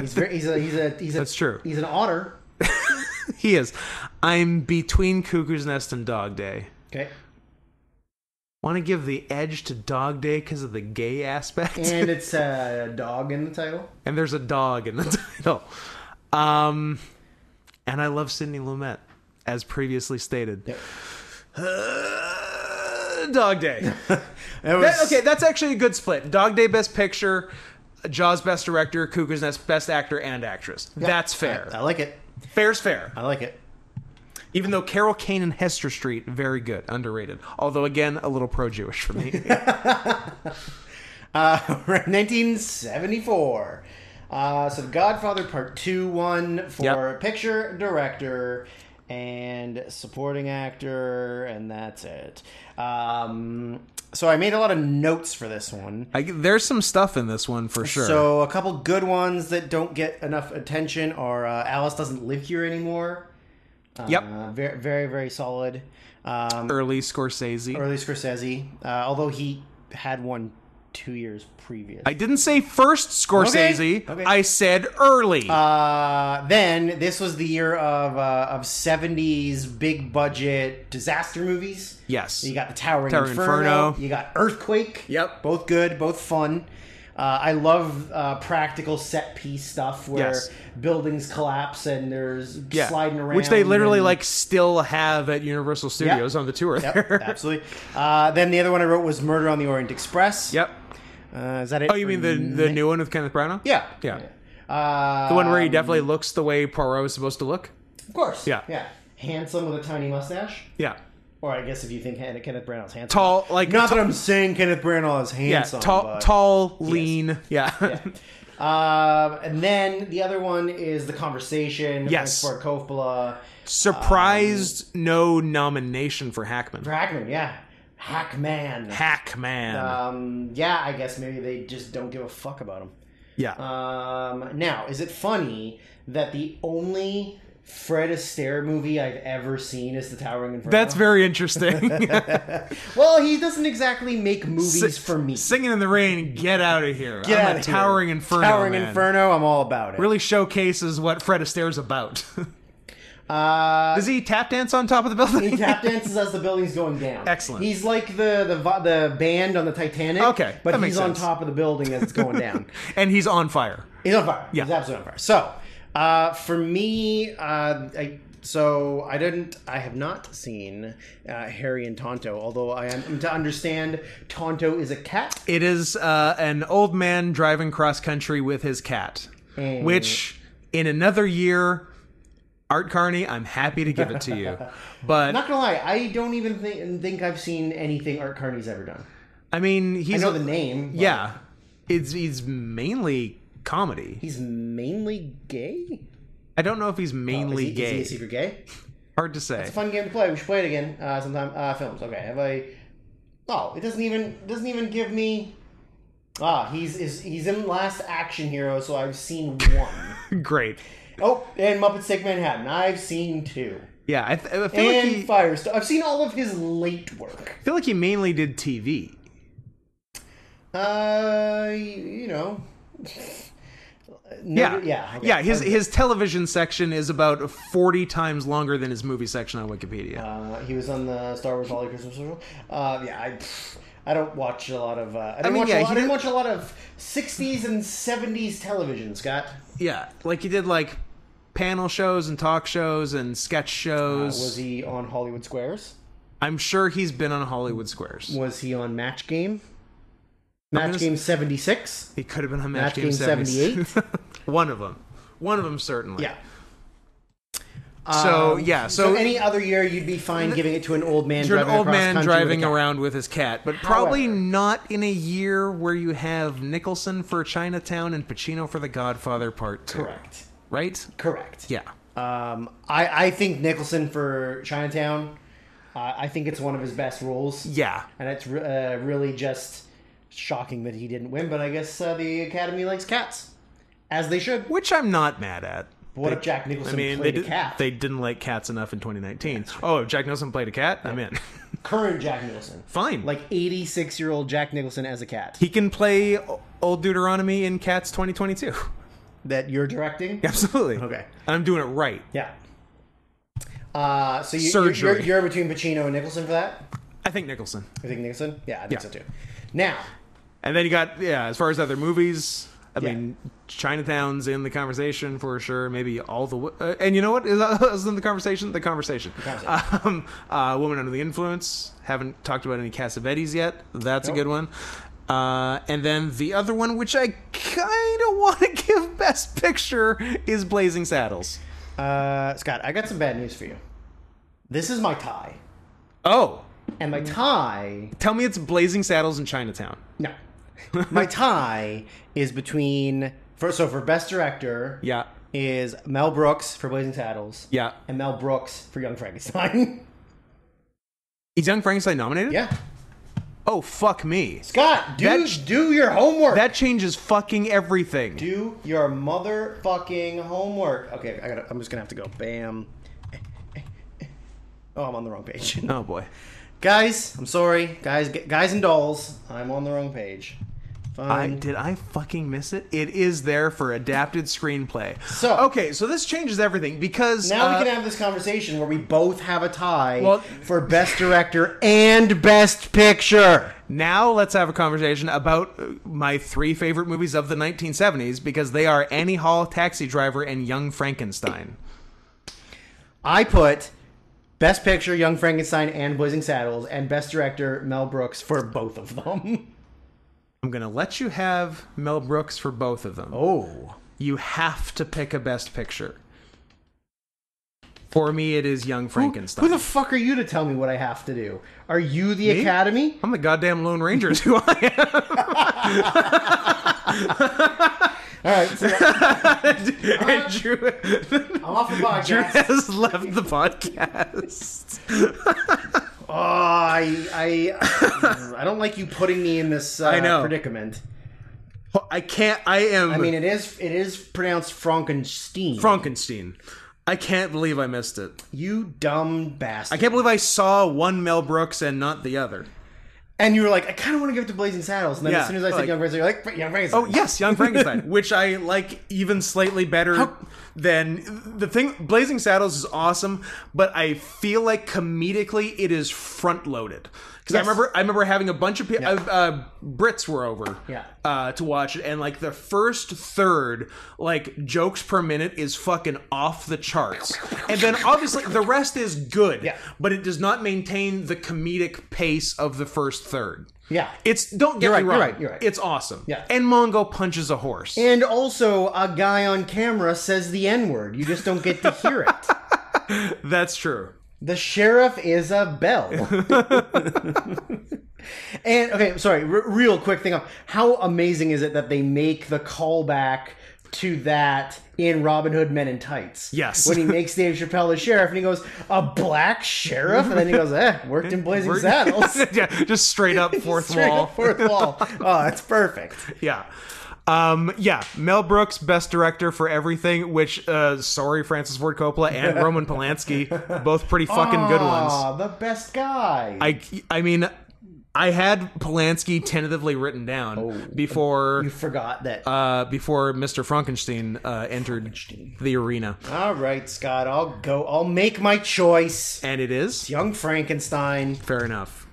S1: He's very he's a he's a he's a
S2: That's true.
S1: He's an otter.
S2: He is. I'm between Cuckoo's Nest and Dog Day.
S1: Okay.
S2: Want to give the edge to Dog Day because of the gay aspect?
S1: And it's a dog in the title.
S2: and there's a dog in the title. Um, and I love Sidney Lumet, as previously stated.
S1: Yep.
S2: Uh, dog Day.
S1: It was,
S2: That- okay, that's actually a good split. Dog Day, Best Picture, Jaws, Best Director, Cuckoo's Nest, Best Actor and Actress. that's fair.
S1: I like it.
S2: Fair's fair.
S1: I like it.
S2: Even though Carol Kane and Hester Street, very good, underrated. Although, again, a little pro Jewish for me.
S1: Uh, 1974. Uh, so The Godfather Part 2 won for
S2: Yep.
S1: picture, director, and supporting actor, and that's it. Um, so I made a lot of notes for this one.
S2: I, there's some stuff in this one for sure.
S1: So a couple good ones that don't get enough attention are uh, Alice Doesn't Live Here Anymore.
S2: yep.
S1: Uh, very, very, very solid. Um,
S2: Early Scorsese.
S1: early Scorsese, uh, although he had one two years previous.
S2: I didn't say first Scorsese.
S1: Okay, okay.
S2: I said early.
S1: Uh, then this was the year of uh, of seventies big budget disaster movies.
S2: yes.
S1: You got the Towering,
S2: Towering
S1: Inferno,
S2: Inferno.
S1: You got Earthquake.
S2: Yep.
S1: Both good, both fun. Uh, I love uh, practical set piece stuff where
S2: Yes.
S1: buildings collapse and there's
S2: Yeah.
S1: sliding around,
S2: which they literally
S1: and-
S2: like still have at Universal Studios on the tour
S1: Yep,
S2: there.
S1: absolutely. Uh, then the other one I wrote was Murder on the Orient Express.
S2: Yep.
S1: Uh, is that it?
S2: Oh, you mean the the new one with Kenneth Branagh?
S1: Mm-hmm. Yeah.
S2: Yeah.
S1: Uh,
S2: The one where he definitely
S1: Um,
S2: looks the way Poirot is supposed to look.
S1: Of course.
S2: Yeah.
S1: Yeah. Handsome with a tiny mustache.
S2: Yeah.
S1: Or I guess if you think Han- Kenneth Branagh's handsome.
S2: Tall, like
S1: Not
S2: ta-
S1: that I'm saying Kenneth Branagh is
S2: yeah,
S1: handsome.
S2: tall,
S1: but-
S2: tall, lean. Yeah.
S1: Um, and then the other one is the conversation. with
S2: Yes.
S1: Frank Ford Coppola,
S2: Surprised no nomination for Hackman.
S1: Hackman. Yeah, Hackman.
S2: Hackman.
S1: um, yeah, I guess maybe they just don't give a fuck about him.
S2: yeah.
S1: Um, now, is it funny that the only Fred Astaire movie I've ever seen is The Towering Inferno.
S2: That's very interesting.
S1: well. He doesn't exactly make movies
S2: Si-
S1: for me.
S2: Singing in the rain, get out of here.
S1: Get
S2: I'm
S1: out
S2: a
S1: of here.
S2: towering inferno.
S1: Towering
S2: man.
S1: Inferno. I'm all about it.
S2: Really showcases what Fred Astaire's about.
S1: Uh,
S2: Does he tap dance on top of the building?
S1: He tap dances as the building's going down.
S2: Excellent.
S1: He's like the the vi- the band on the Titanic.
S2: Okay,
S1: but
S2: that
S1: he's
S2: makes
S1: on
S2: sense.
S1: top of the building as it's going down.
S2: and he's on fire.
S1: He's on fire.
S2: Yeah.
S1: He's absolutely on fire. So, uh, for me, uh, I. So I didn't. I have not seen uh, Harry and Tonto. Although I am to understand, Tonto is a cat.
S2: It is uh, an old man driving cross country with his cat,
S1: Oh.
S2: which in another year, Art Carney, I'm happy to give it to you. But
S1: Not gonna lie, I don't even think, think I've seen anything Art Carney's ever done.
S2: I mean,
S1: I
S2: he's
S1: know the name. but
S2: yeah, it's he's mainly comedy.
S1: he's mainly gay.
S2: I don't know if he's
S1: Oh, Is
S2: mainly
S1: he,
S2: gay.
S1: Is he a secret gay?
S2: Hard to say.
S1: It's a fun game to play. We should play it again uh, sometime. Uh, films. Okay. Have I? Oh, it doesn't even doesn't even give me. Ah, he's is he's in Last Action Hero, so I've seen one.
S2: Great.
S1: oh, and Muppet Sick Manhattan. I've seen two.
S2: Yeah, I, th- I feel
S1: And
S2: like he,
S1: Firestar. I've seen all of his late work.
S2: feel like he mainly did TV.
S1: Uh, you know. No,
S2: Yeah,
S1: yeah, okay.
S2: yeah. His his television section is about forty times longer than his movie section on Wikipedia.
S1: Uh, he was on the Star Wars Holiday Christmas special. Uh, yeah, I, pff, I don't watch a lot of. Uh, I, didn't
S2: mean,
S1: watch
S2: yeah,
S1: a lot,
S2: he
S1: I didn't
S2: did-
S1: watch a lot of '60s and '70s television, Scott.
S2: yeah, like he did like panel shows and talk shows and sketch shows.
S1: Uh, Was he on Hollywood Squares?
S2: I'm sure he's been on Hollywood Squares.
S1: Was he on Match Game? Match
S2: gonna
S1: Game '76.
S2: He could have been on Match,
S1: Match
S2: Game
S1: Game
S2: 78. One of them. One of them certainly.
S1: Yeah.
S2: So
S1: Um,
S2: Oh, yeah,
S1: So,
S2: so,
S1: any other year, you'd be fine giving it to an old man.
S2: you're an
S1: driving
S2: old
S1: across
S2: man
S1: country with a
S2: driving
S1: cat.
S2: around with his cat, but probably
S1: However-
S2: not in a year where you have Nicholson for Chinatown and Pacino for The Godfather Part Two.
S1: Correct.
S2: Right?
S1: Correct.
S2: Yeah.
S1: Um, I I think Nicholson for Chinatown. Uh, I think it's one of his best roles.
S2: Yeah.
S1: and it's re- uh, really just shocking that he didn't win. But I guess uh, the Academy likes cats, as they should.
S2: Which I'm not mad at.
S1: What if Jack Nicholson
S2: I mean, they,
S1: played a
S2: did,
S1: cat?
S2: they didn't like cats enough in 2019. Oh, if Jack Nicholson played a cat? I'm in.
S1: Current Jack Nicholson,
S2: Fine.
S1: like eighty-six-year-old Jack Nicholson as a cat
S2: he can play O- Old Deuteronomy in Cats 2022.
S1: that you're directing.
S2: Absolutely.
S1: Okay.
S2: And I'm doing it right.
S1: Yeah. Uh, so you, you're,
S2: Surgery.
S1: you're, you're between Pacino and Nicholson for that.
S2: I think Nicholson.
S1: I think Nicholson. Yeah, I think
S2: Yeah.
S1: so too. Now,
S2: And then you got yeah. As far as other movies, I
S1: Yeah.
S2: mean, Chinatown's in the conversation for sure. Maybe all the Wo- uh, and you know what is is in the conversation? The conversation.
S1: Conversation.
S2: Um, uh, Woman under the influence. Haven't talked about any Cassavetes yet. That's
S1: Nope.
S2: a good one. Uh, and then the other one, which I kind of want to give Best Picture, is Blazing Saddles.
S1: uh, Scott, I got some bad news for you. This is my tie,
S2: Oh,
S1: and my tie
S2: tell me it's Blazing Saddles in Chinatown.
S1: No. My tie is between for so for best director
S2: Yeah,
S1: is Mel Brooks for Blazing Saddles.
S2: yeah.
S1: And Mel Brooks for Young Frankenstein.
S2: Is Young Frankenstein nominated?
S1: yeah.
S2: Oh fuck me.
S1: Scott, do
S2: That-
S1: do your homework.
S2: That changes fucking everything.
S1: do your motherfucking homework. Okay, I gotta, I'm just gonna have to go. Bam. Oh, I'm on the wrong page.
S2: Oh boy.
S1: guys, I'm sorry. Guys, guys and dolls. I'm on the wrong page. Fine.
S2: I did I fucking miss it? It is there for adapted screenplay.
S1: So-
S2: okay, so this changes everything because
S1: Now
S2: uh,
S1: we can have this conversation where we both have a tie
S2: Well-
S1: for best director and best picture.
S2: now let's have a conversation about uh, my three favorite movies of the 1970s because they are Annie Hall, Taxi Driver, and Young Frankenstein.
S1: I put best picture Young Frankenstein and Blazing Saddles and best director Mel Brooks for both of them.
S2: I'm gonna let you have Mel Brooks for both of them.
S1: Oh.
S2: You have to pick a Best Picture. For me, it is Young Frankenstein.
S1: Who the fuck are you to tell me what I have to do? Are you the
S2: Me?
S1: Academy?
S2: I'm the goddamn Lone Ranger, is who I am.
S1: All right, so
S2: And Drew-
S1: I'm off the
S2: Drew
S1: podcast.
S2: has left the podcast.
S1: Oh, I, I, I don't like you putting me in this uh,
S2: I know.
S1: predicament.
S2: I can't. I am.
S1: I mean, it is it is pronounced Frankenstein.
S2: Frankenstein. I can't believe I missed it.
S1: You dumb bastard.
S2: I can't believe I saw one Mel Brooks and not the other.
S1: and you were like, I kind of want to give it to Blazing Saddles. And then
S2: Yeah,
S1: as soon as I said
S2: like-
S1: Young Frankenstein, you're like, Young Frankenstein.
S2: Oh yes, Young Frankenstein, which I like even slightly better than the thing. Blazing Saddles is awesome, but I feel like comedically it is front loaded. Because I
S1: Yes.
S2: remember, I remember having a bunch of pe- uh, uh, Brits were over,
S1: Yeah.
S2: uh, to watch it, and like the first third, like jokes per minute is fucking off the charts, and then obviously the rest is good,
S1: Yeah.
S2: but it does not maintain the comedic pace of the first third.
S1: Yeah.
S2: It's don't get
S1: You're
S2: me
S1: right,
S2: wrong.
S1: you're right, you're right.
S2: It's awesome.
S1: Yeah.
S2: And Mongo punches a horse.
S1: And also, a guy on camera says the N word. You just don't get to hear it.
S2: That's true.
S1: The sheriff is a bell. and okay, sorry, r- real quick thing up. How amazing is it that they make the callback to that in Robin Hood Men in Tights?
S2: Yes.
S1: When he makes Dave Chappelle the sheriff and he goes, a black sheriff? And then he goes, eh, worked in Blazing
S2: We're-
S1: Saddles.
S2: yeah, just straight up fourth
S1: Straight
S2: wall.
S1: up Fourth wall. Oh, that's perfect.
S2: Yeah. Um, yeah, Mel Brooks, best director for everything, which, uh, sorry, Francis Ford Coppola and Roman Polanski, both pretty fucking good ones.
S1: Ah, the best guy.
S2: I, I mean, I had Polanski tentatively written down before,
S1: Oh, you forgot that.
S2: uh, before Mr. Frankenstein, uh, entered the arena.
S1: All right, Scott, I'll go. I'll make my choice.
S2: And it is,
S1: Young Frankenstein.
S2: fair enough.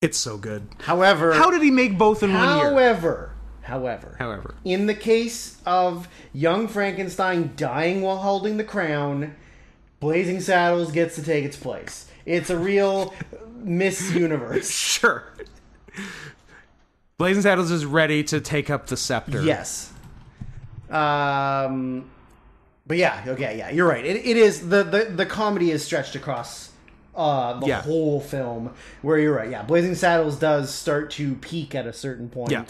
S2: It's so good.
S1: However,
S2: How did he make both in one year?
S1: however, however,
S2: However,
S1: in the case of young Frankenstein dying while holding the crown, Blazing Saddles gets to take its place. It's a real Miss Universe.
S2: sure. Blazing Saddles is ready to take up the scepter.
S1: Yes. Um, but yeah, okay, yeah, you're right. It, it is the, the the comedy is stretched across uh the
S2: Yeah.
S1: whole film. Where you're right, yeah, Blazing Saddles does start to peak at a certain point.
S2: Yeah.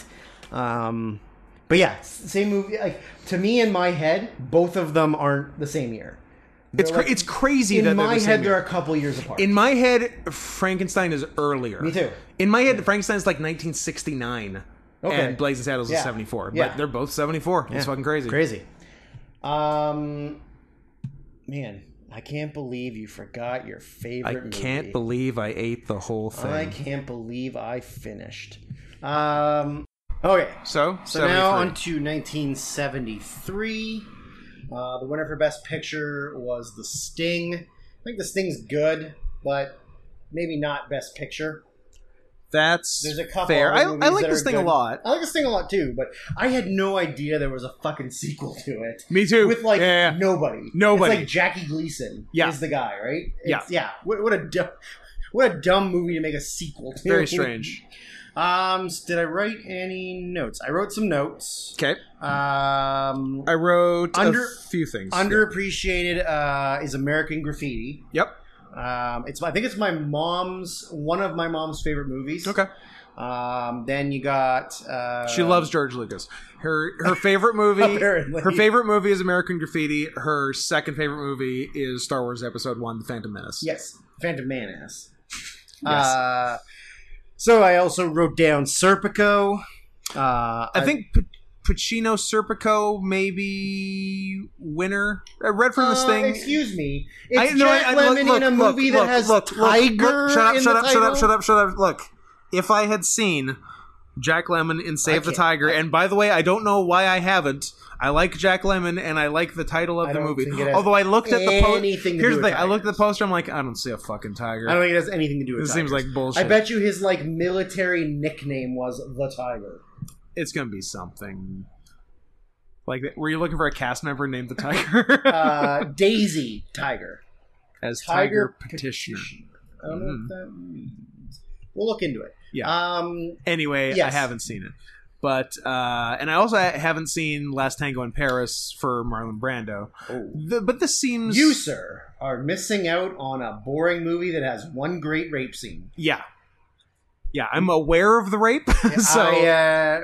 S1: Um, but yeah, s- same movie. Like to me, in my head, both of them aren't the same year. They're
S2: it's cra-
S1: like-
S2: it's crazy that
S1: in
S2: they're
S1: my
S2: the same
S1: head
S2: year.
S1: they're a couple years apart.
S2: In my head, Frankenstein is earlier. Me
S1: too.
S2: In my head, Frankenstein's like 1969,
S1: Okay.
S2: and Blazing Saddles
S1: Yeah.
S2: is 74.
S1: Yeah.
S2: But they're both 74. It's fucking crazy.
S1: Crazy. Um, man, I can't believe you forgot your favorite.
S2: I can't
S1: movie.
S2: believe I ate the whole thing.
S1: I can't believe I finished. Um, okay,
S2: so,
S1: so now
S2: 73.
S1: on to 1973. Uh, the winner for Best Picture was The Sting. I think The Sting's good, but maybe not Best Picture.
S2: that's
S1: There's a couple.
S2: fair.
S1: other
S2: I,
S1: movies
S2: I like
S1: that
S2: this
S1: are
S2: thing a
S1: good.
S2: lot.
S1: I like this thing a lot too, but I had no idea there was a fucking sequel to it.
S2: Me too.
S1: With like
S2: Yeah, yeah, yeah.
S1: nobody,
S2: Nobody.
S1: It's like Jackie Gleason
S2: Yeah.
S1: is the guy, right?
S2: Yeah.
S1: It's- yeah. What, what a dumb, what a dumb movie to make a sequel to.
S2: Very strange.
S1: Um, s- did I write any notes? I wrote some notes.
S2: Okay.
S1: Um,
S2: I wrote
S1: Under-
S2: a few things.
S1: underappreciated uh, is American Graffiti.
S2: Yep.
S1: Um, it's I think it's my mom's one of my mom's favorite movies.
S2: Okay.
S1: Um, then you got uh,
S2: She loves George Lucas. Her her favorite movie
S1: Apparently.
S2: her favorite movie is American Graffiti. Her second favorite movie is Star Wars Episode One: The Phantom Menace.
S1: yes Phantom Menace. Uh, so I also wrote down Serpico. Uh,
S2: I think P- Pacino Serpico maybe winner. I read from this
S1: Uh,
S2: thing.
S1: Excuse me.
S2: I
S1: It's
S2: no, I-
S1: Jack
S2: I- look,
S1: Lemmon
S2: look,
S1: in a
S2: look,
S1: movie
S2: look,
S1: that has
S2: look, look,
S1: tiger
S2: look, shut up,
S1: in
S2: shut
S1: the
S2: up, shut up,
S1: title.
S2: shut up, shut up. Look, if I had seen Jack Lemon in Save the
S1: can't-
S2: Tiger, and by the way, I don't know why I haven't. I like Jack Lemon, and I like the title of
S1: I
S2: the
S1: don't
S2: movie.
S1: think it has
S2: Although I looked at the poster. Here's the
S1: anything to
S2: thing:
S1: do with
S2: I looked at
S1: tigers.
S2: the poster. I'm like, I don't see a fucking tiger.
S1: I don't think it has anything to do with.
S2: This seems
S1: tigers.
S2: like bullshit.
S1: I bet you his like military nickname was the Tiger.
S2: it's gonna be something like that. Were you looking for a cast member named the Tiger
S1: Uh, Daisy Tiger.
S2: as
S1: Tiger
S2: Tiger, Petitioner?
S1: I don't know what that means. We'll look into it.
S2: Mm-hmm. Yeah.
S1: Um,
S2: Anyway,
S1: Yes.
S2: I haven't seen it, but uh, and I also haven't seen Last Tango in Paris for Marlon Brando. The, but this seems
S1: You, sir, are missing out on a boring movie that has one great rape scene.
S2: yeah, yeah. I'm aware of the rape, so
S1: I,
S2: I,
S1: uh,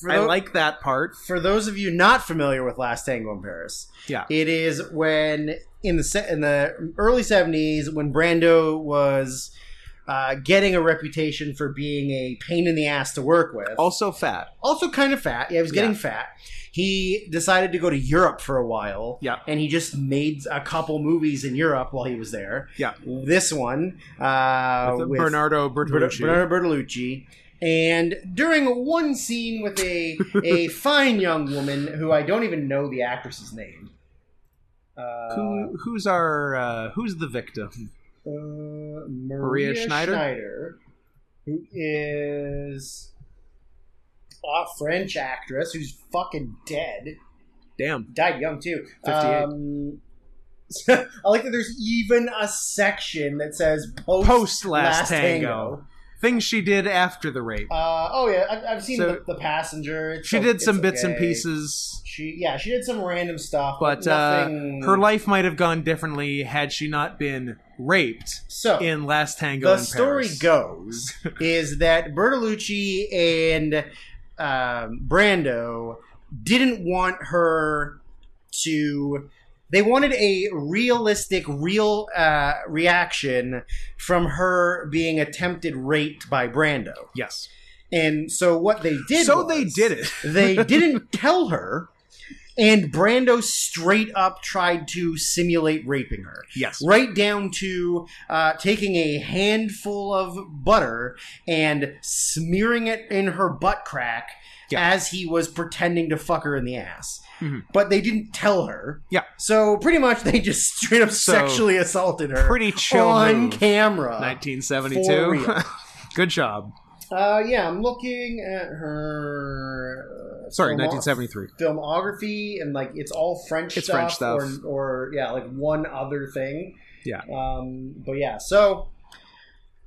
S1: for tho-
S2: like that part.
S1: for those of you not familiar with Last Tango in Paris,
S2: Yeah,
S1: It is when in the se- in the early seventies when Brando was uh, getting a reputation for being a pain in the ass to work with.
S2: also fat.
S1: Also, kind of fat. Yeah, he was getting
S2: Yeah.
S1: fat. He decided to go to Europe for a while.
S2: Yeah.
S1: And he just made a couple movies in Europe while he was there.
S2: Yeah.
S1: This one uh, with,
S2: Bernardo Bertolucci.
S1: Bernardo Bertolucci. And during one scene with a a fine young woman who I don't even know the actress's name. Uh,
S2: Who, who's our uh, who's the victim?
S1: uh, Maria,
S2: Schneider?
S1: who is a French actress who's fucking dead.
S2: Damn.
S1: Died young too.
S2: 58.
S1: Um, I like that there's even a section that says post,
S2: Post last, tango. Things she did after the rape.
S1: Uh, oh yeah, I've, I've seen
S2: So-
S1: the, the passenger. It's
S2: she
S1: o-
S2: did
S1: it's
S2: some bits and
S1: okay.
S2: pieces.
S1: She yeah, she did some random stuff, but,
S2: But uh,
S1: nothing.
S2: her life might have gone differently had she not been raped
S1: so
S2: in Last Tango.
S1: the
S2: in
S1: story
S2: Paris.
S1: goes is that Bertolucci and um, Brando didn't want her to. They wanted a realistic, real uh, reaction from her being attempted raped by Brando,
S2: Yes.
S1: and so what they did.
S2: so they
S1: was-
S2: did it.
S1: they didn't tell her, and Brando straight up tried to simulate raping her
S2: Yes.
S1: right down to uh, taking a handful of butter and smearing it in her butt crack
S2: Yeah.
S1: as he was pretending to fuck her in the ass.
S2: Mhm.
S1: But they didn't tell her.
S2: Yeah.
S1: So pretty much they just straight up
S2: So,
S1: sexually assaulted her.
S2: Pretty chill
S1: on
S2: move.
S1: camera. For
S2: 1972.
S1: real.
S2: Good job.
S1: Uh, yeah, I'm looking at her. uh,
S2: Sorry,
S1: filmo-
S2: 1973.
S1: Filmography and like it's all French
S2: It's
S1: stuff,
S2: French stuff.
S1: Or, or yeah, like one other thing.
S2: Yeah.
S1: Um, but yeah, so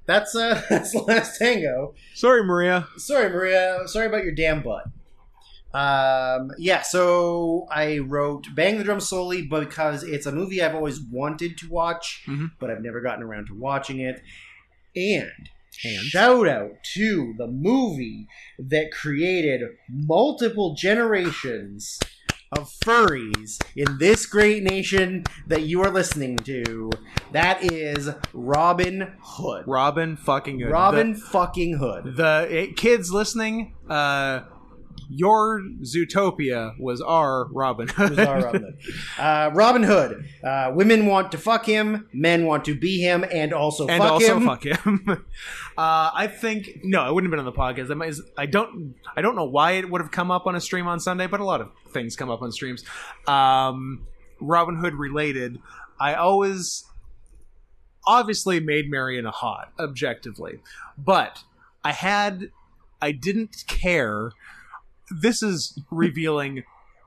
S1: that's uh that's Last Tango.
S2: Sorry, Maria.
S1: Sorry, Maria. Sorry about your damn butt. Um, yeah, so I wrote Bang the Drum solely because it's a movie I've always wanted to watch,
S2: Mhm.
S1: but I've never gotten around to watching it. And
S2: And?
S1: shout out to the movie that created multiple generations of furries in this great nation that you are listening to. That is Robin Hood.
S2: Robin fucking good.
S1: Robin fucking Hood.
S2: The, the eh, kids listening, uh, your Zootopia was our Robin.
S1: was our Robin Hood. Uh, Robin Hood. Uh, women want to fuck him. Men want to be him, and also
S2: and
S1: fuck
S2: also
S1: him.
S2: fuck him. uh, I think no, it wouldn't have been on the podcast. I, might, I don't, I don't know why it would have come up on a stream on Sunday, but a lot of things come up on streams. Um, Robin Hood related. I always obviously made Mariana hot, objectively, but I had, I didn't care. This is revealing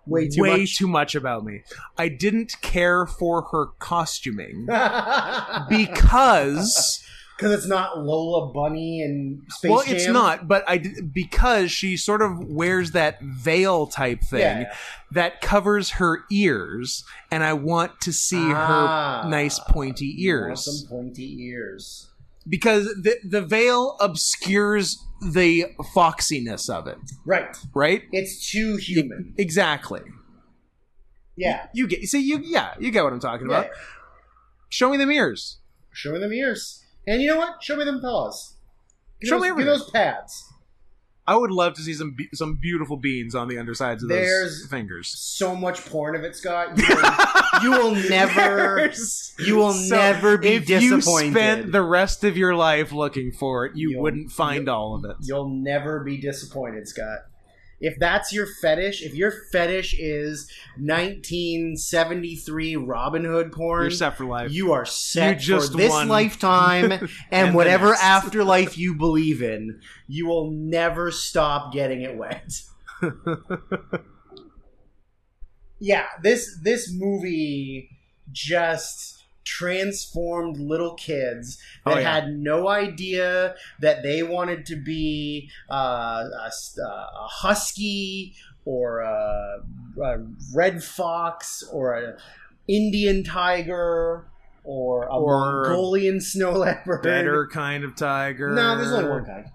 S1: Way too much.
S2: too much about me. I didn't care for her costuming
S1: Because
S2: because.
S1: it's not Lola Bunny and Space
S2: well,
S1: Jam.
S2: it's not, but I d- because she sort of wears that veil type thing
S1: Yeah, yeah.
S2: that covers her ears, and I want to see
S1: Ah.
S2: her nice pointy
S1: You want
S2: ears
S1: Some pointy ears.
S2: because the the veil obscures the foxiness of it,
S1: Right.
S2: right?
S1: It's too human.
S2: Exactly.
S1: Yeah.
S2: You get see you yeah you get what I'm talking
S1: Yeah.
S2: about. Show me them ears.
S1: Show me them ears. And you know what? Show me them paws. Give
S2: Show
S1: those,
S2: me
S1: give
S2: everything.
S1: those pads.
S2: I would love to see some be- some beautiful beans on the undersides of
S1: There's-
S2: those fingers.
S1: So much porn of it, Scott. You will, you will never.
S2: There's-
S1: You will
S2: So,
S1: never be
S2: if
S1: disappointed.
S2: you spent the rest of your life looking for it, you
S1: You'll-
S2: wouldn't find all of it.
S1: You'll never be disappointed, Scott. If that's your fetish, if your fetish is 1973 Robin Hood porn,
S2: You're set for life.
S1: you are set
S2: You just
S1: for this
S2: won.
S1: lifetime and,
S2: And the
S1: whatever
S2: next.
S1: afterlife you believe in. You will never stop getting it wet. yeah, this this movie just transformed little kids that
S2: Oh, yeah.
S1: had no idea that they wanted to be uh, a, s- uh, a husky or a, a red fox or an Indian tiger or a
S2: Or-
S1: Mongolian snow leopard.
S2: Better kind of tiger.
S1: No, there's only one kind.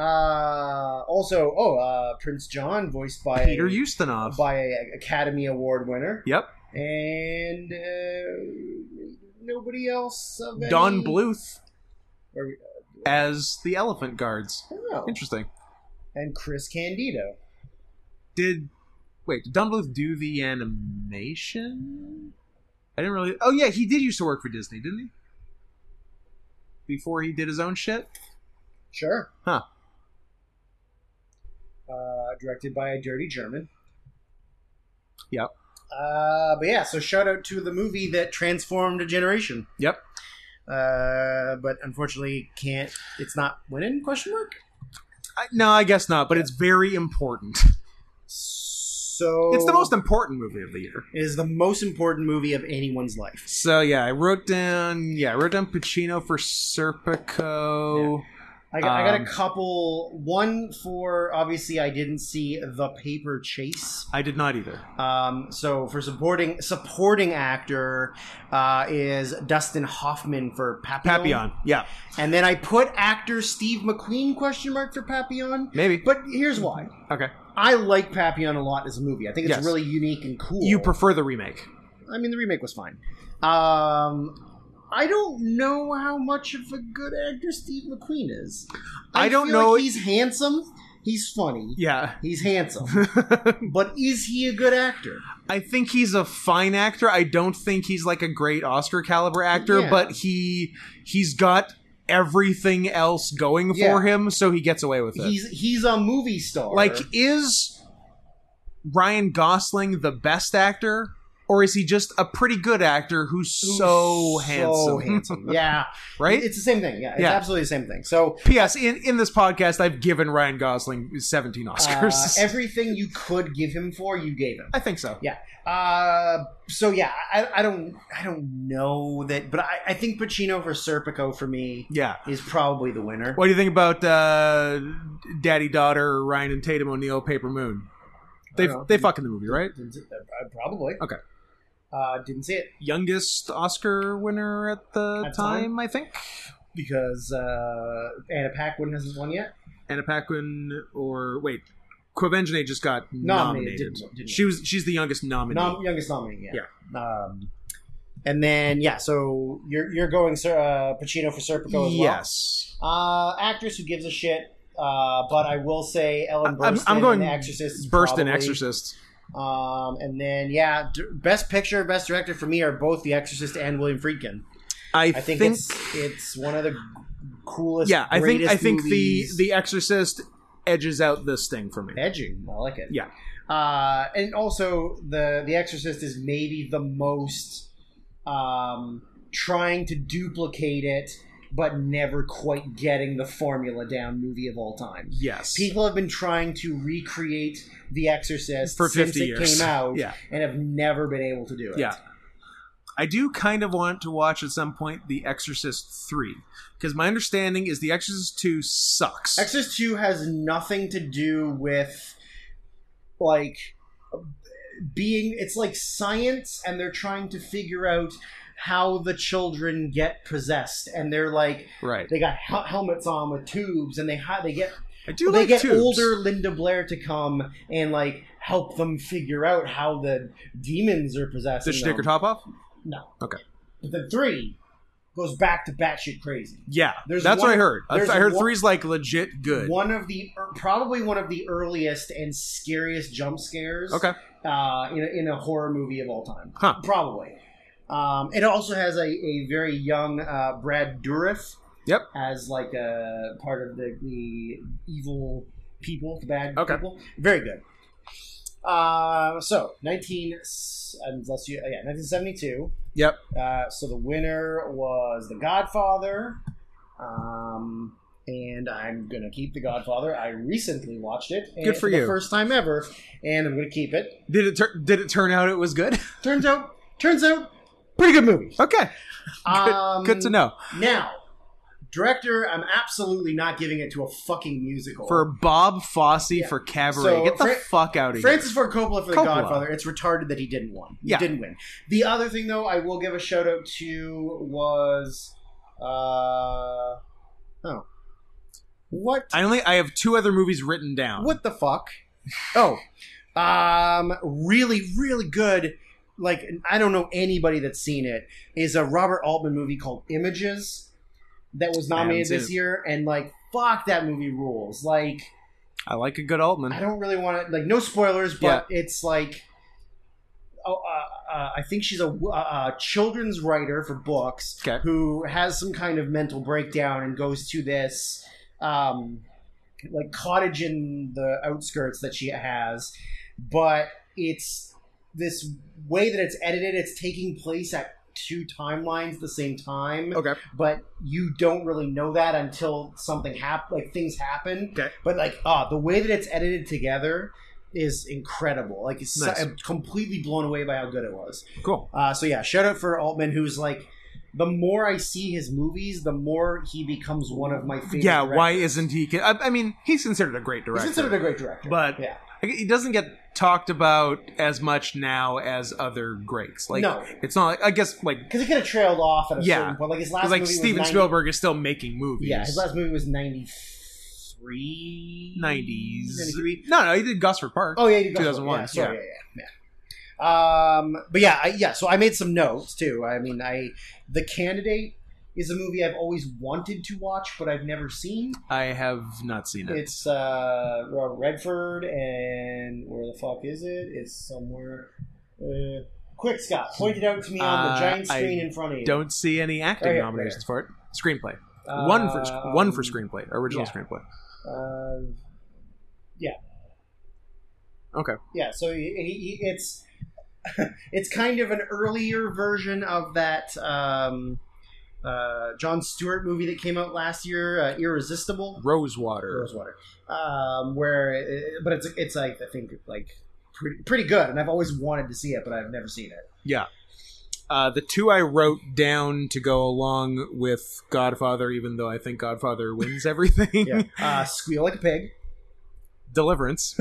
S1: Uh, also, oh, uh, Prince John, voiced by
S2: Peter
S1: a,
S2: Ustinov.
S1: by a Academy Award winner,
S2: Yep.
S1: and uh, nobody else. Of
S2: Don
S1: any-
S2: Bluth
S1: Where we-
S2: as the elephant guards.
S1: oh,
S2: Interesting.
S1: and Chris Candido.
S2: Did Wait, did Don Bluth do the animation? I didn't really. Oh yeah, he did used to work for Disney, didn't he? Before he did his own shit.
S1: Sure.
S2: Huh.
S1: Uh, directed by a dirty German.
S2: Yep.
S1: Uh, but yeah, so shout out to the movie that transformed a generation.
S2: Yep.
S1: Uh, but unfortunately, can't. It's not winning? Question mark.
S2: I, no, I guess not. But it's very important.
S1: So
S2: It's the most important movie of the year.
S1: it is the most important movie of anyone's life.
S2: So yeah, I wrote down. Yeah, I wrote down Pacino for Serpico.
S1: I got, I got
S2: Um,
S1: a couple. One for obviously I didn't see the paper chase.
S2: I did not either.
S1: Um, so for supporting supporting actor uh, is Dustin Hoffman for Papillon.
S2: Papillon. Yeah,
S1: and then I put actor Steve McQueen question mark for Papillon.
S2: maybe.
S1: But here's why
S2: okay.
S1: I like Papillon a lot as a movie. I think it's
S2: Yes.
S1: really unique and cool.
S2: You prefer the remake?
S1: I mean, the remake was fine. Um, I don't know how much of a good actor Steve McQueen is.
S2: I don't
S1: feel like
S2: know-
S1: he's handsome. He's funny.
S2: Yeah.
S1: He's handsome. but is he a good actor?
S2: I think he's a fine actor. I don't think he's like a great Oscar caliber actor,
S1: Yeah.
S2: but he he's got everything else going for
S1: Yeah.
S2: him, so he gets away with it.
S1: He's he's a movie star.
S2: like is Ryan Gosling the best actor or is he just a pretty good actor who's
S1: Who's
S2: so, handsome?
S1: Yeah.
S2: right?
S1: It's the same thing. Yeah. It's
S2: Yeah.
S1: absolutely the same thing. So
S2: P.S. In, in this podcast, I've given Ryan Gosling 17
S1: uh,
S2: Oscars.
S1: everything you could give him for, you gave him.
S2: I think so.
S1: Uh, so yeah, I, I don't, I don't know that, but I, I think Pacino for Serpico for me
S2: Yeah.
S1: is probably the winner.
S2: What do you think about uh, Daddy Daughter, Ryan and Tatum O'Neill, Paper Moon? They,
S1: don't know.
S2: they fuck in the movie, right?
S1: Didn't see- uh, Probably.
S2: Okay.
S1: Uh, didn't see it
S2: Youngest Oscar winner at the
S1: At
S2: time,
S1: time?
S2: I think.
S1: because uh, Anna Paquin hasn't won yet.
S2: Anna Paquin, or wait, Quvenzhané just got nominated.
S1: Nominated, didn't- didn't
S2: she was she's the youngest nominee.
S1: Nom- youngest nominee. Yeah. Um, and then yeah, so you're you're going Sir, uh, Pacino for Serpico as
S2: yes,
S1: well. Uh, actress who gives a shit. Uh, but I will say Ellen
S2: I- I'm-
S1: Burstyn.
S2: I'm going
S1: in The Exorcist. is
S2: Burst and
S1: probably-
S2: Exorcist.
S1: Um, and then yeah, d- best picture, best director for me are both The Exorcist and William Friedkin.
S2: I,
S1: I think, it's it's one of the coolest.
S2: yeah, I think I
S1: greatest
S2: think the
S1: movies.
S2: the Exorcist edges out this thing for me.
S1: edging. I like it.
S2: Yeah.
S1: Uh, and also the The Exorcist is maybe the most um, trying to duplicate it, but never quite getting the formula down movie of all time.
S2: Yes,
S1: People have been trying to recreate The Exorcist
S2: for
S1: since
S2: fifty
S1: it
S2: years
S1: came out,
S2: Yeah,
S1: and have never been able to do it.
S2: yeah. I do kind of want to watch at some point The Exorcist three because my understanding is The Exorcist two sucks.
S1: Exorcist Two has nothing to do with like being. It's like science, and they're trying to figure out how the children get possessed, and they're like
S2: right,
S1: they got hel- helmets on with tubes, and they hi- they get
S2: I do
S1: they
S2: like
S1: get
S2: tubes.
S1: older Linda Blair to come and like help them figure out how the demons are possessing
S2: Does she take her
S1: them.
S2: top off?
S1: No,
S2: Okay.
S1: But then three goes back to batshit crazy.
S2: Yeah,
S1: There's
S2: that's what I
S1: one-
S2: heard. I,
S1: there's
S2: I heard
S1: one-
S2: three's like legit good.
S1: One of the er, probably one of the earliest and scariest jump scares.
S2: Okay.
S1: Uh, in, a, in a horror movie of all time,
S2: Huh.
S1: probably. Um, it also has a, a very young uh, Brad Dourif.
S2: Yep.
S1: As like a part of the, the evil people, the bad
S2: Okay.
S1: people. Very good. Uh, so nineteen s- unless you yeah nineteen seventy two.
S2: Yep.
S1: Uh, so the winner was The Godfather. Um, and I'm going to keep The Godfather. I recently watched it. And
S2: Good for
S1: the
S2: you.
S1: first time ever. And I'm going to keep it.
S2: Did it tur- did it turn out it was good?
S1: Turns out, turns out, pretty good movie.
S2: okay,
S1: Um,
S2: good to know.
S1: Now, director, I'm absolutely not giving it to a fucking musical.
S2: For Bob Fosse
S1: Yeah.
S2: for Cabaret,
S1: So,
S2: get the
S1: Fra-
S2: fuck out of
S1: Francis Ford Coppola for The
S2: Coppola.
S1: Godfather. It's retarded that he didn't win. He
S2: Yeah.
S1: didn't win. The other thing, though, I will give a shout out to was, uh, oh, what?
S2: here. I only I have two other movies written down.
S1: What the fuck? Oh, um, really, really good. Like I don't know anybody that's seen it. Is a Robert Altman movie called Images that was
S2: I haven't
S1: nominated
S2: seen
S1: this
S2: it.
S1: year, and like fuck that movie rules. Like
S2: I like a good Altman.
S1: I don't really want to like no spoilers, but it's like oh, uh, uh, I think she's a uh, uh, children's writer for books
S2: Okay.
S1: who has some kind of mental breakdown and goes to this um, like cottage in the outskirts that she has, but it's this way that it's edited. It's taking place at two timelines at the same time
S2: Okay.
S1: but you don't really know that until something hap- like things happen.
S2: Okay.
S1: But like, ah, the way that it's edited together is incredible. Like, it's
S2: Nice.
S1: I'm completely blown away by how good it was.
S2: Cool.
S1: Uh, so yeah, shout out for Altman, who's like, the more I see his movies, the more he becomes one of my favorite.
S2: Yeah. Why
S1: directors.
S2: isn't he? I, I mean, he's considered a great
S1: He's
S2: director.
S1: considered a great director,
S2: But-
S1: yeah,
S2: Like, he doesn't get talked about as much now as other greats. Like
S1: No.
S2: it's not. like- I guess like
S1: because he could have trailed off at a
S2: Yeah.
S1: certain point. Like his last
S2: 'cause, like
S1: movie
S2: Steven
S1: was 90
S2: Spielberg is still making movies.
S1: Yeah, his last movie was ninety three.
S2: nineties.
S1: 93.
S2: No, no, he did Gosford Park.
S1: Oh yeah, you got
S2: 2001,
S1: Yeah, sorry, yeah, yeah. yeah. Um, but yeah, I, yeah. So I made some notes too. I mean, I the candidate is a movie I've always wanted to watch, but I've never seen.
S2: I have not seen it.
S1: It's uh, Robert Redford, and where the fuck is it? It's somewhere. Uh, quick, Scott, point it out to me on the
S2: Uh,
S1: giant screen
S2: I
S1: in front of you.
S2: Don't see any acting
S1: Right here,
S2: nominations for it. Screenplay. one for one
S1: Um,
S2: for screenplay. Original
S1: yeah.
S2: screenplay.
S1: Um, yeah.
S2: Okay.
S1: Yeah. So he, he, he- it's it's kind of an earlier version of that um, uh, John Stewart movie that came out last year, uh, Irresistible.
S2: Rosewater.
S1: Rosewater. Um, where, it, but it's it's like I think like pretty, pretty good, and I've always wanted to see it, but I've never seen it.
S2: Yeah. Uh, the two I wrote down to go along with Godfather, even though I think Godfather wins everything.
S1: Yeah. uh, squeal like a pig.
S2: Deliverance.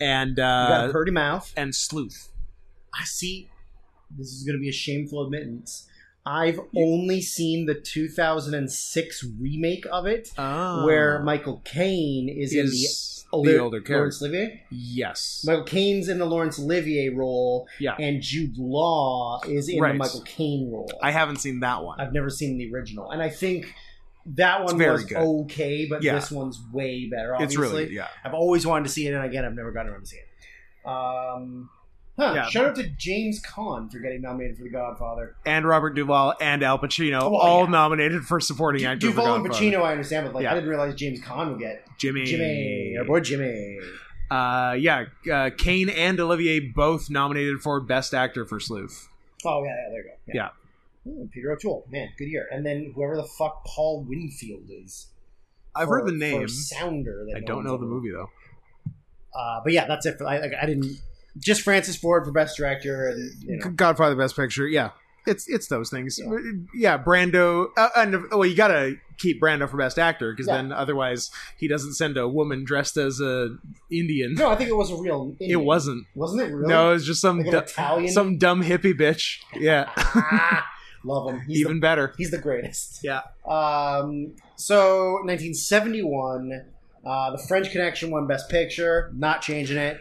S2: and
S1: You got
S2: uh,
S1: a purdy mouth.
S2: and Sleuth.
S1: I see. This is going to be a shameful admittance. I've only seen the 2006 remake of it,
S2: Oh.
S1: Ah. where Michael Caine is, in the,
S2: is the,
S1: Oli-
S2: older character.
S1: Laurence Olivier.
S2: Yes.
S1: Michael Caine's in the Laurence Olivier role,
S2: Yeah.
S1: and Jude Law is in
S2: Right.
S1: the Michael Caine role.
S2: I haven't seen that one.
S1: I've never seen the original, and I think that one
S2: very
S1: was
S2: good.
S1: okay, but
S2: Yeah.
S1: this one's way better. Obviously,
S2: It's really good, yeah.
S1: I've always wanted to see it, and again, I've never gotten around to seeing it. Um, huh,
S2: Yeah.
S1: Shout out to James Caan for getting nominated for The Godfather.
S2: And Robert Duvall and Al Pacino,
S1: Oh,
S2: all
S1: yeah.
S2: nominated for supporting actor. for
S1: Duvall and
S2: Godfather.
S1: Pacino, I understand, but like
S2: Yeah.
S1: I didn't realize James Caan would get
S2: Jimmy.
S1: Jimmy, our boy Jimmy.
S2: Uh, yeah, uh, Kane and Olivier both nominated for Best Actor for Sleuth.
S1: Oh yeah, yeah, there you go. Ooh, Peter O'Toole, man, good year. And then whoever the fuck Paul Winfield is.
S2: I've
S1: for-
S2: heard the name.
S1: for Sounder. that
S2: I
S1: no
S2: don't
S1: one's
S2: know the
S1: ever-
S2: movie though.
S1: Uh, but yeah, that's it. For, I, like, I didn't just Francis Ford for best director, and you know,
S2: Godfather Best Picture. Yeah, it's it's those things.
S1: Yeah.
S2: Yeah, Brando. Uh, and well, you gotta keep Brando for Best Actor because
S1: Yeah.
S2: then otherwise he doesn't send a woman dressed as a Indian.
S1: no, I think it was a real.
S2: It
S1: Indian.
S2: wasn't.
S1: wasn't it really?
S2: No, it was just some
S1: Like an
S2: du-
S1: Italian?
S2: some dumb hippie bitch. Yeah,
S1: Ah, love him. He's
S2: even better.
S1: the, he's the greatest.
S2: Yeah.
S1: Um, so 1971, uh, The French Connection won Best Picture, not changing it.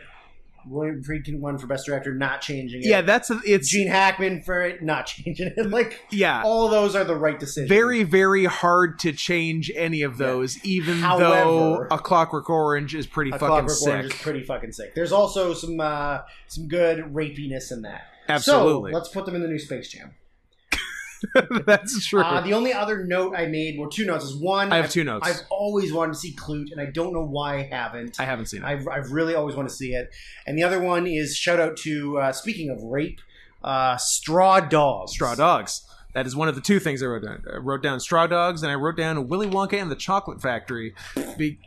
S1: William Friedkin won for Best Director, not changing it.
S2: Yeah, that's a, it's
S1: Gene Hackman for it, not changing it. Like
S2: yeah.
S1: all those are the right decisions.
S2: Uh, very very hard to change any of those even
S1: However-
S2: though a clockwork orange is pretty
S1: A
S2: fucking
S1: Clockwork
S2: sick
S1: Orange is pretty fucking sick. There's also some uh, some good rapiness in that.
S2: absolutely
S1: So let's put them in the new Space Jam.
S2: that's true
S1: Uh, the only other note I made were two notes. Is one
S2: i have two notes
S1: I've
S2: I've,
S1: always wanted to see Clute, and I don't know why I haven't.
S2: i have not seen it
S1: I've, I've really always wanted to see it. And the other one is shout out to, uh, speaking of rape, uh, Straw Dogs.
S2: straw dogs that is one of the two things i wrote down i wrote down straw dogs and i wrote down willy wonka and the chocolate factory Be-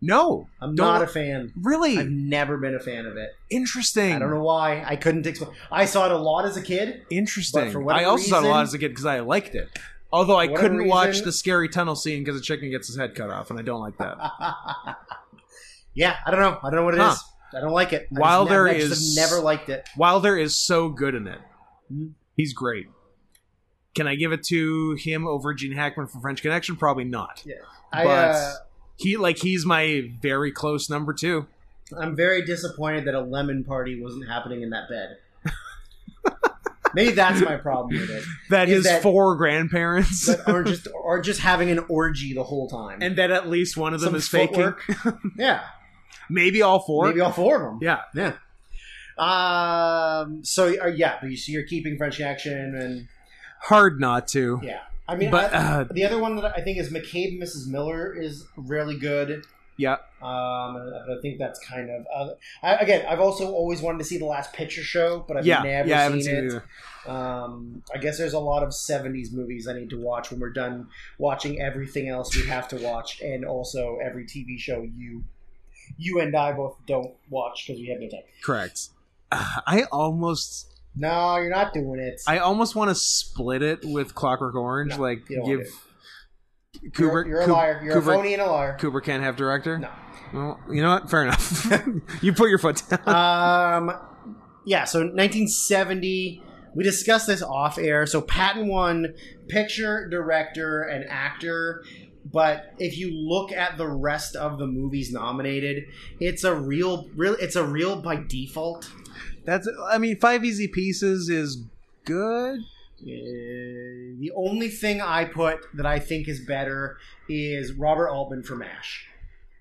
S2: no
S1: I'm
S2: Don't-
S1: not a fan.
S2: really
S1: I've never been a fan of it.
S2: interesting
S1: I don't know why. I couldn't explain. I saw it a lot as a kid. But
S2: interesting
S1: for whatever
S2: i also saw it a lot
S1: reason-
S2: as a kid because i liked it although i
S1: For whatever
S2: couldn't watch
S1: reason-
S2: the scary tunnel scene because a chicken gets his head cut off and i don't like that
S1: yeah, I don't know. I don't know what it is.
S2: Huh.
S1: I don't like it. I
S2: While
S1: just ne-
S2: there
S1: I just have
S2: is-
S1: never liked it.
S2: Wilder is so good in it.
S1: Mhm.
S2: He's great. Can I give it to him over Gene Hackman for French Connection? Probably not.
S1: I,
S2: But-
S1: uh,
S2: He like he's my very close number two.
S1: I'm very disappointed that a lemon party wasn't happening in that bed. Maybe that's my problem with it.
S2: that
S1: Is
S2: his
S1: that-
S2: four grandparents
S1: That are just are just having an orgy the whole time.
S2: and that at least one of them
S1: Some
S2: is faking.
S1: footwork. yeah,
S2: Maybe all four.
S1: maybe all four of them.
S2: yeah.
S1: Yeah. Um. So uh, yeah, but you, so you're keeping French action, and
S2: Hard not to.
S1: yeah, I mean,
S2: But,
S1: I-
S2: uh,
S1: the other one that I think is McCabe and Mrs. Miller is really good.
S2: Yeah.
S1: Um, and I think that's kind of uh, I, again. I've also always wanted to see the Last Picture Show, but I've
S2: Yeah.
S1: never seen,
S2: yeah, I haven't seen it
S1: it.
S2: either.
S1: um, I guess there's a lot of '70s movies I need to watch when we're done watching everything else we have to watch, and also every TV show you you and I both don't watch because we have no time.
S2: Correct. Uh, I almost
S1: No, you're not doing it.
S2: I almost want to split it with Clockwork Orange,
S1: No,
S2: like
S1: you don't
S2: give
S1: want
S2: Kubrick.
S1: You're- you're,
S2: Kub-
S1: a liar. You're
S2: Kubrick,
S1: a phony and a liar.
S2: Kubrick can't have director.
S1: No.
S2: Well, you know what? Fair enough. you put your foot down.
S1: Uh, um, yeah. So 1970. We discussed this off air. So Patton won picture, director, and actor. But if you look at the rest of the movies nominated, it's a real, real. It's a real by default.
S2: That's. I mean, Five Easy Pieces is good.
S1: Uh, the only thing I put that I think is better is Robert Altman for MASH.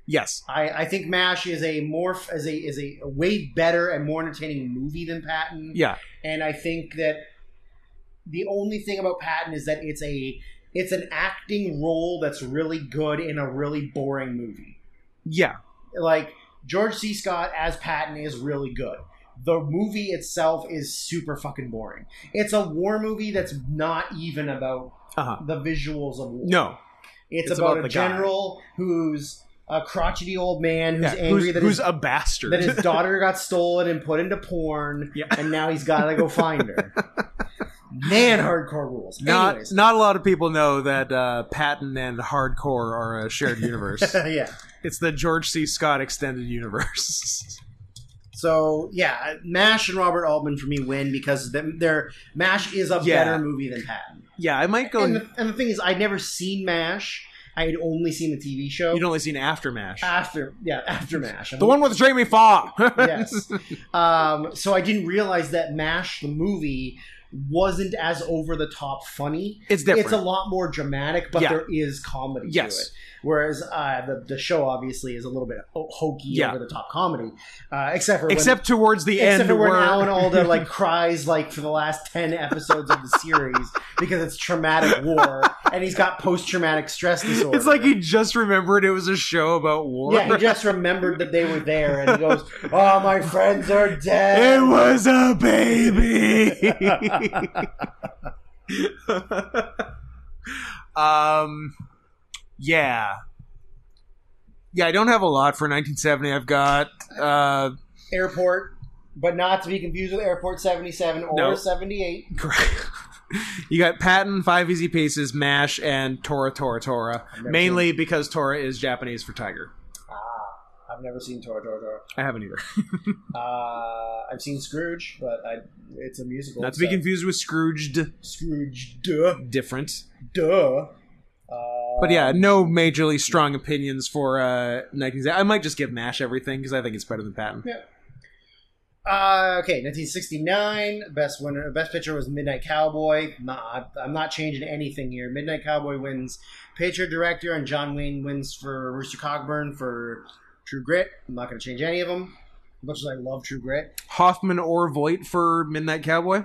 S2: Yes.
S1: I, I think MASH is a more as a is a way better and more entertaining movie than Patton.
S2: Yeah.
S1: And I think that the only thing about Patton is that it's a it's an acting role that's really good in a really boring movie.
S2: Yeah.
S1: Like George C. Scott as Patton is really good. The movie itself is super fucking boring. It's a war movie that's not even about
S2: Uh huh.
S1: the visuals of war.
S2: No.
S1: It's,
S2: It's
S1: about,
S2: about
S1: a
S2: the guy.
S1: general who's a crotchety old man who's
S2: Yeah,
S1: angry
S2: who's,
S1: that
S2: who's
S1: his,
S2: a bastard?
S1: that his daughter got stolen and put into porn,
S2: Yeah.
S1: and now he's got to go find her. Man, hardcore rules.
S2: not
S1: Anyways,
S2: not a lot of people know that uh, Patton and Hardcore are a shared universe.
S1: yeah.
S2: it's the George C. Scott extended universe.
S1: So yeah, Mash and Robert Altman for me win because them- their Mash is a
S2: Yeah.
S1: better movie than Patton.
S2: yeah, I might go.
S1: And the, and the thing is, I'd never seen Mash. I had only seen the TV show
S2: You'd only seen Aftermash.
S1: after yeah after Mash.
S2: the one with Jamie Foxx.
S1: yes. Um, so I didn't realize that MASH, the movie, wasn't as over the top funny.
S2: It's different.
S1: It's a lot more dramatic, but
S2: Yeah.
S1: there is comedy
S2: Yes.
S1: to it. Whereas uh, the, the show obviously is a little bit ho- hokey,
S2: Yeah.
S1: over the top comedy, uh, except for
S2: Except towards the
S1: when, except
S2: end,
S1: for where
S2: where-
S1: Alan Alda like cries like for the last ten episodes of the series because it's traumatic war and he's got post traumatic stress disorder.
S2: it's like he just remembered it was a show about war.
S1: yeah, he just remembered that they were there and he goes, "Oh, my friends are dead."
S2: it was a baby. um, yeah, yeah. I don't have a lot for 1970. I've got uh,
S1: airport, but not to be confused with Airport 77 or
S2: No.
S1: 78.
S2: correct. You got Patton, Five Easy Pieces, Mash, and Tora Tora Tora.
S1: never
S2: Mainly because Tora is Japanese for tiger.
S1: Ah, I've never seen Tora Tora Tora.
S2: I haven't either.
S1: Uh, I've seen Scrooge, but I, it's a musical.
S2: Not to be
S1: so-
S2: confused with Scrooged.
S1: Scrooge, duh,
S2: Different.
S1: duh. Uh,
S2: But yeah, no majorly strong opinions for uh, 1970. I might just give Mash everything because I think it's better than Patton.
S1: Uh, okay, 1969. Best winner, best picture was Midnight Cowboy. Nah, I'm not changing anything here. Midnight Cowboy wins picture director, and John Wayne wins for Rooster Cogburn for True Grit. I'm not going to change any of them. As much as I love True Grit,
S2: Hoffman or Voight for Midnight Cowboy.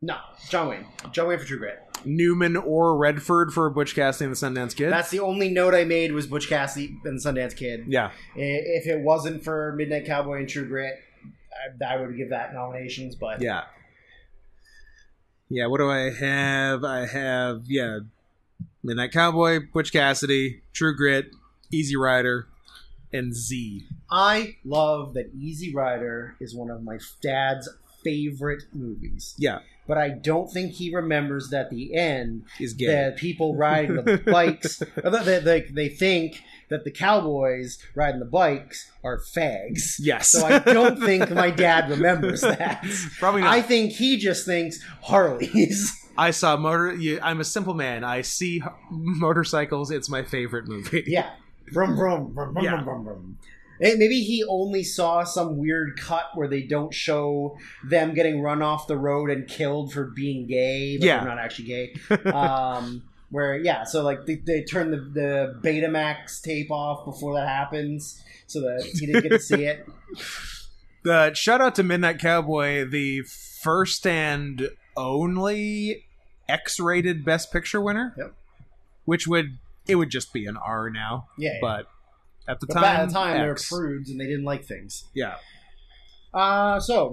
S1: No, John Wayne. John Wayne for True Grit.
S2: Newman or Redford for Butch Cassidy and the Sundance Kid.
S1: That's the only note I made was Butch Cassidy and Sundance Kid.
S2: yeah.
S1: I- If it wasn't for Midnight Cowboy and True Grit, I, I would give that nominations. But
S2: Yeah. Yeah, what do I have? I have, yeah, Midnight Cowboy, Butch Cassidy, True Grit, Easy Rider, and Z.
S1: I love that Easy Rider is one of my dad's favorite movies.
S2: Yeah,
S1: But I don't think he remembers that the end
S2: is
S1: the
S2: gay.
S1: people riding the bikes. or that they, they, they think that the cowboys riding the bikes are fags.
S2: Yes.
S1: So I don't think my dad remembers that.
S2: Probably not.
S1: I think he just thinks Harley's.
S2: I saw motor. You, I'm a simple man. I see h- motorcycles. It's my favorite movie.
S1: yeah. Brum, brum, brum, brum,
S2: Yeah.
S1: brum, brum, brum. Hey, Maybe he only saw some weird cut where they don't show them getting run off the road and killed for being gay, but
S2: Yeah.
S1: they're not actually gay. um, where yeah, so like they, they turn the, the Betamax tape off before that happens, so that he didn't get to see it.
S2: Uh, shout out to Midnight Cowboy, the first and only X-rated Best Picture winner.
S1: Yep.
S2: Which would it would just be an R now,
S1: Yeah, yeah.
S2: but at the
S1: but
S2: time,
S1: by the time they're
S2: X.
S1: prudes and they didn't like things.
S2: yeah,
S1: Uh, so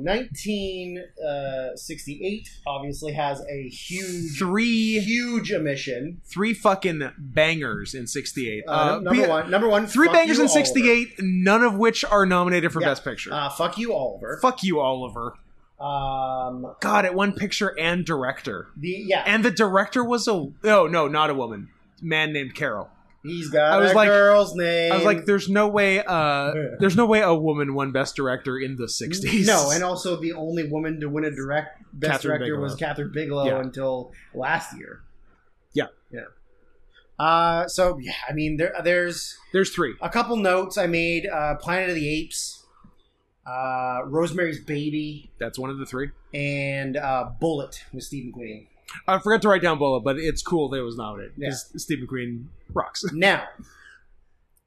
S1: 1968 obviously has a huge,
S2: three
S1: huge omission.
S2: three fucking bangers in '68.
S1: Uh, number
S2: be-
S1: one, number one,
S2: three
S1: fuck
S2: bangers
S1: you,
S2: in
S1: Oliver.
S2: '68, none of which are nominated for
S1: Yeah.
S2: Best Picture.
S1: Uh, fuck you, Oliver.
S2: Fuck you, Oliver.
S1: Um,
S2: God, it won picture and director,
S1: the yeah,
S2: and the director was a oh no, not a woman, man named Carol.
S1: he's got
S2: I was
S1: a
S2: like-
S1: girl's name.
S2: I was like, there's no way, uh,
S1: Yeah.
S2: there's no way a woman won Best Director in the '60s.
S1: no, and also the only woman to win a direct best
S2: Catherine
S1: director
S2: Bigelow.
S1: was Catherine Bigelow
S2: Yeah.
S1: until last year.
S2: Yeah.
S1: yeah. Uh, so yeah, I mean there, there's
S2: there's three.
S1: a couple notes I made. Uh, Planet of the Apes, uh, Rosemary's Baby,
S2: That's one of the three.
S1: and uh, Bullet with Stephen Queen.
S2: I forgot to write down Bullet, but it's cool that it was nominated
S1: Yeah.
S2: because Steve McQueen rocks.
S1: Now,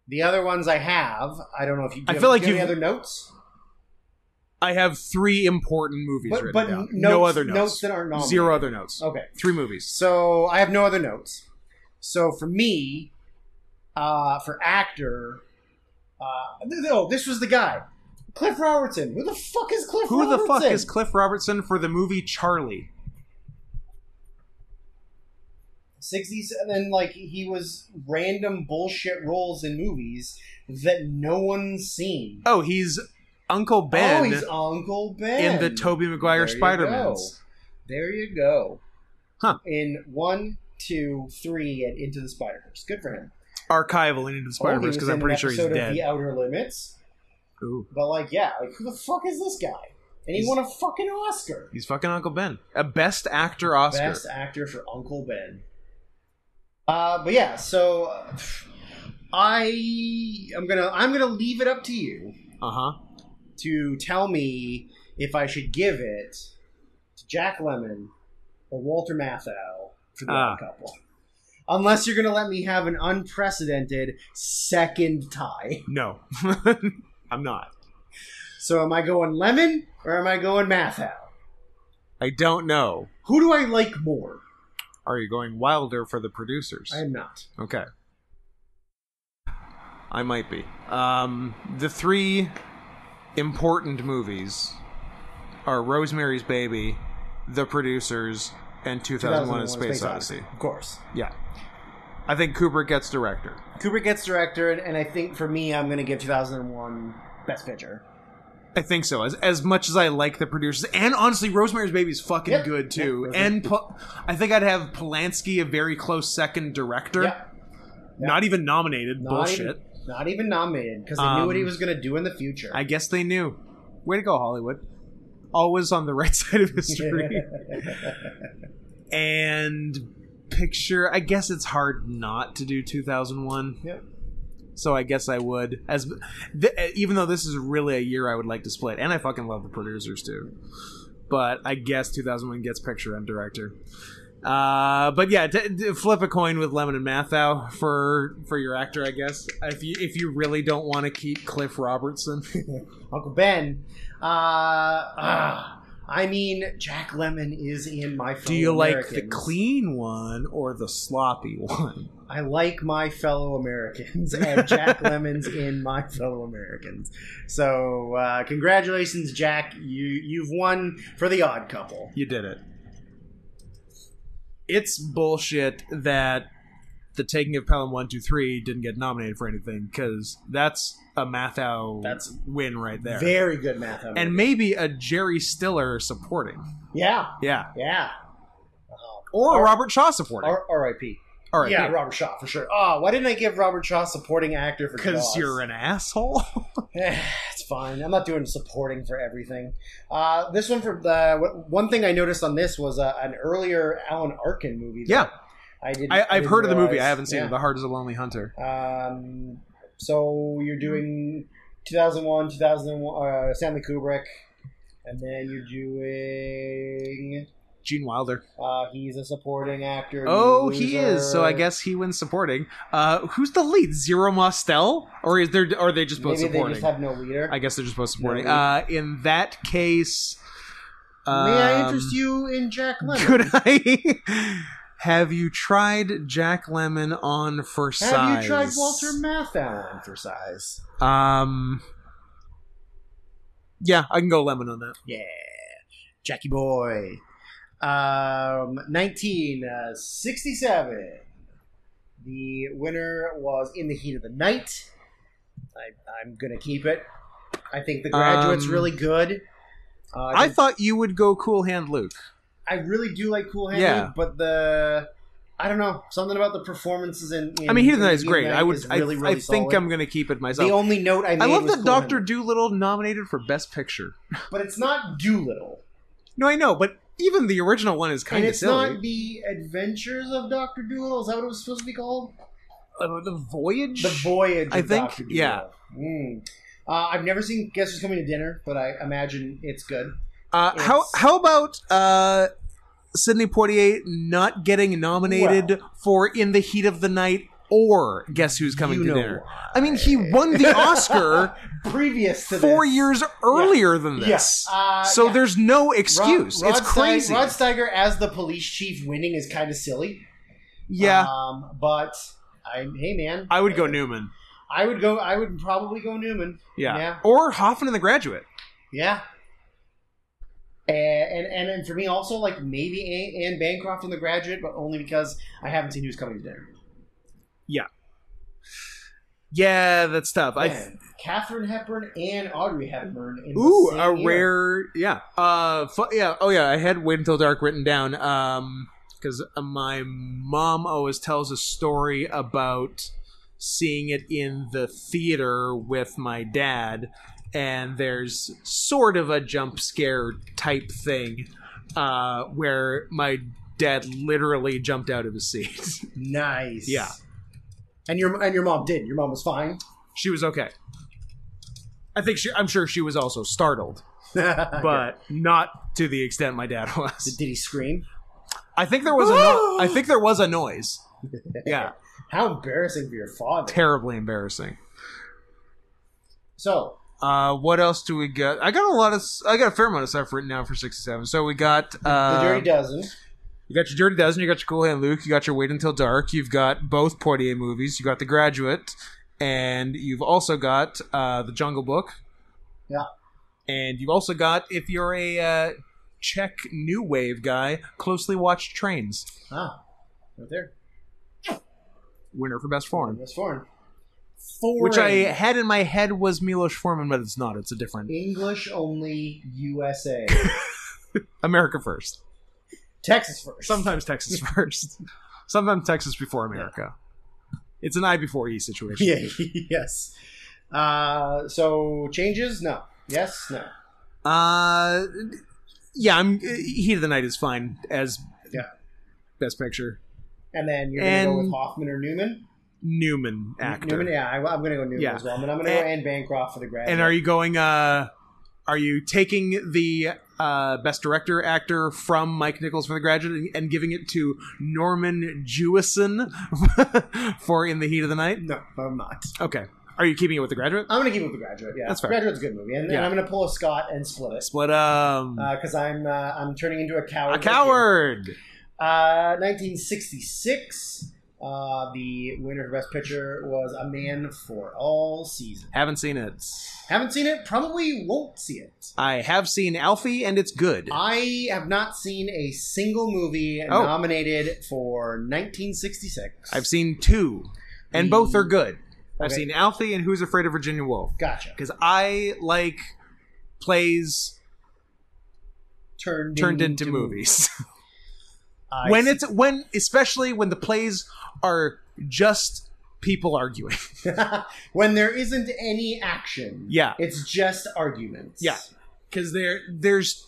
S1: the other ones I have, I don't know if you. do
S2: I
S1: you
S2: feel
S1: have-
S2: like
S1: do you have
S2: you've-
S1: any other notes.
S2: I have three important movies
S1: But,
S2: written
S1: but
S2: down.
S1: notes,
S2: no other notes.
S1: that aren't nominated.
S2: Zero other notes.
S1: Okay.
S2: Three movies.
S1: So I have no other notes. So for me, uh, for actor, uh, th- oh, this was the guy, Cliff Robertson. Who the fuck is Cliff?
S2: Who the
S1: Robertson?
S2: fuck is Cliff Robertson for the movie Charlie?
S1: Sixties, and then like he was random bullshit roles in movies that no one's seen.
S2: Oh, he's Uncle
S1: oh,
S2: Ben
S1: he's Uncle Ben
S2: in the Tobey
S1: There
S2: Maguire
S1: you
S2: Spider-Mans.
S1: go. There you go.
S2: Huh.
S1: In one, two, three, and into the Spider Verse. Good for him.
S2: Archival and Into the
S1: Oh, he
S2: Spider-Verse
S1: was
S2: because
S1: in
S2: I'm
S1: an
S2: pretty sure he's
S1: episode of
S2: dead.
S1: The Outer Limits.
S2: Ooh.
S1: But like, yeah, like who the fuck is this guy? And he
S2: He's-
S1: won a fucking Oscar.
S2: He's fucking Uncle Ben. A Best Actor Oscar.
S1: Best actor for Uncle Ben. Uh, but yeah, so uh, I I'm gonna I'm gonna leave it up to you
S2: Uh huh.
S1: to tell me if I should give it to Jack Lemon or Walter Matthau for the
S2: Ah.
S1: odd couple. Unless you're gonna let me have an unprecedented second tie.
S2: No, I'm not.
S1: So am I going Lemon or am I going Matthau?
S2: I don't know.
S1: Who do I like more?
S2: Are you going Wilder for the producers?
S1: I am not.
S2: okay. I might be. Um, the three important movies are Rosemary's Baby, The Producers, and 2001: A Space, Odyssey.
S1: Of course.
S2: Yeah, I think Kubrick gets director.
S1: Kubrick gets director, and, and I think for me, I'm going to give 2001 Best Picture.
S2: I think so. As as much as I like the producers, and honestly, Rosemary's Baby is fucking
S1: Yep.
S2: good too.
S1: Yep.
S2: and Po- I think I'd have Polanski a very close second director.
S1: Yeah.
S2: Not even nominated.
S1: Not
S2: Bullshit.
S1: Even, not even nominated because they knew what he
S2: Um,
S1: was going to do in the future.
S2: I guess they knew. Way to go, Hollywood. Always on the right side of history. and picture. I guess it's hard not to do 2001.
S1: Yep.
S2: So I guess I would. As th- even though this is really a year I would like to split, and I fucking love the producers too. But I guess 2001 gets picture and director. Uh, but yeah, d- d- flip a coin with Lemon and Mathau for for your actor, I guess. If you if you really don't want to keep Cliff Robertson,
S1: Uncle Ben. Uh, ah, I mean, Jack Lemon is in my. Fellow
S2: do you like the
S1: Americans.
S2: clean one or the sloppy one?
S1: I like my fellow Americans, and Jack Lemon's in my fellow Americans. So, uh, congratulations, Jack. You you've won for the Odd Couple.
S2: You did it. It's bullshit that the taking of Pelham One Two Three didn't get nominated for anything because that's a Mathau
S1: That's
S2: win right there,
S1: Very good math. Emily.
S2: and maybe a Jerry Stiller supporting.
S1: yeah,
S2: Yeah,
S1: yeah.
S2: or a
S1: Or-
S2: Robert Shaw supporting.
S1: R- R.I.P.
S2: All right,
S1: yeah, Robert Shaw for sure. Oh, why didn't I give Robert Shaw supporting actor for?
S2: because you're an asshole.
S1: it's fine. I'm not doing supporting for everything. Uh, this one for the one thing I noticed on this was uh, an earlier Alan Arkin movie. that
S2: yeah,
S1: I did.
S2: I, I've heard of the movie. I haven't seen it. The Heart is a Lonely Hunter.
S1: Um, so you're doing 2001, 2001, uh, Stanley Kubrick, and then you're doing.
S2: Gene Wilder.
S1: Uh, he's a supporting actor.
S2: Oh,
S1: he's a
S2: he
S1: loser.
S2: is. So I guess he wins supporting. Uh, who's the lead? Zero Mostel, or is there? Or are they just both
S1: maybe they
S2: supporting?
S1: just have no leader.
S2: I guess they're just both supporting.
S1: lead.
S2: Uh, in that case,
S1: May I
S2: um,
S1: interest you in Jack Lemmon?
S2: Could I? have you tried Jack Lemon on for
S1: have
S2: size?
S1: you tried Walter Matthau for size?
S2: Um. Yeah, I can go lemon on that.
S1: Yeah, Jackie Boy. Um, 1967. The winner was In the Heat of the Night. I, I'm going to keep it. I think The Graduate's
S2: Um,
S1: really good. Uh, I,
S2: I
S1: think-
S2: thought you would go Cool Hand Luke.
S1: I really do like Cool Hand
S2: Yeah.
S1: Luke, but the. I don't know. Something about the performances in. in
S2: I mean, Heat of the
S1: in
S2: Night is
S1: Heat
S2: great. I would.
S1: is really,
S2: I,
S1: really
S2: I think
S1: solid.
S2: I'm going to keep it myself.
S1: The only note I made
S2: I love
S1: was
S2: that
S1: Cool Hand
S2: Doctor
S1: Luke.
S2: Doolittle nominated for Best Picture.
S1: But it's not Doolittle.
S2: No, I know, but even the original one is kind
S1: and
S2: of
S1: it's
S2: silly.
S1: not The Adventures of Doctor Doolittle. Is that what it was supposed to be called?
S2: Uh, the Voyage.
S1: The Voyage.
S2: I
S1: of
S2: think,
S1: Dr.
S2: yeah.
S1: Doolittle. Mm. Uh, I've never seen Guess Who's Coming to Dinner, but I imagine it's good.
S2: uh, how
S1: Yes.
S2: how about uh, Sidney Poitier not getting nominated for In the Heat of the Night or Guess Who's Coming
S1: You
S2: to
S1: know
S2: Dinner?
S1: why.
S2: I mean, he won the Oscar
S1: Previous to
S2: four
S1: this,
S2: years earlier than
S1: Yeah.
S2: this.
S1: Uh,
S2: so
S1: yeah.
S2: there's no
S1: Rod-
S2: excuse.
S1: Rod
S2: it's
S1: Steig-
S2: crazy.
S1: Rod Steiger as the police chief winning is kind of silly.
S2: yeah,
S1: Um, but I, hey man,
S2: I would go Newman.
S1: I would go. I would probably go Newman.
S2: Yeah.
S1: Yeah.
S2: or Hoffman in The Graduate.
S1: Yeah. And, and and and for me also like maybe A- Anne Bancroft in The Graduate, but only because I haven't seen Who's Coming to Dinner.
S2: Yeah, that's tough. I
S1: Man, Catherine Hepburn and Audrey Hepburn. In the
S2: Ooh,
S1: same
S2: a
S1: year.
S2: rare, yeah. Uh, fu- yeah. Oh, yeah. I had Wait Until Dark written down. Um, because my mom always tells a story about seeing it in the theater with my dad, and there's sort of a jump scare type thing, uh, where my dad literally jumped out of his seat.
S1: Nice.
S2: Yeah.
S1: And your and your mom did. Your mom was fine.
S2: she was okay. I think she. I'm sure she was also startled,
S1: but
S2: but not to the extent my dad was.
S1: did he scream?
S2: I think there was a no- I think there was a noise. Yeah,
S1: How embarrassing for your father.
S2: terribly embarrassing.
S1: So
S2: Uh, what else do we got? I got a lot of s- I got a fair amount of stuff written down for sixty seven. So we got
S1: the
S2: uh,
S1: Dirty Dozen.
S2: you got your Dirty Dozen, you got your Cool Hand Luke, you got your Wait Until Dark, you've got both Poitier movies, you got The Graduate, and you've also got uh, The Jungle Book.
S1: Yeah.
S2: and you've also got if you're a uh, Czech new wave guy, closely watched trains
S1: Ah, right there.
S2: winner for best foreign.
S1: That's foreign. Foreign.
S2: which I had in my head was Milos Forman, but it's not. It's a different
S1: English only USA.
S2: America first.
S1: Texas first.
S2: Sometimes Texas first. Sometimes Texas before America. It's an I before E situation.
S1: Yeah. yes. Uh, so changes? No. Yes. No.
S2: Uh, yeah. I'm uh, Heat of the Night is fine as
S1: Yeah.
S2: best picture.
S1: And then you're gonna go with
S2: And-
S1: Hoffman or Newman.
S2: Newman actor.
S1: Newman, yeah, I, am going to go Newman
S2: Yeah.
S1: as well. But I'm going to go
S2: And-
S1: Anne Bancroft for the grad.
S2: And are you going? Uh, are you taking the uh, best director actor from Mike Nichols for The Graduate and, and giving it to Norman Jewison for In the Heat of the Night?
S1: No, I'm not.
S2: Okay. Are you keeping it with the graduate?
S1: I'm going to keep it with the graduate. Yeah,
S2: That's fair.
S1: Graduate's a good movie, and,
S2: Yeah.
S1: and I'm going to pull a Scott and split it
S2: Split um
S1: because I'm uh, I'm turning into a coward.
S2: a
S1: this year.
S2: coward.
S1: Uh, 1966. Uh, the winner for Best Picture was A Man for All Season.
S2: Haven't seen it.
S1: Haven't seen it. Probably won't see it.
S2: I have seen Alfie and it's good.
S1: I have not seen a single movie
S2: Oh.
S1: nominated for 1966.
S2: I've seen two. And both are good. I've
S1: Okay.
S2: seen Alfie and Who's Afraid of Virginia Woolf.
S1: gotcha.
S2: Because I like plays
S1: Turned
S2: turned into
S1: movies.
S2: movies.
S1: I
S2: when
S1: see.
S2: it's when especially when the plays are just people arguing.
S1: when there isn't any action.
S2: Yeah.
S1: It's just arguments.
S2: Yeah. Because there there's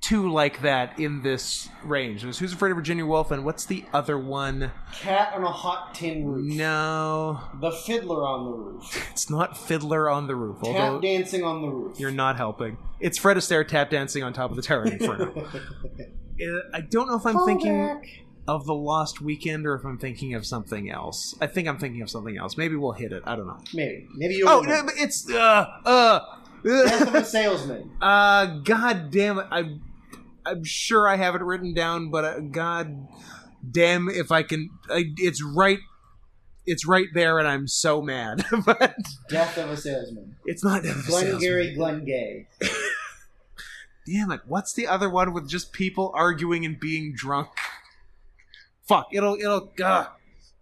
S2: two like that in this range. It was Who's Afraid of Virginia Woolf and what's the other one?
S1: Cat on a hot tin roof.
S2: No,
S1: The fiddler on the roof.
S2: it's not Fiddler on the Roof.
S1: Tap
S2: Although
S1: dancing on the roof.
S2: you're not helping. It's Fred Astaire tap dancing on top of the Tower of Inferno. Uh, I don't know if I'm thinking of the Lost Weekend or if I'm thinking of something else. I think I'm thinking of something else. Maybe we'll hit it. I don't know.
S1: Maybe. Maybe you'll.
S2: Oh, no,
S1: remember.
S2: but it's uh uh.
S1: Death of
S2: uh,
S1: a salesman.
S2: uh god damn it. I'm I'm sure I have it written down, but uh, god damn if I can I, it's right it's right there and I'm so mad. but
S1: Death of a salesman.
S2: it's not Death of a Salesman.
S1: Glengarry Glen Gay.
S2: Damn it. What's the other one with just people arguing and being drunk? Fuck, it'll it'll uh,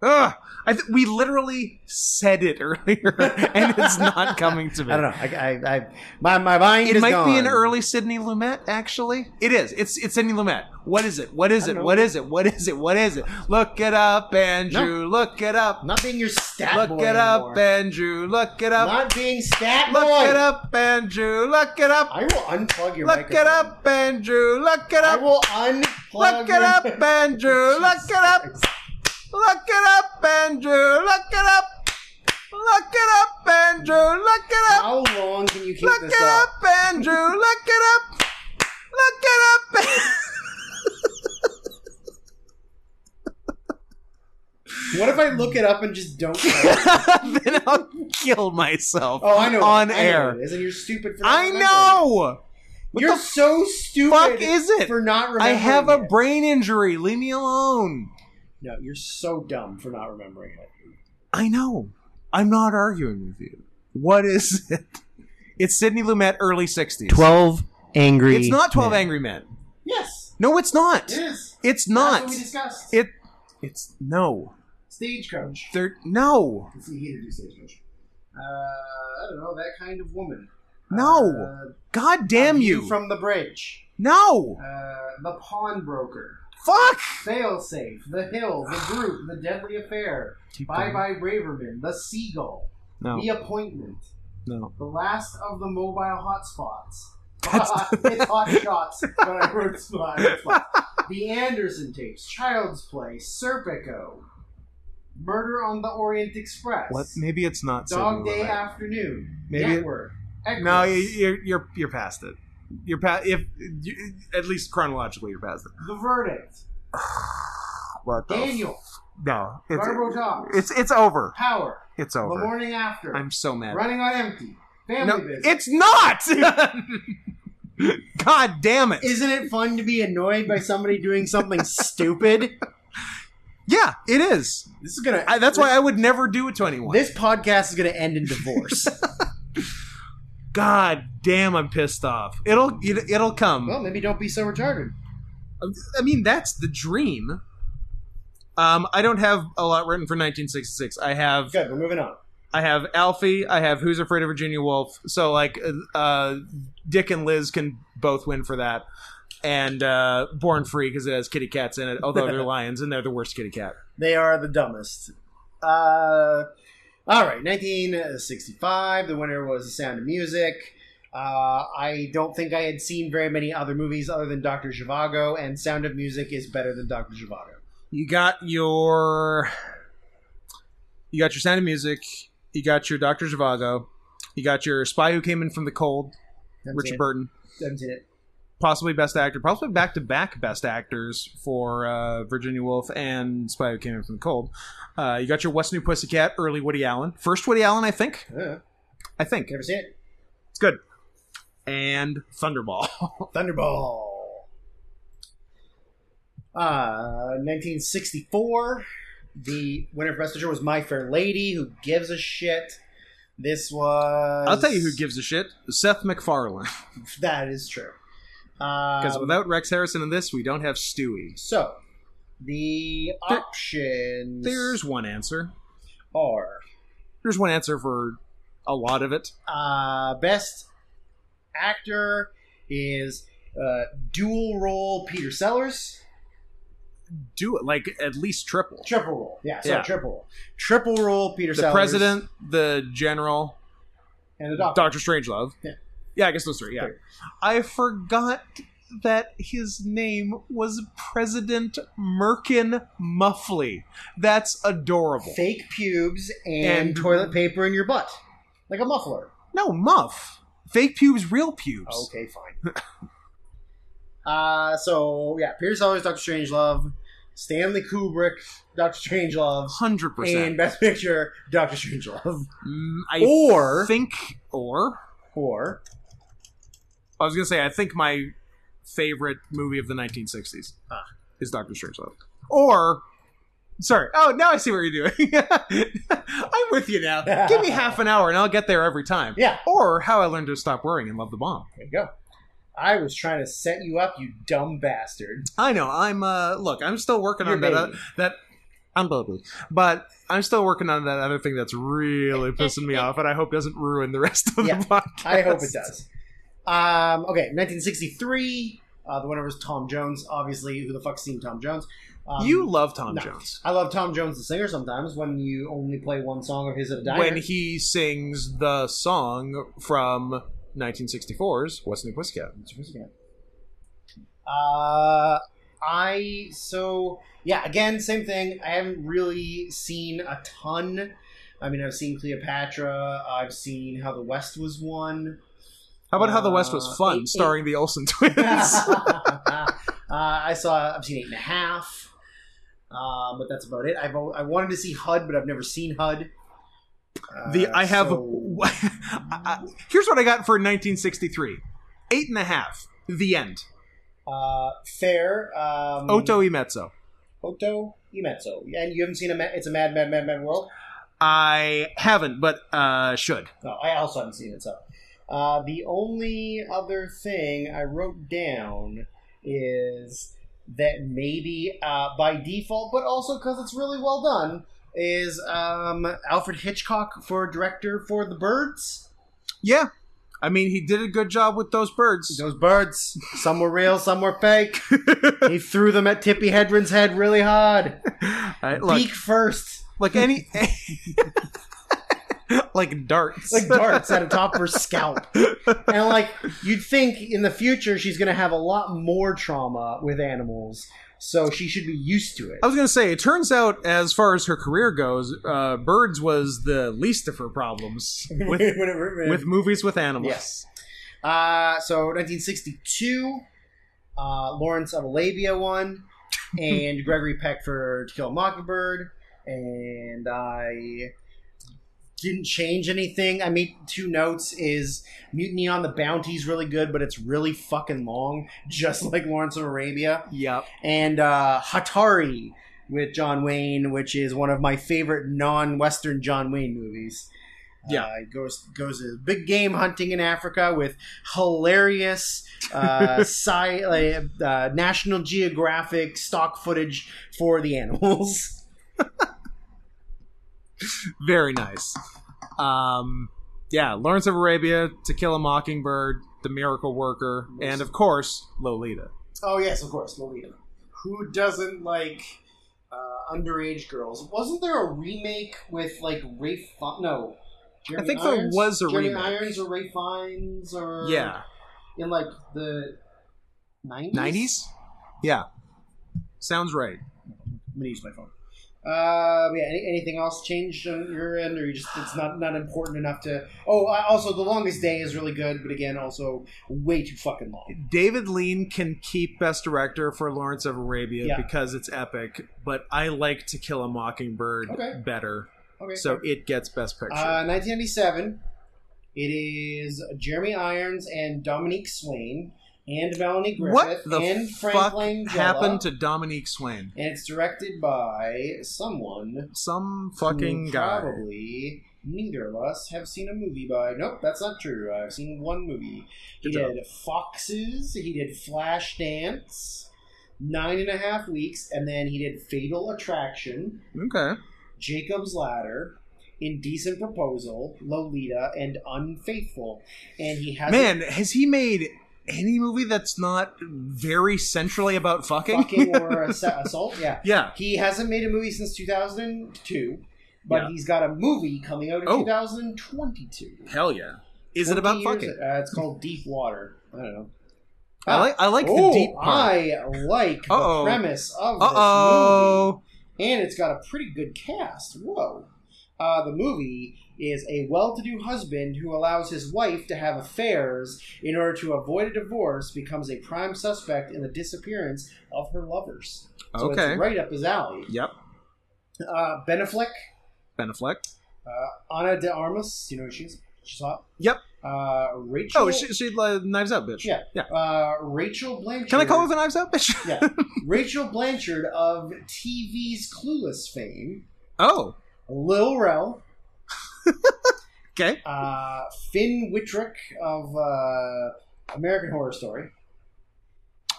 S2: uh, I th- we literally said it earlier and it's not coming to me.
S1: I don't know. I, I, I my my mind
S2: It
S1: is
S2: might be an
S1: gone.
S2: early Sidney Lumet, actually. It is. It's it's Sidney Lumet. What is it? What is
S1: I
S2: it?
S1: don't
S2: What is it? What is it? What is it? Look it up, Andrew. Look it up.
S1: Not being your stat boy
S2: Look it up,
S1: anymore.
S2: Andrew. Look it up.
S1: Not being stat boy.
S2: Look it up, Andrew. Look it up.
S1: I will unplug your
S2: Look
S1: microphone.
S2: it up, Andrew. Look it
S1: I
S2: up.
S1: will unplug.
S2: Look it
S1: your-
S2: up, Andrew. Look it up. Look it up, Andrew. Look it up. Look it up, Andrew. Look it up.
S1: How long can you keep
S2: Look
S1: this
S2: it
S1: up?
S2: up, Andrew. Look it up. Look it up.
S1: What if I look it up and just don't? know?
S2: then I'll kill myself
S1: Oh, I know.
S2: on
S1: I know
S2: air.
S1: it is, and you're stupid for. Not
S2: I
S1: remembering.
S2: know. What
S1: you're
S2: the
S1: so stupid.
S2: fuck is it?
S1: for not
S2: I
S1: remembering?
S2: have a
S1: it.
S2: brain injury. Leave me alone.
S1: No, you're so dumb for not remembering it.
S2: I know. I'm not arguing with you. What is it? It's Sidney Lumet, early 60s.
S1: Twelve angry.
S2: It's not 12 Angry Men.
S1: Yes,
S2: No, it's not.
S1: it is.
S2: It's
S1: That's
S2: not.
S1: what we discussed.
S2: It. It's no.
S1: Stagecoach.
S2: There. No.
S1: Let's see, he did do stagecoach. Uh, I don't know that kind of woman.
S2: No.
S1: Uh,
S2: God damn
S1: A View
S2: you.
S1: From the bridge.
S2: no.
S1: Uh, the pawnbroker.
S2: Fuck.
S1: Failsafe. The hill. The group. The deadly affair.
S2: Keep
S1: Bye
S2: going.
S1: bye Braverman. The seagull.
S2: No.
S1: The appointment.
S2: No.
S1: The last of the mobile hotspots.
S2: That's-
S1: it's hot shots, but I wrote spot. hotspots. The Anderson tapes, Child's Play, Serpico, Murder on the Orient Express,
S2: What? Maybe it's not.
S1: Dog
S2: Sidney
S1: Day
S2: Lumet.
S1: Afternoon,
S2: Maybe it-
S1: Network, Equus,
S2: No, you- you're you're you're past it. You're past if you, at least chronologically you're past it.
S1: The Verdict,
S2: What
S1: Daniel,
S2: No,
S1: Garbo
S2: Oh, it's,
S1: Talks,
S2: it's it's over.
S1: Power,
S2: It's
S1: The
S2: over.
S1: Morning After,
S2: I'm so mad.
S1: Running on Empty, Family
S2: No,
S1: Business.
S2: it's not. God damn it!
S1: Isn't it fun to be annoyed by somebody doing something stupid?
S2: Yeah, it is.
S1: This is gonna.
S2: I, that's why I would never do it to anyone.
S1: This podcast is going to end in divorce.
S2: God damn, I'm pissed off. It'll it, it'll come.
S1: well, maybe don't be so retarded.
S2: I mean, that's the dream. Um, I don't have a lot written for 1966. I have
S1: Good, we're moving on.
S2: I have Alfie. I have Who's Afraid of Virginia Woolf. So like, uh, Dick and Liz can both win for that, and uh, Born Free because it has kitty cats in it. Although they're lions and they're the worst kitty cat.
S1: They are the dumbest. Uh, all right, 1965. The winner was The Sound of Music. Uh, I don't think I had seen very many other movies other than Doctor Zhivago, and Sound of Music is better than Doctor Zhivago.
S2: You got your, you got your Sound of Music. You got your Doctor Zhivago. You got your Spy Who Came In From the Cold.
S1: Haven't
S2: Richard
S1: seen
S2: Burton.
S1: it. Haven't seen it.
S2: possibly best actor, possibly back to back best actors for uh, Virginia Woolf and Spy Who Came In From the Cold. Uh, you got your West New Pussycat, early Woody Allen, first Woody Allen, I think.
S1: Uh,
S2: I think
S1: never seen it.
S2: it's good. And Thunderball.
S1: Thunderball. Uh, 1964. The winner for Best Picture was My Fair Lady. Who gives a shit? This was.
S2: I'll tell you who gives a shit: Seth MacFarlane.
S1: That is true.
S2: Because
S1: Um,
S2: without Rex Harrison in this, we don't have Stewie.
S1: so the
S2: There-
S1: options
S2: There's one answer.
S1: are
S2: There's one answer for a lot of it.
S1: uh, best actor is uh, dual role Peter Sellers,
S2: Do it like at least triple.
S1: triple role, yeah, so
S2: Yeah.
S1: triple role, triple role Peter
S2: The
S1: Sellers,
S2: president, the general,
S1: and the doctor.
S2: Doctor Strangelove.
S1: Yeah.
S2: Yeah, I guess those three. Yeah,
S1: Three.
S2: I forgot that his name was President Merkin Muffley. That's adorable.
S1: Fake pubes and,
S2: And-
S1: toilet paper in your butt, like a muffler.
S2: No, muff. Fake pubes, real pubes.
S1: Okay, fine. uh, so yeah, Peter Sellers, Doctor Strangelove, Stanley Kubrick, Doctor Strangelove,
S2: 100%.
S1: and Best Picture, Doctor Strangelove,
S2: Mm, I
S1: or
S2: think, or,
S1: or
S2: I was going to say, I think my favorite movie of the 1960s
S1: Ah.
S2: is Doctor Strangelove. Or, sorry, oh, now I see what you're doing. I'm with you now. Give me half an hour and I'll get there every time.
S1: yeah,
S2: Or How I Learned to Stop Worrying and Love the Bomb.
S1: there you go. I was trying to set you up, you dumb bastard.
S2: I know. I'm uh look, I'm still working
S1: You're
S2: on that
S1: baby.
S2: oth- that I'm baby. But I'm still working on that other thing that's really pissing me off and I hope doesn't ruin the rest of
S1: Yeah,
S2: the podcast.
S1: I hope it does. Um, okay, 1963. Uh, the winner was Tom Jones. Obviously, who the fuck's seen Tom Jones? Um,
S2: you love Tom
S1: no.
S2: Jones.
S1: I love Tom Jones, the singer. Sometimes when you only play one song of his at a diner.
S2: When he sings the song from 1964's What's New Pussycat.
S1: Uh, I so yeah. Again, same thing. I haven't really seen a ton. I mean, I've seen Cleopatra. I've seen How the West Was Won.
S2: How about How the West Was
S1: Uh,
S2: Fun,
S1: eight- eight-
S2: starring the Olsen
S1: uh,
S2: twins?
S1: I saw. I've seen Eight and a Half. Um, but that's about it. I've al- I wanted to see HUD, but I've never seen HUD. Uh,
S2: the I have
S1: so-
S2: I- I- here's what I got for 1963. Eight and a half. The end.
S1: uh, fair. Um,
S2: Oto Imetso.
S1: Oto Imetso, and you haven't seen a. Ma- it's a Mad Mad Mad Mad World.
S2: I haven't, but uh, should.
S1: No, I also haven't seen it. So, uh, the only other thing I wrote down is that maybe uh, by default, but also because it's really well done, is um, Alfred Hitchcock for director for The Birds.
S2: Yeah. I mean, he did a good job with those birds.
S1: Those birds, some were real, some were fake. he threw them at Tippy Hedren's head really hard,
S2: I- like,
S1: beak first,
S2: like any. like darts.
S1: like darts at the top of her scalp. and like you'd think in the future she's going to have a lot more trauma with animals so she should be used to it
S2: I was going to say, it turns out, as far as her career goes, uh, birds was the least of her problems with,
S1: Whatever.
S2: with movies with animals.
S1: Yes. uh, so 1962 uh, lawrence of arabia won and gregory peck for to kill a mockingbird and i didn't change anything i made two notes is mutiny on the bounty's really good but it's really fucking long just like lawrence of arabia
S2: Yep.
S1: and uh, Hatari with John Wayne, which is one of my favorite non-Western John Wayne movies.
S2: Yeah.
S1: uh, it goes goes to big game hunting in Africa with hilarious uh, sci- like, uh, National Geographic stock footage for the animals.
S2: Very nice. Um, yeah, Lawrence of Arabia, To Kill a Mockingbird, The Miracle Worker, and of course, Lolita.
S1: Oh yes, of course, Lolita. Who doesn't like uh, underage girls? Wasn't there a remake with like Ray? Fi- no, Jeremy
S2: think there
S1: Irons?
S2: was a
S1: Jeremy
S2: remake.
S1: Irons or Ray Fiennes or
S2: Yeah.
S1: in like the nineties.
S2: 90s? Yeah. Sounds right.
S1: I'm gonna use my phone. Uh, yeah. Any, anything else changed on your end, or you just it's not not important enough to? Oh, I, also, the longest day is really good, but again, also way too fucking long.
S2: David Lean can keep Best Director for Lawrence of Arabia
S1: Yeah.
S2: because it's epic, but I like To Kill a Mockingbird
S1: Okay.
S2: better,
S1: Okay.
S2: so it gets Best Picture.
S1: Uh, 1997. It is Jeremy Irons and Dominique Swain and Melanie Griffith
S2: what the
S1: and
S2: fuck
S1: Frank Langella.
S2: happened to Dominique Swain?
S1: And it's directed by someone
S2: Some fucking
S1: who
S2: guy.
S1: Mm, probably neither of us have seen a movie by. Nope, that's not true. I've seen one movie. He
S2: Good job.
S1: did Foxes. He did Flashdance. Nine and a half weeks, and then he did Fatal Attraction.
S2: Okay.
S1: Jacob's Ladder, Indecent Proposal, Lolita, and Unfaithful. And he has
S2: Man, has he made any movie that's not very centrally about fucking?
S1: fucking or ass- assault. Yeah,
S2: yeah.
S1: he hasn't made a movie since 2002, but
S2: Yeah.
S1: he's got a movie coming out in
S2: Oh.
S1: 2022.
S2: Hell yeah. Is it about
S1: 20 years-
S2: fucking?
S1: Uh, it's called Deep Water. I don't know.
S2: I like I like
S1: oh,
S2: the deep part.
S1: I like the
S2: Uh-oh.
S1: premise of
S2: Uh
S1: this
S2: oh.
S1: movie, and it's got a pretty good cast. Whoa! Uh, the movie is a well-to-do husband who allows his wife to have affairs in order to avoid a divorce becomes a prime suspect in the disappearance of her lovers. So
S2: Okay.
S1: it's right up his alley.
S2: Yep.
S1: Uh, ben Affleck,
S2: Ben Affleck.
S1: uh, Ana de Armas, you know who she is? She's hot.
S2: Yep.
S1: Uh, Rachel.
S2: Oh, she, she uh, knives out, bitch.
S1: Yeah.
S2: Yeah.
S1: uh, Rachel Blanchard.
S2: Can I call her the knives out, bitch?
S1: yeah. Rachel Blanchard of TV's Clueless fame,
S2: Oh.
S1: Lil Rel,
S2: Okay.
S1: uh, Finn Wittrick of uh, American Horror Story,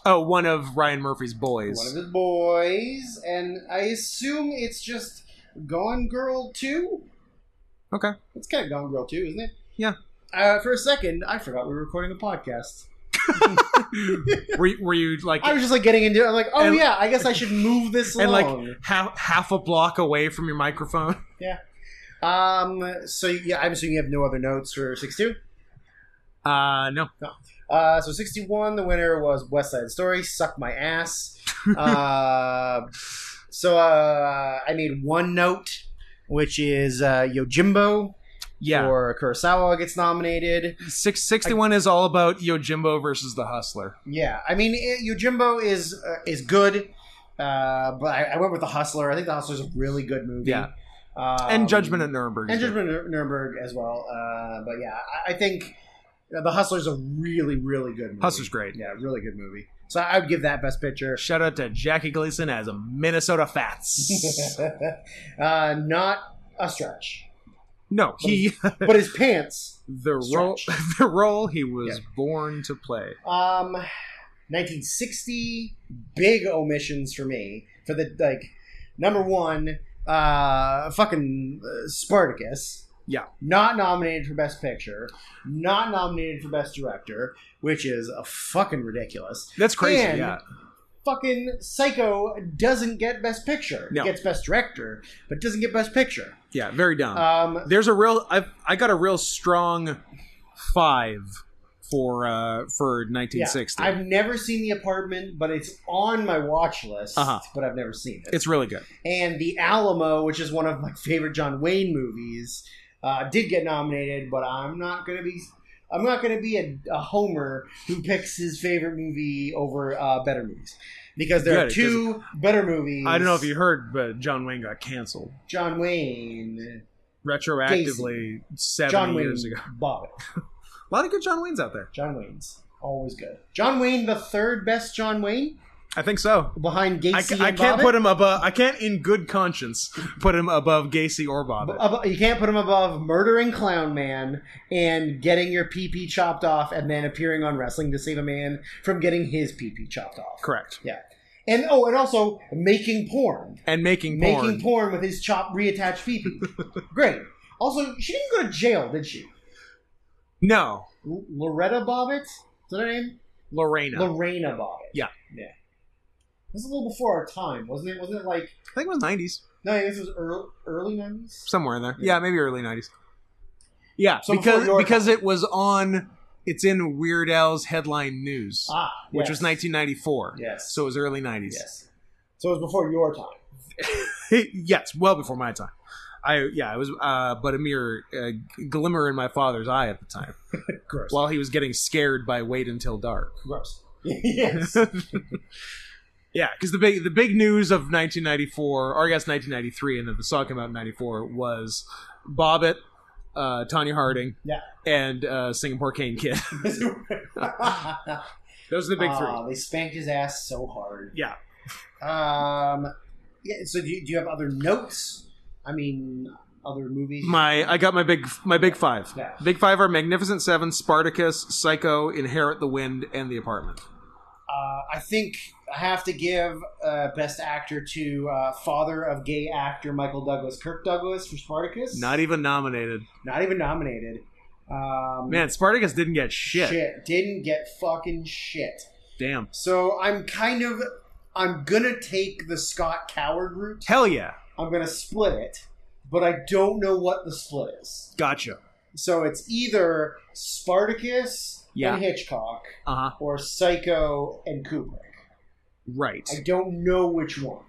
S2: Oh, one of Ryan Murphy's boys.
S1: one of his boys, and I assume it's just Gone Girl 2?
S2: Okay.
S1: It's kind of Gone Girl 2, isn't it?
S2: Yeah.
S1: Uh, for a second, I forgot we were recording a podcast.
S2: were, you, were you like
S1: I was just like getting into it. I'm like, oh
S2: And-
S1: yeah, I guess I should move this
S2: and like
S1: along.
S2: half half a block away from your microphone?
S1: um, so yeah, I'm assuming you have no other notes for 62.
S2: Uh, no.
S1: Uh, so 61, the winner was West Side Story, Suck My Ass. uh, so uh, I made one note, which is uh, Yojimbo
S2: Yeah.
S1: or Kurosawa gets nominated.
S2: Six, 61 is all about Yojimbo versus the Hustler.
S1: Yeah, I mean, it, Yojimbo is, uh, is good, uh, but I, I went with The Hustler. I think The Hustler's a really good movie.
S2: Yeah.
S1: Um,
S2: And Judgment at Nuremberg.
S1: And Judgment at Nuremberg as well. Uh, but yeah, I, I think uh, The Hustler's a really, really good movie.
S2: Hustler's great.
S1: Yeah, really good movie. So I would give that Best Picture.
S2: Shout out to Jackie Gleason as a Minnesota Fats.
S1: uh, not a stretch,
S2: no, he
S1: but his pants.
S2: the role
S1: Stretch.
S2: the role he was
S1: Yeah.
S2: born to play.
S1: Um, 1960 big omissions for me for the like number one uh fucking uh, Spartacus.
S2: Yeah.
S1: Not nominated for best picture. Not nominated for best director, which is uh, fucking ridiculous.
S2: That's crazy.
S1: And-
S2: yeah,
S1: Fucking Psycho doesn't get best picture.
S2: No.
S1: It gets best director, but doesn't get best picture.
S2: yeah, very dumb.
S1: Um,
S2: There's a real I I got a real strong five for uh for 1960.
S1: I've never seen The Apartment, but it's on my watch list,
S2: Uh-huh.
S1: but I've never seen it.
S2: it's really good.
S1: and The Alamo, which is one of my favorite John Wayne movies, uh, did get nominated, but I'm not going to be. I'm not going to be a, a homer who picks his favorite movie over uh, better movies because there are
S2: Good,
S1: two better movies.
S2: I don't know if you heard, but John Wayne got canceled
S1: John Wayne,
S2: retroactively seven
S1: John Wayne,
S2: years ago.
S1: Bob,
S2: A lot of good John Waynes out there.
S1: John Wayne's always good. John Wayne, the third best John Wayne
S2: I think so.
S1: behind
S2: I,
S1: Gacy.
S2: ca- I
S1: and
S2: can't
S1: Bobbitt.
S2: put him above. I can't, in good conscience, put him above Gacy or Bobbitt.
S1: Abo- You can't put him above murdering Clown Man and getting your PP chopped off and then appearing on wrestling to save a man from getting his PP chopped off.
S2: Correct.
S1: Yeah. And oh, and also making porn.
S2: And making porn.
S1: Making porn with his chopped, reattached PP. Great. Also, she didn't go to jail, did she?
S2: No,
S1: L- Loretta Bobbitt? Is that her name?
S2: Lorena.
S1: Lorena Bobbitt.
S2: Yeah.
S1: Yeah. This is a little before our time, wasn't it? Wasn't it like.
S2: I think it was 90s,
S1: No, this was early, early 90s?
S2: somewhere in there.
S1: Yeah.
S2: Yeah, maybe early 90s. Yeah,
S1: So before
S2: because
S1: your
S2: because it was on. It's in Weird Al's headline news,
S1: Ah,
S2: which
S1: yes.
S2: was 1994.
S1: Yes.
S2: So it was early 90s.
S1: Yes. So it was before your time.
S2: yes, well before my time. I yeah, I was uh, but a mere uh, glimmer in my father's eye at the time,
S1: Gross.
S2: while he was getting scared by Wait Until Dark.
S1: Gross. yes.
S2: Yeah, because the big the big news of 1994, or I guess 1993, and then the song came out in 94 was Bobbitt, uh, Tanya Harding,
S1: Yeah.
S2: and uh, Singapore Cane Kid.
S1: the
S2: Those are the big three.
S1: Ah, They spanked his ass so hard.
S2: Yeah,
S1: Um, yeah, so do you, do you have other notes? I mean, other movies? Uh,
S2: my I got my big my big five.
S1: Yeah.
S2: Big five are Magnificent Seven, Spartacus, Psycho, Inherit the Wind, and The Apartment.
S1: Uh, I think I have to give uh, Best Actor to uh, father of gay actor Michael Douglas, Kirk Douglas for Spartacus.
S2: Not e- even nominated.
S1: Not even nominated. Um,
S2: Man, Spartacus didn't get shit.
S1: shit. Didn't get fucking shit.
S2: Damn.
S1: So I'm kind of I'm gonna take the Scott Coward route.
S2: Hell yeah.
S1: I'm gonna split it, but I don't know what the split is.
S2: Gotcha.
S1: So it's either Spartacus
S2: Yeah.
S1: and Hitchcock
S2: Uh huh.
S1: or Psycho and Kubrick.
S2: Right.
S1: I don't know which one.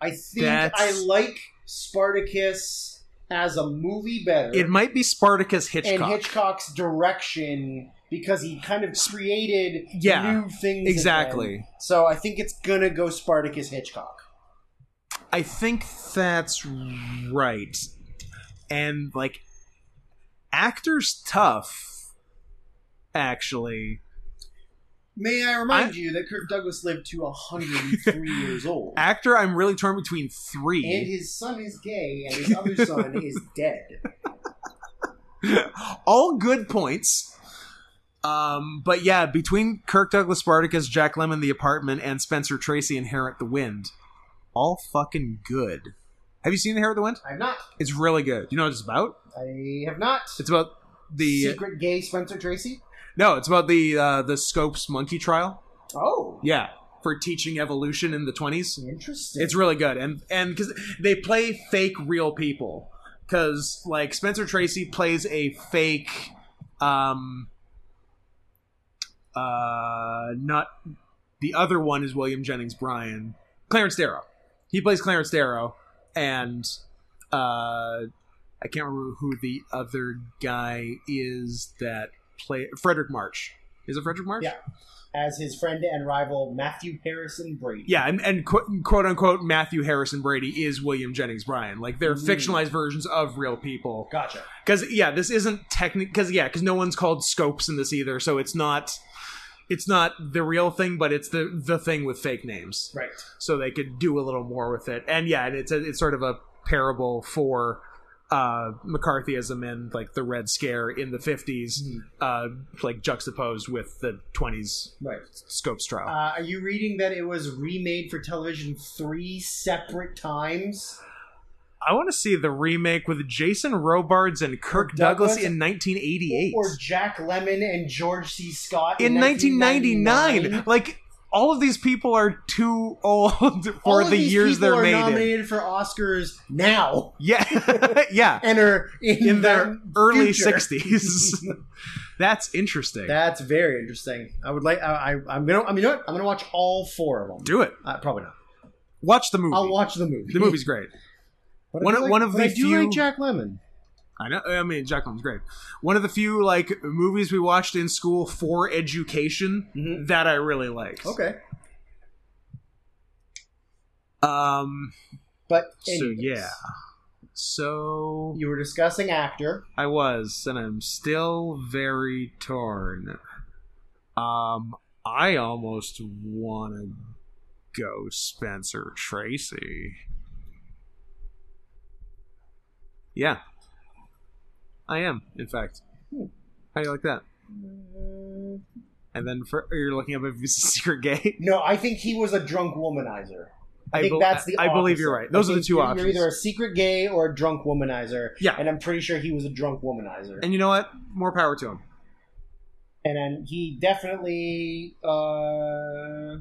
S1: I think
S2: That's-
S1: I like Spartacus as a movie better.
S2: It might be Spartacus
S1: and
S2: Hitchcock.
S1: Hitchcock's direction because he kind of created
S2: Yeah,
S1: new things.
S2: exactly.
S1: again. So I think it's gonna go Spartacus Hitchcock.
S2: I think that's right. And like actors tough actually.
S1: May I remind you that Kirk Douglas lived to 103 years old,
S2: Actor I'm really torn between 3.
S1: and his son is gay, and his other son is dead.
S2: All good points. Um, but yeah, between Kirk Douglas Spartacus, Jack Lemon The Apartment, and Spencer Tracy Inherit the Wind, all fucking good. Have you seen Inherit the Wind?
S1: I've not.
S2: It's really good. You know what it's about?
S1: I have not.
S2: It's about the
S1: secret gay Spencer Tracy.
S2: no, it's about the uh, the Scopes monkey trial.
S1: Oh,
S2: Yeah, for teaching evolution in the twenties.
S1: interesting.
S2: It's really good, and and because they play fake real people, because like Spencer Tracy plays a fake, um, uh, not the other one is William Jennings Bryan, Clarence Darrow. He plays Clarence Darrow, and uh, I can't remember who the other guy is that play Frederick March. Is it Frederick March?
S1: Yeah. as his friend and rival Matthew Harrison Brady.
S2: yeah, and, and quote, quote unquote Matthew Harrison Brady is William Jennings Bryan. Like they're
S1: Mm.
S2: fictionalized versions of real people.
S1: Gotcha.
S2: Because yeah, this isn't technical. Because yeah, because no one's called Scopes in this either, so it's not it's not the real thing, but it's the the thing with fake names.
S1: Right.
S2: So they could do a little more with it. And yeah, and it's a, it's sort of a parable for uh McCarthyism and like the Red Scare in the 50s
S1: Mhm.
S2: uh like juxtaposed with the 20s
S1: Right.
S2: Scopes trial.
S1: Uh, are you reading that it was remade for television three separate times?
S2: I want to see the remake with Jason Robards and Kirk
S1: Kirk
S2: Douglas,
S1: Douglas?
S2: in 1988.
S1: Or Jack Lemon and George C. Scott
S2: in 1999. Like, all of these people are too old for
S1: All of
S2: the
S1: these
S2: years
S1: people
S2: they're
S1: are
S2: made in.
S1: nominated for Oscars now
S2: Yeah. yeah.
S1: and are in,
S2: In their early
S1: future.
S2: 60s. That's interesting.
S1: That's very interesting. I would like. I, I, I'm gonna. I mean, you know what? I'm gonna watch all four of them.
S2: Do it.
S1: Uh, probably not.
S2: Watch the movie.
S1: I'll watch the movie.
S2: the movie's great.
S1: But I
S2: one-
S1: do like-
S2: one of
S1: but
S2: the
S1: I do
S2: few-
S1: like Jack Lemon.
S2: I know. I mean, Jacqueline's great. One of the few like movies we watched in school for education
S1: Mhm.
S2: that I really liked.
S1: Okay,
S2: Um.
S1: but
S2: So
S1: anyways,
S2: yeah. So
S1: you were discussing actor.
S2: I was, and I'm still very torn. Um, I almost want to go Spencer Tracy. Yeah, I am. In fact,
S1: Hmm.
S2: how do you like that?
S1: Mm,
S2: And then for you're looking up if he's a secret gay.
S1: No, I think he was a drunk womanizer. I, think
S2: bel-
S1: that's the.
S2: I believe you're
S1: opposite.
S2: right. Those
S1: I
S2: are the
S1: think
S2: two
S1: you're,
S2: options.
S1: You're either a secret gay or a drunk womanizer.
S2: Yeah.
S1: and I'm pretty sure he was a drunk womanizer. And,
S2: And you know what? More power to him.
S1: then he definitely uh,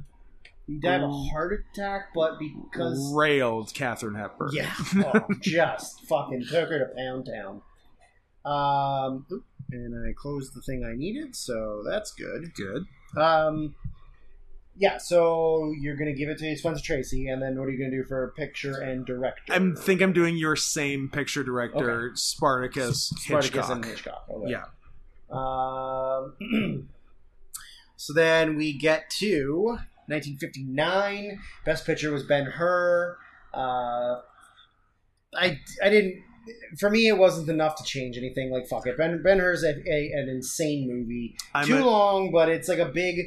S1: he died of a heart attack, but because
S2: Railed Catherine Hepburn.
S1: yeah, oh, just fucking took her to Pound Town. Um, oop, and I closed the thing I needed, so that's good.
S2: Good.
S1: Um, yeah, so you're gonna give it to Spencer Tracy, and then what are you gonna do for picture and director?
S2: I am think I'm doing your same picture director, Spartacus,
S1: Spartacus
S2: Hitchcock.
S1: and Hitchcock. Okay.
S2: Yeah.
S1: Um, so then we get to 1959. Best picture was Ben Hur. Uh, I I didn't. For me, it wasn't enough to change anything. Like fuck it, Ben Ben Hur's a, a, an insane movie.
S2: I'm,
S1: Too
S2: a,
S1: long, but it's like a big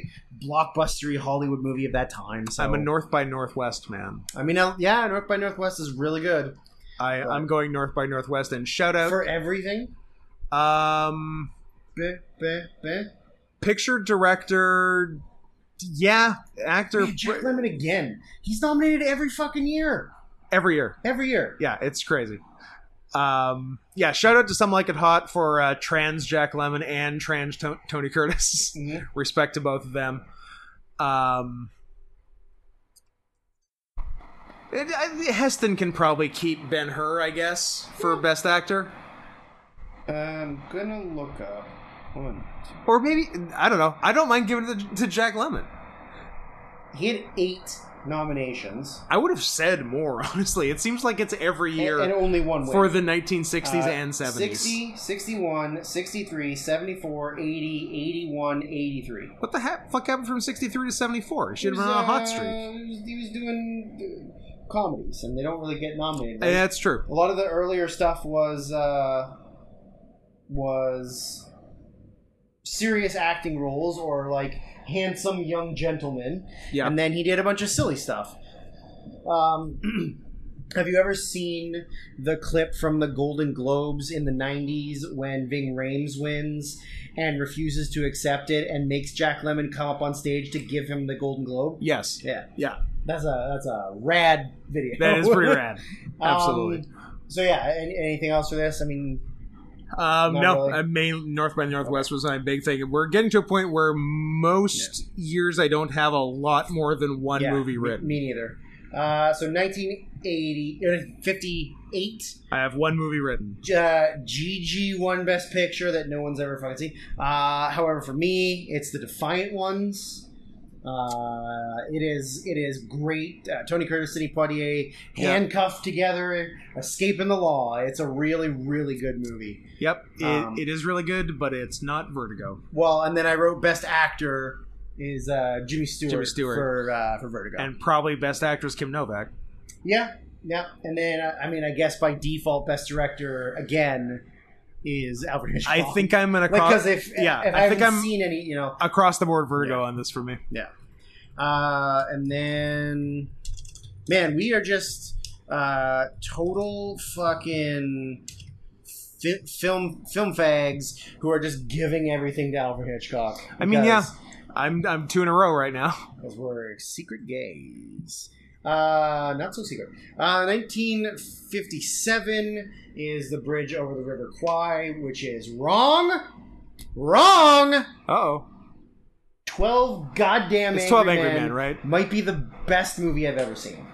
S1: blockbustery Hollywood movie of that time. So
S2: I'm a North by Northwest man.
S1: I mean, I'll- yeah, North by Northwest is really good
S2: I,
S1: Right.
S2: I'm going North by Northwest and shout out
S1: for everything.
S2: um
S1: Beh, beh, beh.
S2: picture director yeah, actor
S1: Dude, Jack Lemmon again. He's nominated every fucking year.
S2: every year.
S1: Every year.
S2: Yeah, it's crazy. Um yeah, shout out to Some Like It Hot for uh, trans Jack Lemon and trans to- Tony Curtis.
S1: Mhm.
S2: respect to both of them. Um, it, I, Heston can probably keep Ben Hur, I guess, for best actor.
S1: I'm gonna look up One, two.
S2: Or maybe I don't know. I don't mind giving it to, to Jack Lemon.
S1: He had eight nominations
S2: I would have said more honestly. It seems like it's every
S1: and,
S2: year
S1: and only one win.
S2: for the 1960s
S1: Uh,
S2: and 70s.
S1: 60, 61, 63, 74, 80, 81, 83.
S2: What the ha- fuck happened from 63 to 74? She
S1: He
S2: had
S1: was,
S2: been on a hot streak.
S1: uh, he was- he was doing uh, comedies, and they don't really get nominated.
S2: Yeah, that's true.
S1: A lot of the earlier stuff was uh, was serious acting roles or like handsome young gentleman.
S2: Yeah.
S1: And then he did a bunch of silly stuff. Um, have you ever seen the clip from the Golden Globes in the 90s when Ving Rhames wins and refuses to accept it and makes Jack Lemon come up on stage to give him the Golden Globe?
S2: Yes.
S1: Yeah.
S2: Yeah.
S1: That's a that's a rad video.
S2: That is pretty rad. Absolutely.
S1: Um, so yeah, any, anything else for this? I mean,
S2: Um,
S1: Not
S2: no,
S1: really.
S2: I mean, North by Northwest was my big thing. We're getting to a point where most years I don't have a lot more than one
S1: yeah,
S2: movie
S1: me-
S2: written.
S1: Me, neither. Uh, so 1980, uh, 58,
S2: I have one movie written.
S1: uh, GG won Best Picture that no one's ever fucking seen. Uh, however, for me, it's the Defiant Ones. Uh, it is it is great. Uh, Tony Curtis, Sidney Poitier,
S2: Yeah.
S1: handcuffed together, escaping the law. It's a really really good movie.
S2: Yep, it,
S1: Um,
S2: it is really good, but it's not Vertigo.
S1: Well, and then I wrote Best Actor is uh, Jimmy Stewart,
S2: Jimmy Stewart.
S1: for uh, for Vertigo.
S2: And probably Best Actress Kim Novak.
S1: yeah, yeah. And then uh, I mean, I guess by default, Best Director again is Alfred Hitchcock.
S2: I think I'm gonna cross
S1: because if
S2: yeah,
S1: if
S2: I
S1: I,
S2: think
S1: haven't
S2: I'm-
S1: seen any, you know.
S2: across the board Vertigo on this for me.
S1: Uh, and then, man, we are just uh, total fucking. fi- Film film fags who are just giving everything to Alfred Hitchcock.
S2: I mean,
S1: because-
S2: yeah, I'm I'm two in a row right now.
S1: Because we're secret gays. Uh, not so secret. Uh, 1957 is the bridge over the River Kwai, which is wrong. Wrong!
S2: Uh oh,
S1: 12 goddamn
S2: It's
S1: Angry
S2: 12 Angry
S1: Men
S2: Men, right?
S1: Might be the best movie I've ever seen.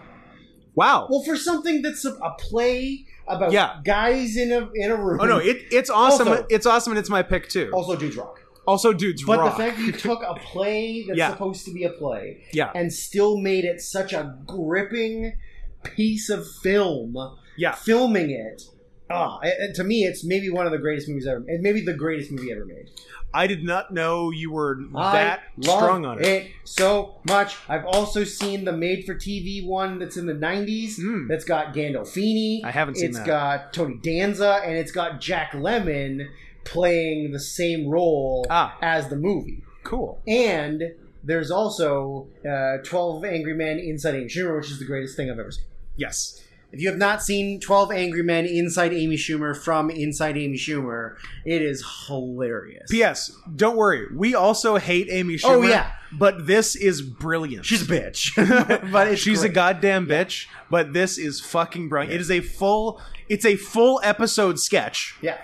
S2: wow.
S1: Well, for something that's a, a play about
S2: Yeah.
S1: guys in a, in a room.
S2: Oh no, it, it's awesome.
S1: Also-
S2: it's awesome, and it's my pick too.
S1: also dudes rock.
S2: Also, dudes
S1: But
S2: rock.
S1: the fact that you took a play that's
S2: Yeah.
S1: supposed to be a play
S2: yeah,
S1: and still made it such a gripping piece of film.
S2: Yeah.
S1: Filming it. Ah, it- it- to me, it's maybe one of the greatest movies ever. It may be the greatest movie ever made.
S2: I did not know you were
S1: I
S2: that
S1: love
S2: strong on it.
S1: so much. I've also seen the made-for-TV one that's in the '90s.
S2: Mm.
S1: That's got Gandolfini.
S2: I haven't seen
S1: It's
S2: that.
S1: got Tony Danza, and it's got Jack Lemmon playing the same role
S2: Ah.
S1: as the movie.
S2: Cool.
S1: And there's also uh, 12 Angry Men Inside Amy Schumer, which is the greatest thing I've ever seen.
S2: Yes.
S1: If you have not seen 12 Angry Men Inside Amy Schumer from Inside Amy Schumer, it is hilarious.
S2: P.S. Don't worry. We also hate Amy Schumer.
S1: Oh, yeah.
S2: But this is brilliant.
S1: She's a bitch. but it's
S2: She's
S1: great.
S2: a goddamn bitch. But this is fucking brilliant. It is a full. It's a full episode sketch.
S1: Yeah,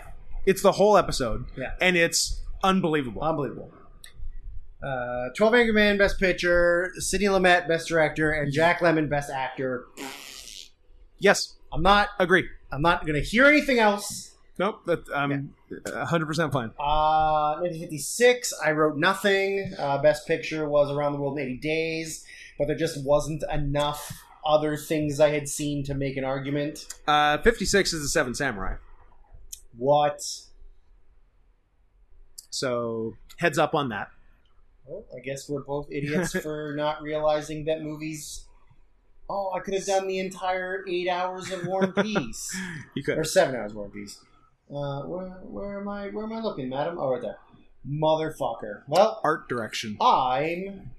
S2: It's the whole episode.
S1: Yeah.
S2: And it's unbelievable.
S1: unbelievable. Uh, 12 Angry Men, Best Picture, Sidney Lumet, Best Director, and Jack Lemmon, Best Actor.
S2: yes.
S1: I'm not.
S2: Agree.
S1: I'm not gonna hear anything else.
S2: Nope. That, I'm 100% fine.
S1: Uh, 1956, I wrote nothing. Uh, best picture was Around the World in 80 Days, but there just wasn't enough other things I had seen to make an argument.
S2: Uh, 56 is the Seven Samurai.
S1: What?
S2: So heads up on that.
S1: Well, I guess we're both idiots for not realizing that movies. Oh, I could have done the entire eight hours of War and Peace,
S2: You
S1: or
S2: could.
S1: seven hours of War and Peace. Uh, where, where am I? Where am I looking, madam? Oh, right there. Motherfucker. Well,
S2: Art direction.
S1: I'm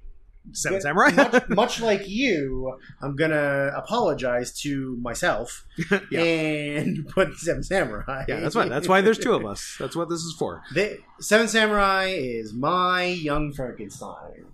S2: Seven
S1: Good-
S2: Samurai.
S1: much, much like you, I'm gonna apologize to myself
S2: Yeah.
S1: and put Seven Samurai.
S2: yeah, that's why. That's why there's two of us. That's what this is for.
S1: The, Seven Samurai is my young Frankenstein.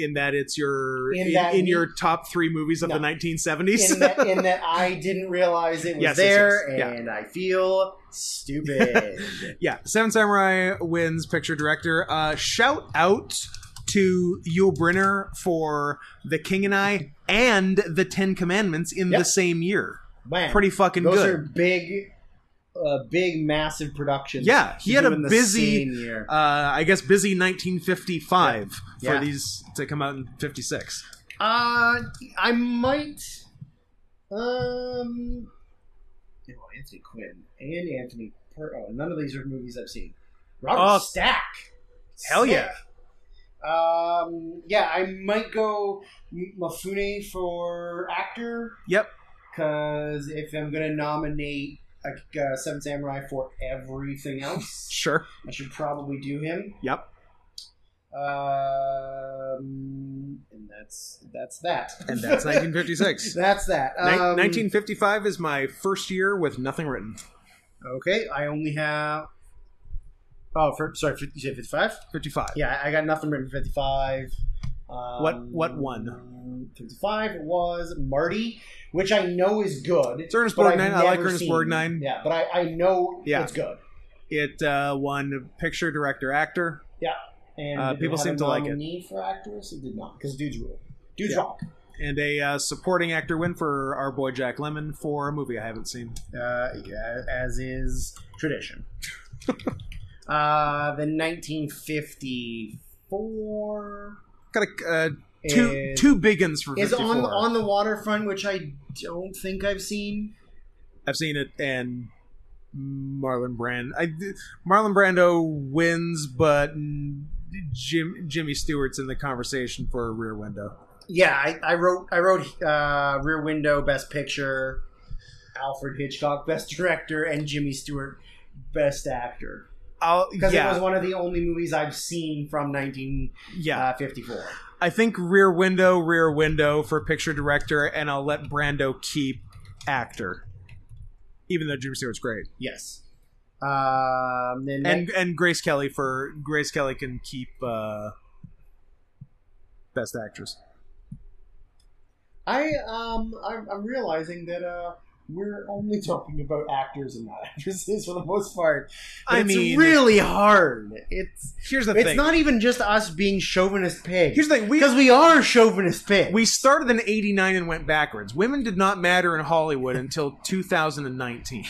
S2: In that it's your
S1: In
S2: in,
S1: that
S2: in
S1: we-
S2: your top three movies of
S1: No.
S2: the 1970s.
S1: In that, in that I didn't realize it was
S2: Yes, yes,
S1: there,
S2: yes. Yeah.
S1: and I feel stupid.
S2: yeah, Seven Samurai wins picture director. Uh, shout out to Yul Brynner for The King and I and The Ten Commandments in
S1: Yep.
S2: the same year.
S1: Man,
S2: Pretty fucking
S1: those
S2: good.
S1: are big. uh, big, massive productions.
S2: Yeah, he had a
S1: Doing the
S2: busy-
S1: same year.
S2: Uh, I guess busy 1955
S1: Yeah.
S2: for
S1: Yeah.
S2: these to come out in 56.
S1: Uh, I might. Um. Oh, Anthony Quinn and Anthony. Per- oh, none of these are movies I've seen. Robert
S2: Oh.
S1: Stack.
S2: Hell yeah.
S1: Sick. Um. Yeah, I might go M- Mafune for actor
S2: Yep.
S1: because if I'm gonna nominate a, uh, Seven Samurai for everything else,
S2: Sure.
S1: I should probably do him.
S2: Yep.
S1: Um. And that's that's that.
S2: And that's 1956.
S1: That's that.
S2: Nin-
S1: Um,
S2: 1955 is my first year with nothing written.
S1: Okay, I only have. Oh, for, sorry, 50, you said 55?
S2: 55.
S1: Yeah, I got nothing written for 55. Um,
S2: What- what one?
S1: 55 was Marty, which I know is good.
S2: It's Ernest
S1: but I've
S2: Borgnine. I like
S1: never
S2: Ernest
S1: seen.
S2: Borgnine.
S1: Yeah, but I, I know
S2: Yeah.
S1: it's good.
S2: It uh, won picture, director, actor.
S1: And
S2: Uh,
S1: did it
S2: people
S1: have
S2: seem
S1: a
S2: to like it.
S1: nominee for actress? It did not, because dudes rule. Dudes
S2: Yeah.
S1: rock.
S2: and a uh, supporting actor win for our boy Jack Lemon for a movie I haven't seen.
S1: uh, yeah, as is tradition. uh, the 1954
S2: Got a, uh, two
S1: is,
S2: two big uns for
S1: is
S2: 54.
S1: on on the waterfront, which I don't think I've seen.
S2: I've seen it and Marlon Brand. I, Marlon Brando wins, but Jim Jimmy Stewart's in the conversation for a Rear Window.
S1: Yeah, I, I wrote I wrote uh, Rear Window Best Picture, Alfred Hitchcock Best Director, and Jimmy Stewart Best Actor
S2: i
S1: because it
S2: yeah,
S1: was one of the only movies I've seen from uh,
S2: yeah.
S1: 1954.
S2: I think Rear Window, Rear Window for picture director, and I'll let Brando keep actor, even though Jimmy Stewart's great.
S1: Yes. Um, then
S2: and and Grace Kelly for Grace Kelly can keep uh, best actress.
S1: I um I'm, I'm realizing that uh we're only talking about actors and not actresses for the most part.
S2: I
S1: it's
S2: mean-
S1: really hard. It's
S2: Here's the
S1: it's
S2: thing.
S1: not even just us being chauvinist pigs
S2: Here's the thing. We
S1: because we are chauvinist pigs.
S2: we started in '89 and went backwards. Women did not matter in Hollywood until 2019.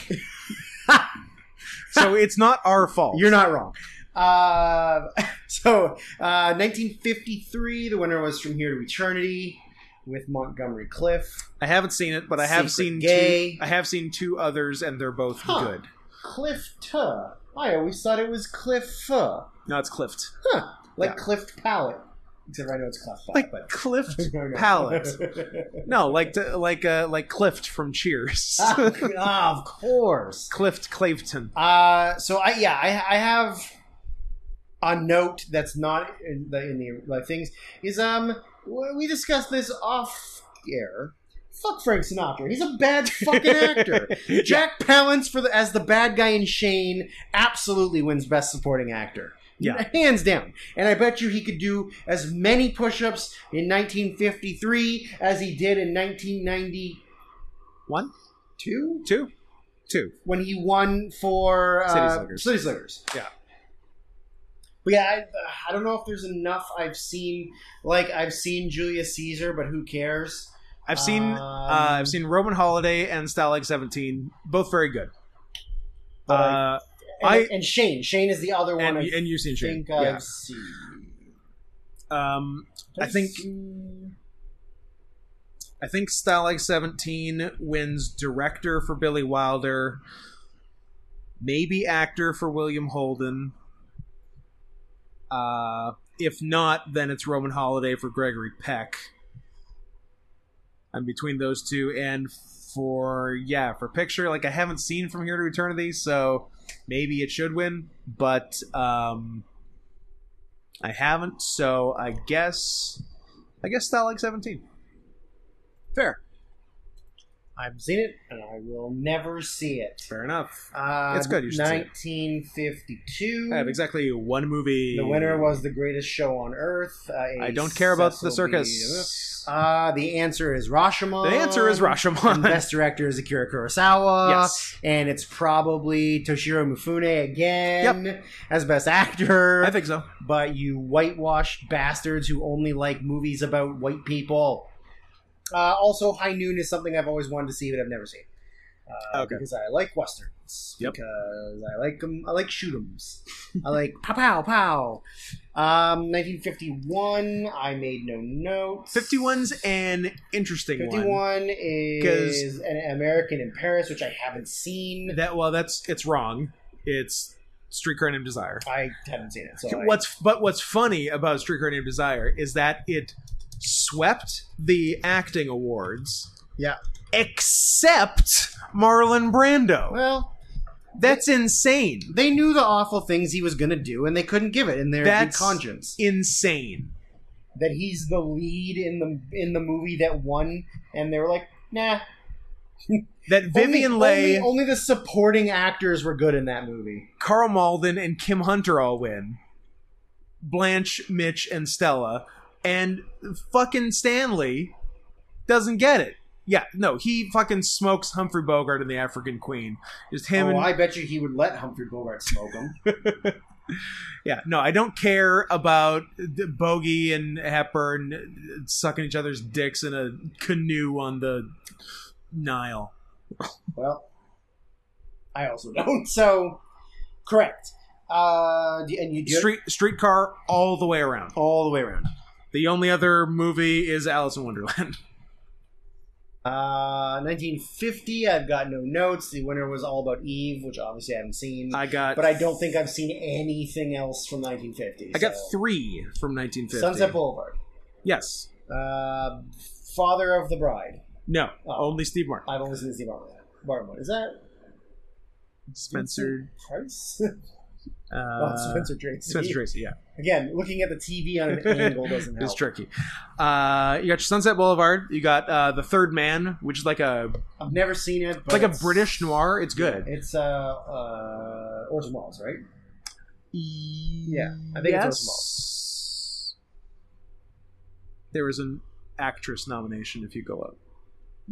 S2: so it's not our fault.
S1: You're not wrong. Uh, so, uh, 1953, the winner was From Here to Eternity with Montgomery Cliff.
S2: I haven't seen it, but I
S1: Secret
S2: have seen
S1: Gay.
S2: two. I have seen two others, and they're both
S1: Huh.
S2: good.
S1: Cliff Tuh. I always thought it was Cliff Fuh.
S2: No, it's Clift.
S1: Huh. Like
S2: Yeah.
S1: Cliff Palette. Except I know it's Cliff Palette.
S2: Like
S1: but-
S2: Clift
S1: No, no.
S2: Palette. No, like to, like uh, like Clift from Cheers.
S1: ah, ah, of course.
S2: Clift Clavton.
S1: Uh, so I yeah I, I have a note that's not in the, in the like, things is um w- we discussed this off air. Fuck Frank Sinatra. He's a bad fucking actor. Jack Palance for the, as the bad guy in Shane absolutely wins Best Supporting Actor.
S2: Yeah.
S1: hands down. And I bet you he could do as many push-ups in 1953 as he did in 1992
S2: One, two, two.
S1: when he won for uh,
S2: City Slickers.
S1: City Slickers.
S2: Yeah.
S1: But yeah, I, I don't know if there's enough I've seen. Like I've seen Julius Caesar, but who cares?
S2: I've seen
S1: Um,
S2: uh, I've seen Roman Holiday and Stalag Seventeen, both very good.
S1: but I-
S2: uh,
S1: and,
S2: I-
S1: and Shane. Shane is the other one.
S2: and,
S1: I
S2: and you've seen Shane.
S1: think I've
S2: Yeah.
S1: seen.
S2: Um, I
S1: I've
S2: think-
S1: seen-
S2: I think Stalag Seventeen wins director for Billy Wilder, maybe actor for William Holden. Uh, if not, then it's Roman Holiday for Gregory Peck. And between those two, and for yeah, for picture, like I haven't seen From Here to Eternity, so maybe it should win, but um, I haven't, so I guess I guess Stalag Seventeen. Fair.
S1: I've seen it, and I will never see it.
S2: Fair enough.
S1: Uh,
S2: It's good, you should see it.
S1: 1952.
S2: I have exactly one movie.
S1: The winner was the greatest show on earth. Uh,
S2: I don't care about the
S1: Cecil B.
S2: circus.
S1: Uh, the answer is Rashomon.
S2: the answer is
S1: And
S2: Rashomon.
S1: best director is Akira Kurosawa.
S2: yes.
S1: And it's probably Toshiro Mifune again as best actor.
S2: I think so.
S1: but you whitewashed bastards who only like movies about white people. Uh, also, High Noon is something I've always wanted to see, but I've never seen. uh,
S2: Okay.
S1: because I like westerns.
S2: Yep.
S1: Because I like 'em- I like shoot 'ems. I like pow pow pow. Um, 1951. I made no notes.
S2: 51's an interesting one.
S1: 51
S2: 'Cause-
S1: is an American in Paris, which I haven't seen.
S2: That well, that's it's wrong. It's Streetcar Named Desire.
S1: I haven't seen it. So I-
S2: What's but what's funny about Streetcar Named Desire is that it swept the acting awards.
S1: Yeah.
S2: Except Marlon Brando.
S1: well,
S2: That's insane.
S1: they knew the awful things he was going to do, and they couldn't give it in their good
S2: That's-
S1: conscience.
S2: Insane.
S1: That he's the lead in the in the movie that won, and they were like, "Nah."
S2: That Vivian
S1: only,
S2: Leigh,
S1: Only, only the supporting actors were good in that movie.
S2: Carl Malden, and Kim Hunter all win. Blanche, Mitch, and Stella, and fucking Stanley doesn't get it. Yeah, no, he fucking smokes Humphrey Bogart and the African Queen. Just him
S1: oh,
S2: and
S1: I bet you he would let Humphrey Bogart smoke him.
S2: Yeah, no, I don't care about the Bogey and Hepburn sucking each other's dicks in a canoe on the Nile.
S1: well, I also don't. So, correct. Uh, and you do it
S2: Street streetcar all the way around.
S1: all the way around.
S2: The only other movie is Alice in Wonderland.
S1: Uh, 1950. I've got no notes. The winner was All About Eve, which obviously I haven't seen,
S2: I got
S1: but I don't think I've seen anything else from 1950.
S2: I got
S1: so-
S2: three from 1950.
S1: Sunset Boulevard,
S2: Yes.
S1: uh, Father of the Bride.
S2: No.
S1: Oh.
S2: Only Steve Martin.
S1: I've only seen the Martin. Martin one. Is that
S2: Spencer.
S1: Price?
S2: Uh,
S1: oh, Spencer Tracy.
S2: Spencer Tracy. Yeah,
S1: Again, looking at the TV on an angle doesn't help.
S2: it's tricky. Uh, you got your Sunset Boulevard. You got uh, the Third Man, which is like a
S1: I've never seen it. But
S2: like a
S1: it's-
S2: British noir. It's good.
S1: It's uh, uh Orson Welles, right?
S2: Yeah,
S1: I think it's
S2: it's There was an actress nomination if you go up.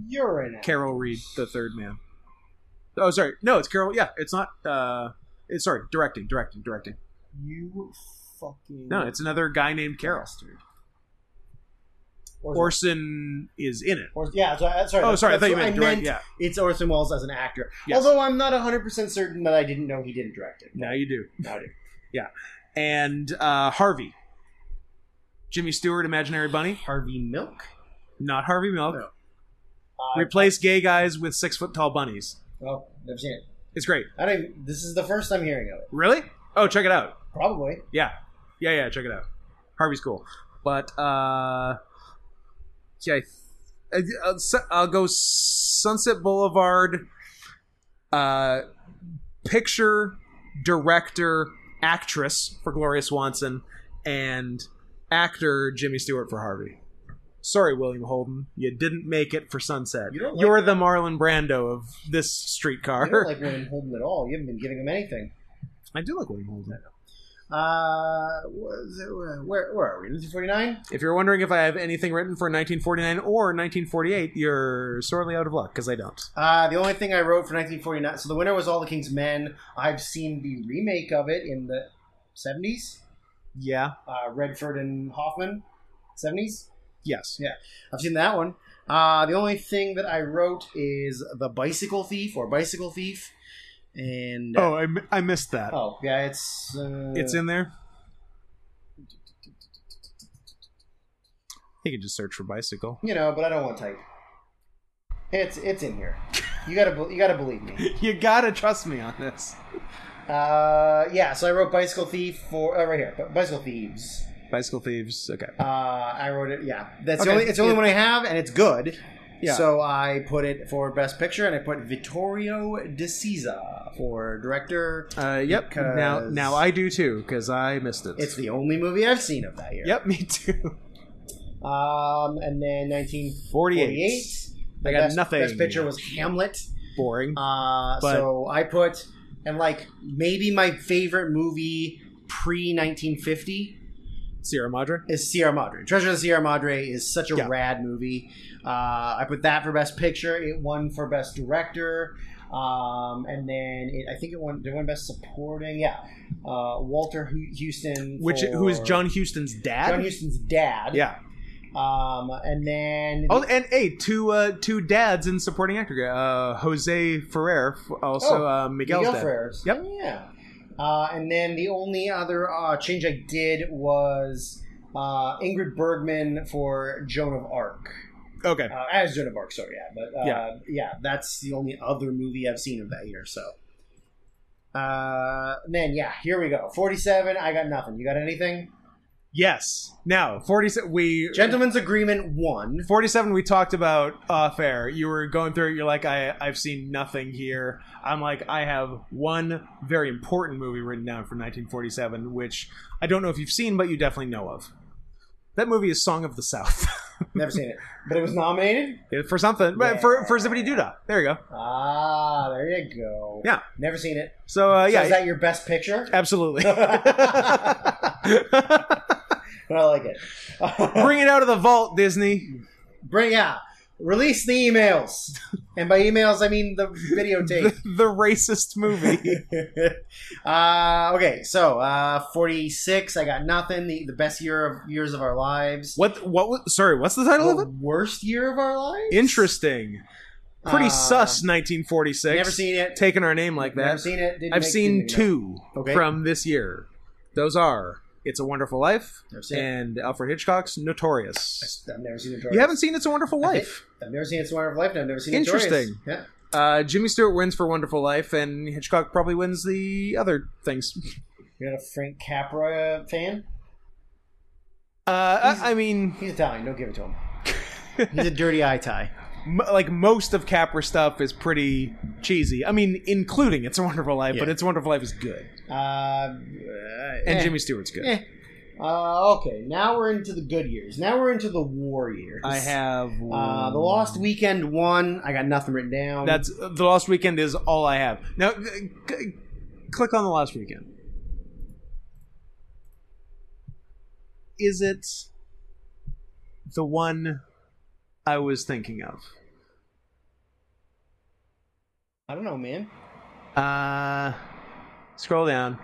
S1: You're in it.
S2: Carol Reed, the third man. Oh, sorry. No, it's Carol. Yeah, it's not. uh it's, Sorry, directing, directing, directing.
S1: you fucking
S2: No, it's another guy named Carol.
S1: bastard. Orson.
S2: Orson is in it.
S1: Or, yeah, so, uh, sorry.
S2: Oh,
S1: that's-
S2: sorry. I thought
S1: that's
S2: you
S1: what
S2: meant direct. Yeah.
S1: It's Orson Welles as an actor.
S2: Yes.
S1: Although I'm not 100% certain that I didn't know he didn't direct it.
S2: Now you do.
S1: Now I do.
S2: And uh Harvey, Jimmy Stewart, Imaginary Bunny,
S1: Harvey Milk?
S2: not Harvey Milk.
S1: No. Uh,
S2: Replace gay guys with six foot tall bunnies.
S1: well, Oh, never seen it.
S2: It's great.
S1: I don't even, this is the first I'm hearing of it.
S2: Really? Oh, check it out.
S1: Probably.
S2: Yeah. Yeah, yeah, check it out. Harvey's cool. But uh yeah, I th- I- I'll, s- I'll go Sunset Boulevard uh picture director actress for Gloria Swanson and actor Jimmy Stewart for Harvey. Sorry, William Holden, you didn't make it for Sunset.
S1: You don't like-
S2: are the Marlon Brando of
S1: I
S2: this
S1: don't
S2: streetcar.
S1: like William Holden at all. You haven't been giving him anything.
S2: I do like William Holden.
S1: Uh, was it- where, where are we? 1949?
S2: If you're wondering if I have anything written for 1949 or 1948, you're sorely out of luck because I don't.
S1: Uh, the only thing I wrote for 1949. So the winner was All the King's Men. I've seen the remake of it in the 70s.
S2: Yeah.
S1: Uh, Redford and Hoffman, 70s.
S2: Yes.
S1: I've seen that one. Uh, the only thing that I wrote is The Bicycle Thief or Bicycle Thief. And
S2: Oh, I, m- I missed that.
S1: oh, yeah, it's uh,
S2: It's in there. You can just search for bicycle.
S1: you know, but I don't want type. It's it's in here. You gotta bel- you gotta believe me.
S2: You gotta trust me on this.
S1: Uh, yeah, so I wrote Bicycle Thief for uh, right here, Bi- Bicycle Thieves.
S2: Bicycle thieves. Okay.
S1: Uh, I wrote it. Yeah, that's the
S2: Okay.
S1: only. It's the only one I have, and it's good.
S2: Yeah.
S1: So I put it for best picture, and I put Vittorio De Siza for director.
S2: Uh, yep. Now,
S1: Because-
S2: now I do too because I missed it.
S1: It's the only movie I've seen of that year.
S2: yep. Me too.
S1: Um, and then 1948.
S2: 48.
S1: the
S2: I got
S1: best,
S2: nothing.
S1: Best picture was Hamlet.
S2: Boring.
S1: Uh,
S2: But-
S1: so I put, and like maybe my favorite movie pre 1950
S2: Sierra Madre.
S1: is Sierra Madre. Treasure of the Sierra Madre is such a
S2: Yeah.
S1: rad movie. Uh, I put that for Best Picture. It won for Best Director. Um, and then it, I think it won. It won Best Supporting. Yeah, uh, Walter Hu- Houston,
S2: Which who is
S1: for-
S2: John Houston's dad?
S1: John Houston's dad.
S2: Yeah.
S1: Um, and then
S2: Oh, and hey, two uh, two dads in supporting actor. Uh, Jose Ferrer, f- also
S1: Oh,
S2: uh, Miguel's
S1: Miguel
S2: dad.
S1: Ferrer's.
S2: Yep.
S1: Yeah. Uh, and then the only other uh, change I did was uh, Ingrid Bergman for Joan of Arc.
S2: Okay.
S1: Uh, as Joan of Arc, sorry, yeah. But uh, yeah.
S2: Yeah.
S1: that's the only other movie I've seen of that year, so. Uh, then, yeah, here we go. 47, I got nothing. You got anything?
S2: Yes. Now, 47, we
S1: Gentleman's Agreement 1.
S2: 47 we talked about off air. You were going through it, you're like I I've seen nothing here. I'm like I have one very important movie written down from 1947 which I don't know if you've seen but you definitely know of. That movie is Song of the South.
S1: Never seen it. But it was nominated?
S2: for something, but for for
S1: Yeah.
S2: Zippity Doodah. There you go.
S1: Ah, there you go.
S2: Yeah.
S1: Never seen it.
S2: So uh,
S1: So
S2: yeah,
S1: is that your best picture?
S2: absolutely.
S1: I like it.
S2: Bring it out of the vault, Disney.
S1: Bring out. Release the emails. And by emails, I mean the
S2: The,
S1: videotape.
S2: the racist movie.
S1: uh, okay, so uh, 46, I got nothing. The, the best year of years of our lives.
S2: what what was- sorry, what's the title of
S1: The
S2: it?
S1: worst year of our lives?
S2: Interesting. Pretty
S1: Uh,
S2: sus 1946.
S1: Never seen it.
S2: taking our name like
S1: Never
S2: that.
S1: seen it. Didn't
S2: I've
S1: make-
S2: seen
S1: didn't even know.
S2: two
S1: Okay.
S2: from this year. Those are It's a Wonderful Life
S1: Never seen it.
S2: and Alfred Hitchcock's Notorious.
S1: I've never seen it.
S2: You haven't seen It's a Wonderful Life.
S1: I've never seen It's a Wonderful Life. and I've never seen Notorious.
S2: Interesting.
S1: Yeah.
S2: Uh, Jimmy Stewart wins for Wonderful Life, and Hitchcock probably wins the other things.
S1: You're not a Frank Capra fan?
S2: Uh, I, I mean,
S1: He's Italian. Don't give it to him. He's a dirty eye tie.
S2: m- like most of Capra stuff is pretty cheesy. I mean, including It's a Wonderful Life, but
S1: Yeah.
S2: It's a Wonderful Life is good,
S1: Uh, uh,
S2: and
S1: eh.
S2: Jimmy Stewart's good.
S1: Eh. Uh, okay, now we're into the good years. Now we're into the war years.
S2: I have
S1: Uh, the
S2: Um,
S1: Lost Weekend one. I got nothing written down.
S2: That's the Lost Weekend is all I have. Now, c- c- click on the Lost Weekend. Is it the one I was thinking of?
S1: I don't know, man.
S2: Uh, scroll down.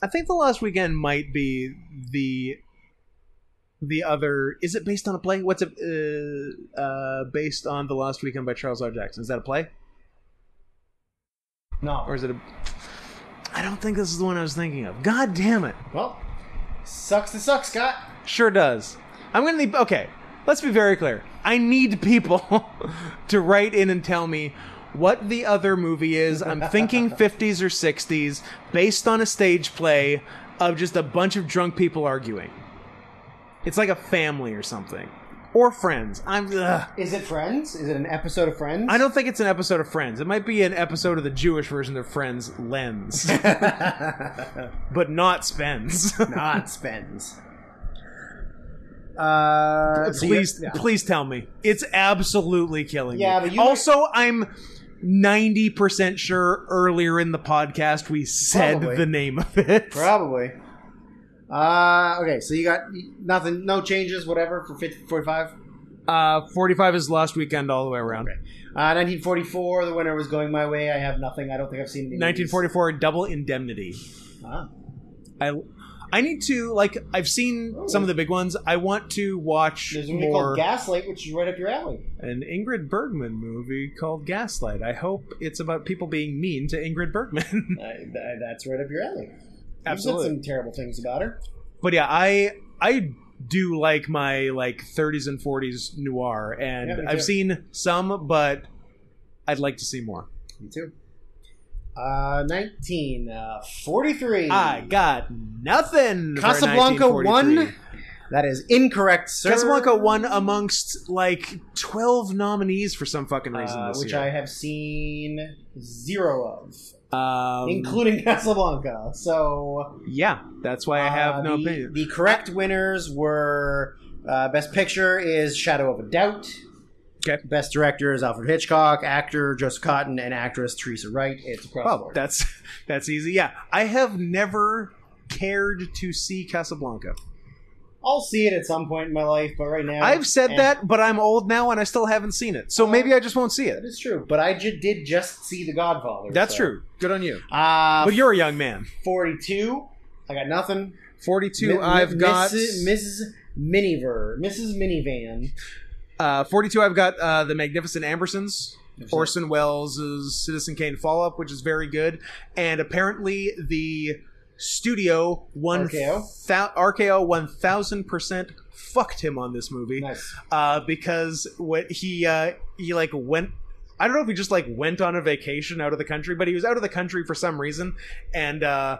S2: I think the Lost Weekend might be the the other. Is it based on a play? What's it uh, uh, based on? The Lost Weekend by Charles R. Jackson. Is that a play?
S1: No.
S2: Or is it a. I don't think this is the one I was thinking of. God damn it.
S1: well, sucks to suck, Scott.
S2: Sure does. I'm going to need. Okay, let's be very clear. I need people to write in and tell me what the other movie is. I'm thinking 50s or 60s, based on a stage play of just a bunch of drunk people arguing. It's like a family or something. Or friends. I'm. Ugh.
S1: Is it Friends? Is it an episode of Friends?
S2: I don't think it's an episode of Friends. It might be an episode of the Jewish version of Friends, Lens, but not Spens.
S1: Not Spends. Uh, so you-
S2: please
S1: yeah.
S2: please tell me it's absolutely killing
S1: Yeah,
S2: me
S1: but you-
S2: also i'm 90% sure earlier in the podcast we said
S1: Probably.
S2: the name of it
S1: Probably. Uh, okay, so you got nothing, no changes, whatever, for 50, 45?
S2: uh, 45 is last weekend all the way around
S1: Okay. Uh, 1944, the winner was going my way. I have nothing. I don't think I've seen any. movies.
S2: 1944 double indemnity
S1: Ah.
S2: i i need to like i've seen some of the big ones i want to watch
S1: Oh. There's a movie called
S2: more
S1: Gaslight, which is right up your alley.
S2: an ingrid bergman movie called gaslight i hope it's about people being mean to ingrid bergman
S1: I, I, that's right up your alley. You've
S2: Absolutely.
S1: said some terrible things about her.
S2: but yeah i i do like my like 30s and 40s noir and
S1: Yeah, me too.
S2: i've seen some but i'd like to see more
S1: Me too. Uh, 1943.
S2: i got nothing for
S1: Casablanca
S2: 1943.
S1: one. That is incorrect, sir.
S2: casablanca won amongst like 12 nominees for some fucking reason
S1: Uh,
S2: this
S1: which I
S2: year
S1: have seen zero of,
S2: um,
S1: including Casablanca. So
S2: yeah that's why i have
S1: Uh,
S2: no
S1: the,
S2: opinion
S1: The correct winners were uh, Best Picture is Shadow of a Doubt.
S2: Okay.
S1: Best Director is Alfred Hitchcock. Actor Joseph Cotton and actress Teresa Wright. It's across the
S2: well
S1: board.
S2: that's that's easy yeah i have never cared to see casablanca
S1: I'll see it at some point in my life, but right now
S2: i've said
S1: eh, Uh,
S2: that but i'm old now and i still haven't seen it so maybe i just won't see it
S1: That is true, but I ju- did just see The Godfather.
S2: That's
S1: so.
S2: true. Good on you.
S1: Uh,
S2: But you're a young man.
S1: forty-two. I got nothing.
S2: 42
S1: Mi-
S2: I've
S1: mi-
S2: got
S1: Mrs. Mrs. Miniver, Mrs. Minivan.
S2: uh, 42 I've got uh, The Magnificent Ambersons, Orson Welles' Citizen Kane follow up, which is very good. And apparently the studio one
S1: RKO?
S2: thou- RKO 1000% fucked him on this movie.
S1: Nice.
S2: uh, because what he uh, he like went. I don't know if he just like went on a vacation out of the country, but he was out of the country for some reason, and uh,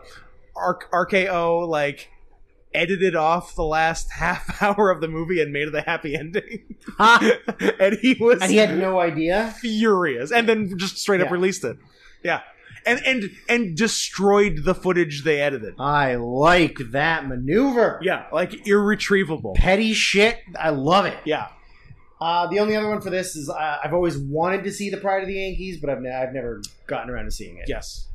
S2: R- RKO like edited off the last half hour of the movie and made it a happy ending,
S1: Ah,
S2: and he was
S1: and he had no idea.
S2: furious, and then just straight up
S1: Yeah.
S2: released it. Yeah, and and and destroyed the footage they edited.
S1: I like that maneuver.
S2: Yeah, like irretrievable.
S1: Petty shit. I love it.
S2: Yeah,
S1: Uh, the only other one for this is uh, I've always wanted to see the Pride of the Yankees, but I've, ne- I've never gotten around to seeing it.
S2: yes.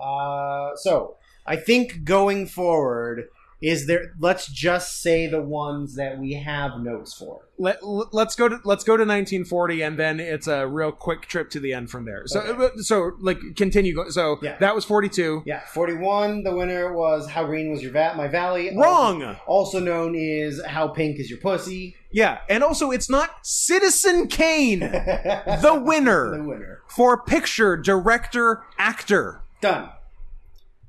S1: Uh, so I think going forward is there. Let's just say the ones that we have notes for.
S2: let, let's go to let's go to 1940 and then it's a real quick trip to the end from there so uh, so like continue go, so
S1: Yeah.
S2: that was 42
S1: Yeah, forty-one. The winner was How Green Was Your Va- My Valley.
S2: wrong
S1: Also known is How Pink Is Your Pussy.
S2: yeah and also it's not citizen kane
S1: the
S2: the winner
S1: winner.
S2: for picture director actor
S1: Done.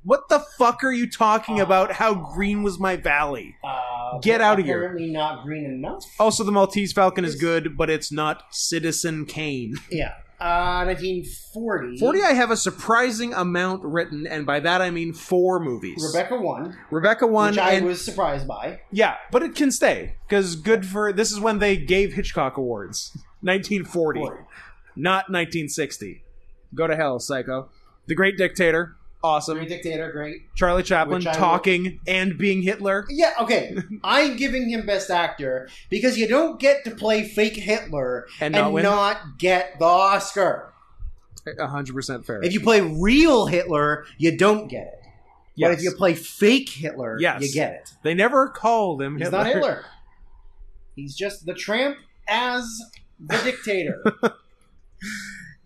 S2: what the fuck are you talking about how green was my valley
S1: Uh,
S2: Get
S1: but
S2: out of here. Oh.
S1: Apparently not green enough.
S2: also the maltese falcon is good but it's not citizen kane
S1: Yeah. Uh, 1940.
S2: 40 i have a surprising amount written and by that i mean four movies
S1: Rebecca won,
S2: rebecca won
S1: which I
S2: and
S1: was surprised by.
S2: Yeah, but it can stay because good for this is when they gave Hitchcock awards, 1940,
S1: Forty.
S2: not 1960. Go to hell, psycho. The Great Dictator, awesome.
S1: Great dictator, great.
S2: Charlie Chaplin
S1: Which I will-
S2: talking and being Hitler.
S1: Yeah, okay. I'm giving him best actor because you don't get to play fake Hitler
S2: And
S1: and,
S2: not
S1: not,
S2: win?
S1: get the Oscar.
S2: 100 percent fair.
S1: If you play real Hitler, you don't get it. But
S2: Yes.
S1: if you play fake Hitler,
S2: Yes.
S1: you get it.
S2: they never called him
S1: He's
S2: Hitler.
S1: not Hitler. He's just the tramp as the dictator.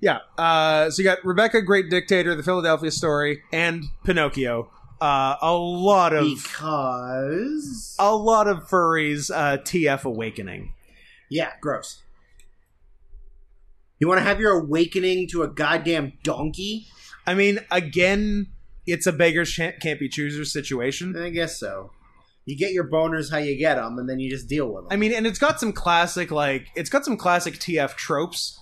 S2: Yeah. Uh, so you got Rebecca, Great Dictator, The Philadelphia Story, and Pinocchio. Uh, a lot of
S1: because
S2: a lot of furries. Uh, TF Awakening.
S1: Yeah, gross. You want to have your awakening to a goddamn donkey?
S2: I mean, again, it's a beggars shan't- can't be choosers situation.
S1: I guess so. You get your boners how you get them, and then you just deal with
S2: I
S1: them.
S2: mean, and it's got some classic like it's got some classic TF tropes.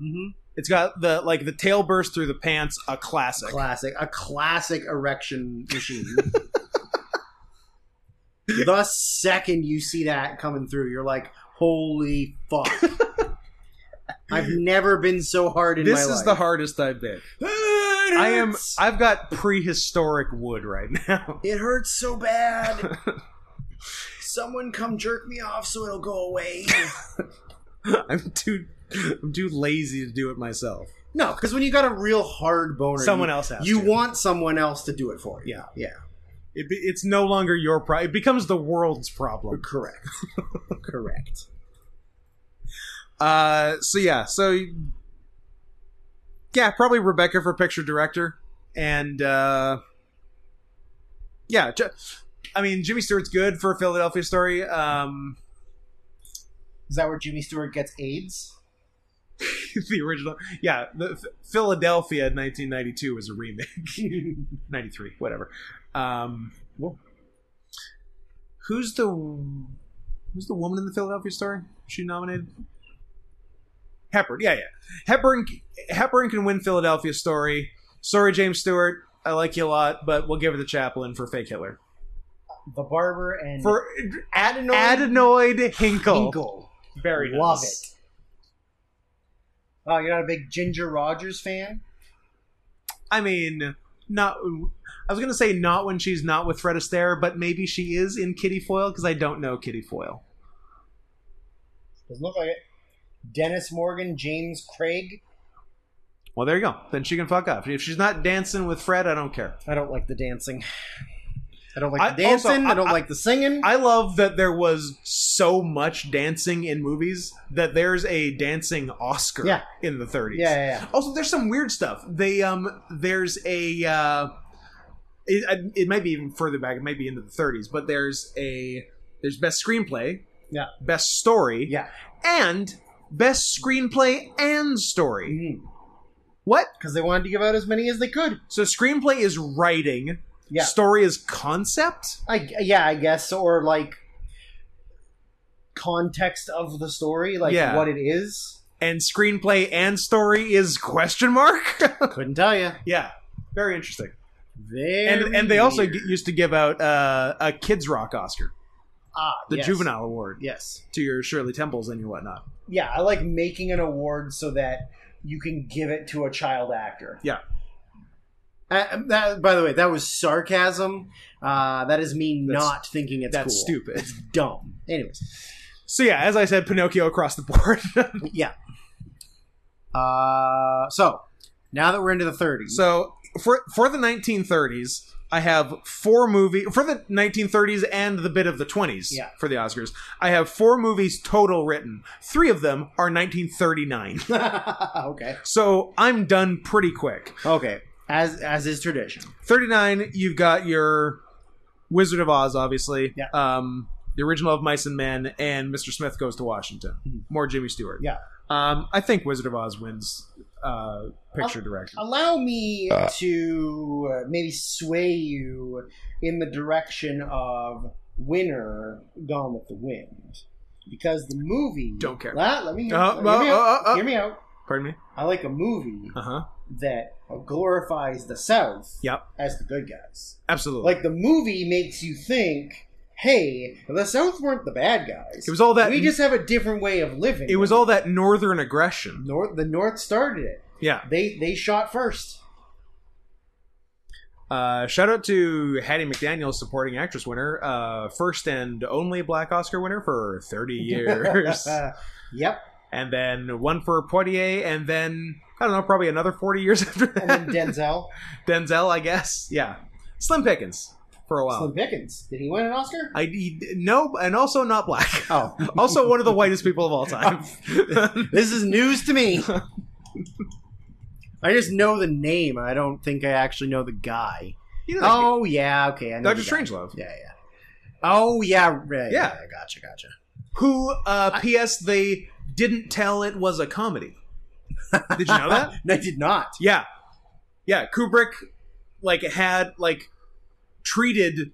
S1: Mm-hmm.
S2: It's got the like the tail burst through the pants, a classic.
S1: Classic, a classic erection machine. the second you see that coming through, you're like, "Holy fuck!" I've never been so hard in
S2: this
S1: my
S2: is
S1: life.
S2: the hardest I've been.
S1: It
S2: I am.
S1: hurts.
S2: I've got prehistoric wood right now.
S1: It hurts so bad. Someone come jerk me off so it'll go away.
S2: I'm too. I'm too lazy to do it myself.
S1: no, because when you got a real hard boner,
S2: Someone
S1: you,
S2: else has.
S1: you
S2: to.
S1: want someone else to do it for you.
S2: Yeah.
S1: Yeah,
S2: It, be- it's no longer your problem. It becomes the world's problem.
S1: correct, correct.
S2: Uh. So yeah. So. Yeah, probably Rebecca for picture director, and uh, yeah, ju- I mean Jimmy Stewart's good for a Philadelphia story. Um,
S1: Is that where Jimmy Stewart gets AIDS?
S2: the original, yeah, the F- Philadelphia 1992 was a remake, 93, whatever. Um, who's the who's the woman in the Philadelphia story? Was she nominated? Hepburn, yeah, yeah. Hepburn Hepburn can win Philadelphia story. Sorry, James Stewart, I like you a lot, but we'll give it to Chaplin for fake Hitler
S1: the barber and
S2: for
S1: adenoid,
S2: adenoid Hinkle.
S1: Hinkle.
S2: Very nice.
S1: Love it. Oh, you're not a big Ginger Rogers fan?
S2: I mean, not. I was gonna say not when she's not with Fred Astaire, but maybe she is in Kitty Foyle because I don't know Kitty Foyle.
S1: Doesn't look like it. Dennis Morgan, James Craig.
S2: Well, there you go. Then she can fuck off. If she's not dancing with Fred, I don't care.
S1: I don't like the dancing. I don't like
S2: I-
S1: the dancing.
S2: also, I-
S1: I, don't
S2: I-
S1: like the singing.
S2: I love that there was so much dancing in movies that there's a dancing Oscar
S1: Yeah.
S2: in the 30s.
S1: yeah, yeah, yeah.
S2: Also, there's some weird stuff. They um, there's a uh, it, I- it might be even further back. It might be into the 30s, but there's a there's best screenplay,
S1: Yeah.
S2: best story,
S1: Yeah.
S2: and best screenplay and story.
S1: Because
S2: What?
S1: they wanted to give out as many as they could.
S2: So screenplay is writing,
S1: Yeah.
S2: story is concept.
S1: I yeah, I guess or like context of the story, like
S2: Yeah.
S1: what it is.
S2: and screenplay and story is question mark
S1: Couldn't tell you.
S2: yeah very interesting
S1: Very
S2: and and they also
S1: weird.
S2: g- used to give out uh, a kids rock oscar
S1: ah,
S2: the
S1: yes.
S2: juvenile award
S1: Yes.
S2: to your shirley temples and your whatnot
S1: Yeah, I like making an award so that you can give it to a child actor.
S2: Yeah.
S1: Uh, that, by the way, that was sarcasm. Uh, that is me
S2: That's-
S1: not thinking it's
S2: that's
S1: cool.
S2: stupid
S1: It's dumb. Anyways,
S2: so yeah as i said pinocchio across the board
S1: uh, so now that we're into the 30s,
S2: so for for the 1930s i have four movie for the 1930s and the bit of the 20s
S1: Yeah.
S2: for the oscars i have four movies total written three of them are 1939
S1: okay,
S2: so i'm done pretty quick
S1: okay, as as is tradition.
S2: 39 you've got your wizard of oz obviously
S1: Yeah.
S2: um the original of mice and men and mr smith goes to washington more jimmy stewart
S1: Mm-hmm. Yeah.
S2: um i think wizard of oz wins uh picture direction
S1: Allow me to uh, maybe sway you in the direction of winner gone with the wind because the movie
S2: Don't care.
S1: Ah, let me hear,
S2: Uh,
S1: let me
S2: well,
S1: hear me out.
S2: uh, uh, uh.
S1: hear me out
S2: pardon me
S1: i like a movie
S2: uh-huh
S1: that glorifies the south
S2: yep
S1: as the good guys
S2: absolutely
S1: like the movie makes you think hey the south weren't the bad guys
S2: it was all that
S1: we just have a different way of living
S2: it was all that northern aggression
S1: north the north started it
S2: yeah
S1: they they shot first
S2: uh shout out to hattie mcdaniel supporting actress winner uh first and only black oscar winner for 30 years
S1: yep
S2: and then one for poitier and then i don't know probably another 40 years after that
S1: and then denzel
S2: Denzel, I guess. Yeah, Slim Pickens for a while.
S1: Slim Pickens. Did he win an Oscar?
S2: I he- no, and also not black.
S1: Oh,
S2: also one of the whitest people of all time.
S1: this is news to me. I just know the name. I don't think I actually know the guy.
S2: You know,
S1: Oh yeah, okay. I know
S2: Doctor
S1: the guy.
S2: Strangelove,
S1: Yeah, yeah. Oh yeah, right.
S2: Yeah.
S1: Yeah, gotcha, gotcha.
S2: who uh, P.S. they didn't tell it was a comedy. Did you know that?
S1: No, I did not.
S2: yeah, yeah. Kubrick like had like treated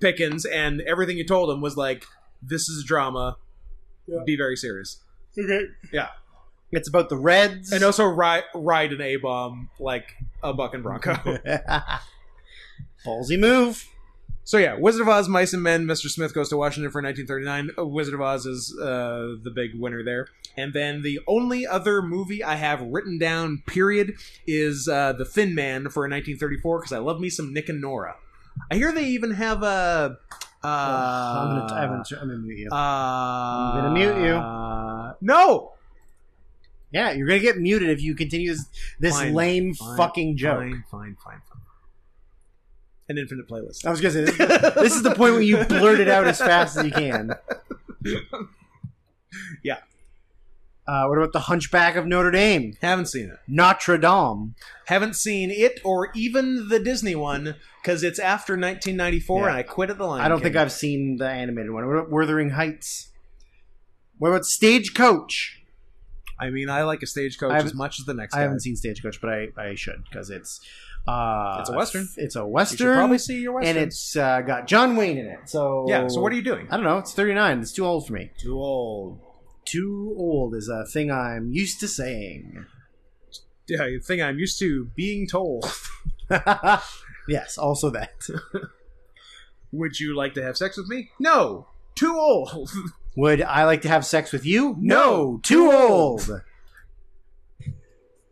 S2: Pickens, and everything he told him was like, "This is drama.
S1: Yeah.
S2: Be very serious."
S1: Okay.
S2: Yeah.
S1: It's about the Reds.
S2: And also ride ride an A bomb like a bucking bronco.
S1: Ballsy move.
S2: so yeah, Wizard of Oz, Mice and Men, Mr. Smith goes to Washington for 1939. Uh, Wizard of Oz is uh, the big winner there. And then the only other movie I have written down, period, is uh, The Thin Man for 1934 because I love me some Nick and Nora. I hear they even have a. Uh,
S1: Oh, I'm gonna, I'm gonna, I'm gonna mute you.
S2: uh, I'm
S1: gonna mute you.
S2: No.
S1: yeah, you're gonna get muted if you continue this, this
S2: Fine,
S1: lame
S2: fine,
S1: fucking joke.
S2: Fine, fine, fine, fine. An infinite playlist.
S1: I was gonna say this, this is the point where you blurt it out as fast as you can.
S2: Yeah.
S1: Uh, what about the Hunchback of Notre Dame,
S2: Haven't seen it.
S1: Notre Dame?
S2: Haven't seen it or even the Disney one because it's after 1994
S1: Yeah.
S2: and I quit at the line.
S1: I don't think I've seen the animated one. What about Wuthering Heights? What about Stagecoach?
S2: I mean, I like a stagecoach
S1: I
S2: as
S1: haven't-
S2: much as the next.
S1: I
S2: guy.
S1: haven't seen Stagecoach, but I, I should because it's uh,
S2: It's a western.
S1: It's a
S2: You should
S1: western,
S2: probably see your
S1: and
S2: westerns.
S1: it's uh, got John Wayne in it. So
S2: yeah. So what are you doing?
S1: I don't know. It's thirty nine. It's too old for me.
S2: Too old.
S1: Too old is a thing I'm used to saying.
S2: Yeah, the thing I'm used to being told.
S1: yes, also that.
S2: Would you like to have sex with me? No. Too old.
S1: Would I like to have sex with you?
S2: No,
S1: too old.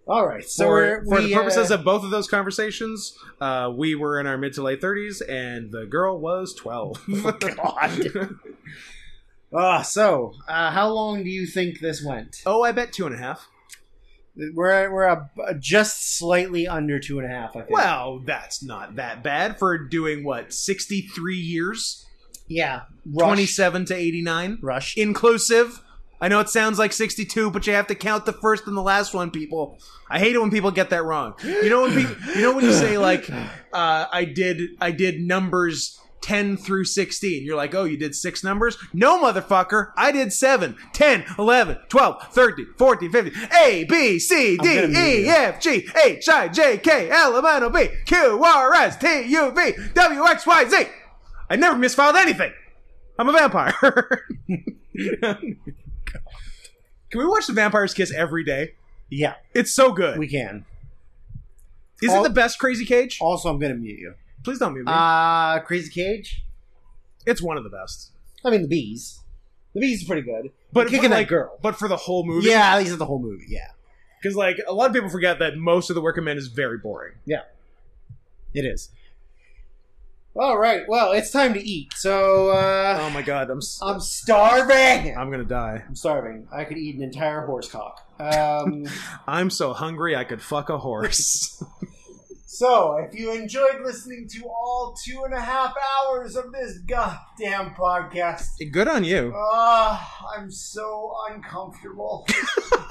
S1: All right, so
S2: for,
S1: we're,
S2: for
S1: we,
S2: the
S1: uh,
S2: purposes of both of those conversations, uh, we were in our mid to late 30s, and the girl was 12.
S1: Oh, God. Ah, so uh, how long do you think this went?
S2: oh, I bet two and a half.
S1: We're we're uh just slightly under two and a half. I think.
S2: Well, that's not that bad for doing what, 63 years?
S1: yeah, rush,
S2: 27 to 89?
S1: rush.
S2: Inclusive
S3: I know it sounds like 62, but you have to count the first and the last one, people. I hate it when people get that wrong. You know when people, you know when you say like, uh, I did I did numbers 10 through 16. You're like, oh, you did six numbers? No, motherfucker, I did seven, 10, 11, 12, 13, 14, 15, A, B, C, D,
S1: gonna mute
S3: E,
S1: you.
S3: F, G, H, I, J, K, L, M, N, O, P, Q, R, S, T, U, V, W, X, Y, Z. I never misfiled anything. I'm a vampire.
S2: Can we watch The Vampire's Kiss every day?
S1: Yeah,
S2: It's so good.
S1: we can.
S2: Is
S1: all-
S2: it the best Crazy Cage?
S1: Also, I'm gonna mute you.
S2: Please don't mute me.
S1: Uh Crazy Cage.
S2: it's one of the best.
S1: I mean, the bees. The bees is pretty good.
S2: But
S1: kicking
S2: but
S1: that
S2: like,
S1: girl.
S2: But for the whole movie,
S1: Yeah, at least in the whole movie. Yeah,
S2: Because like a lot of people forget that most of the work of men is very boring.
S1: it is. All right. Well, it's time to eat. So uh,
S2: Oh my god, I'm s-
S1: I'm starving.
S2: I'm gonna die.
S1: I'm starving. I could eat an entire horse cock. Um,
S2: I'm so hungry I could fuck a horse.
S1: so, if you enjoyed listening to all two and a half hours of this goddamn podcast,
S2: good on you.
S1: ah, I'm so uncomfortable. I'm-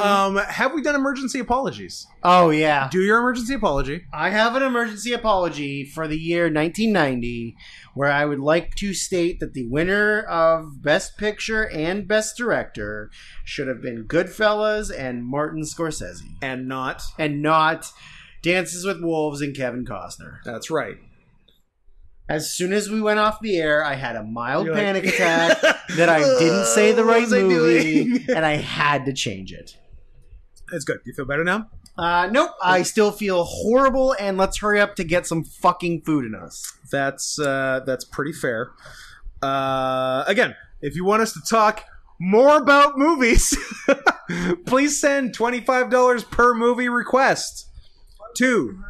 S2: Um, have we done emergency apologies?
S1: Uh, oh yeah,
S2: Do your emergency apology.
S1: I have an emergency apology for the year 1990, where I would like to state that the winner of Best Picture and Best Director should have been Goodfellas and Martin Scorsese.
S2: and not.
S1: and not Dances with Wolves and Kevin Costner.
S2: That's right.
S1: As soon as we went off the air, I had a mild
S2: You're like-
S1: panic attack that I didn't say the
S2: What
S1: right
S2: was I
S1: movie,
S2: doing?
S1: and I had to change it.
S2: That's good. You feel better now?
S1: Uh, nope, I still feel horrible, and let's hurry up to get some fucking food in us.
S2: That's uh, that's pretty fair. Uh, again, if you want us to talk more about movies, please send twenty five dollars per movie request to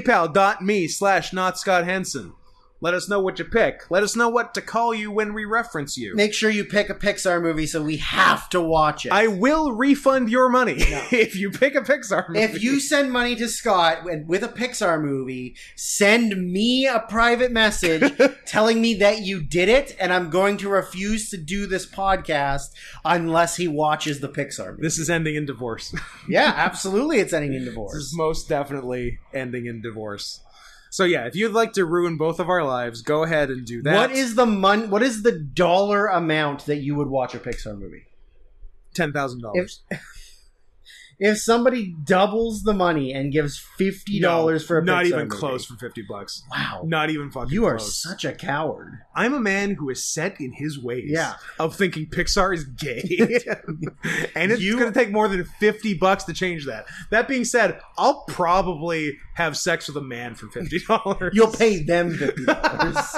S2: paypal.me slash not Scott Henson. Let us know what you pick. Let us know what to call you when we reference you.
S1: Make sure you pick a Pixar movie so we have to watch it.
S2: I will refund your money if you pick a Pixar movie.
S1: if you send money to Scott and- with a Pixar movie, send me a private message telling me that you did it, and I'm going to refuse to do this podcast unless he watches the Pixar movie.
S2: this is ending in divorce.
S1: yeah, absolutely, it's ending in
S2: is
S1: divorce.
S2: most definitely ending in divorce. So yeah, if you'd like to ruin both of our lives, go ahead and do that.
S1: What is the mon- What is the dollar amount that you would watch a Pixar movie?
S2: ten thousand dollars?
S1: If somebody doubles the money and gives fifty dollars for a
S2: not
S1: Pixar
S2: even
S1: movie-
S2: close for fifty bucks.
S1: Wow,
S2: Not even fucking.
S1: you are
S2: close.
S1: such a coward.
S2: I'm a man who is set in his ways.
S1: Yeah.
S2: Of thinking Pixar is gay, and it's
S1: You-
S2: going to take more than fifty bucks to change that. That being said, I'll probably have sex with a man for fifty dollars.
S1: You'll pay them fifty dollars.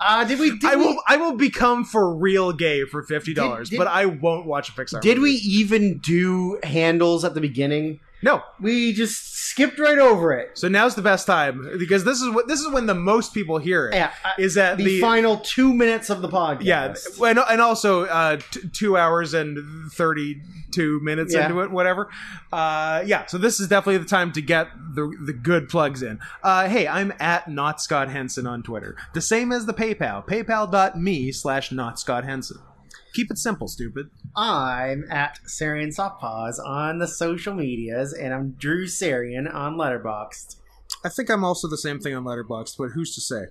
S1: uh, did we? Did
S2: I
S1: we-
S2: will. I will become for real gay for fifty dollars,
S1: Did- did-
S2: but I won't watch a Pixar.
S1: did we
S2: movie.
S1: even do handles at the beginning?
S2: No,
S1: We just skipped right over it.
S2: So now's the best time because this is what this is when the most people hear it.
S1: Yeah, I-
S2: Is that
S1: the,
S2: the,
S1: final two minutes of the podcast.
S2: yeah, and, and also uh, t- two hours and thirty two minutes
S1: Yeah.
S2: into it, whatever. Uh, yeah, so this is definitely the time to get the the good plugs in. Uh, hey, I'm at not Scott Henson on Twitter, the same as the PayPal, PayPal.me slash not Scott Henson. Keep it simple, stupid.
S1: I'm at Sarian Softpaws on the social medias, and I'm Drew Sarian on Letterboxd.
S2: I think I'm also the same thing on Letterboxd, but who's to say?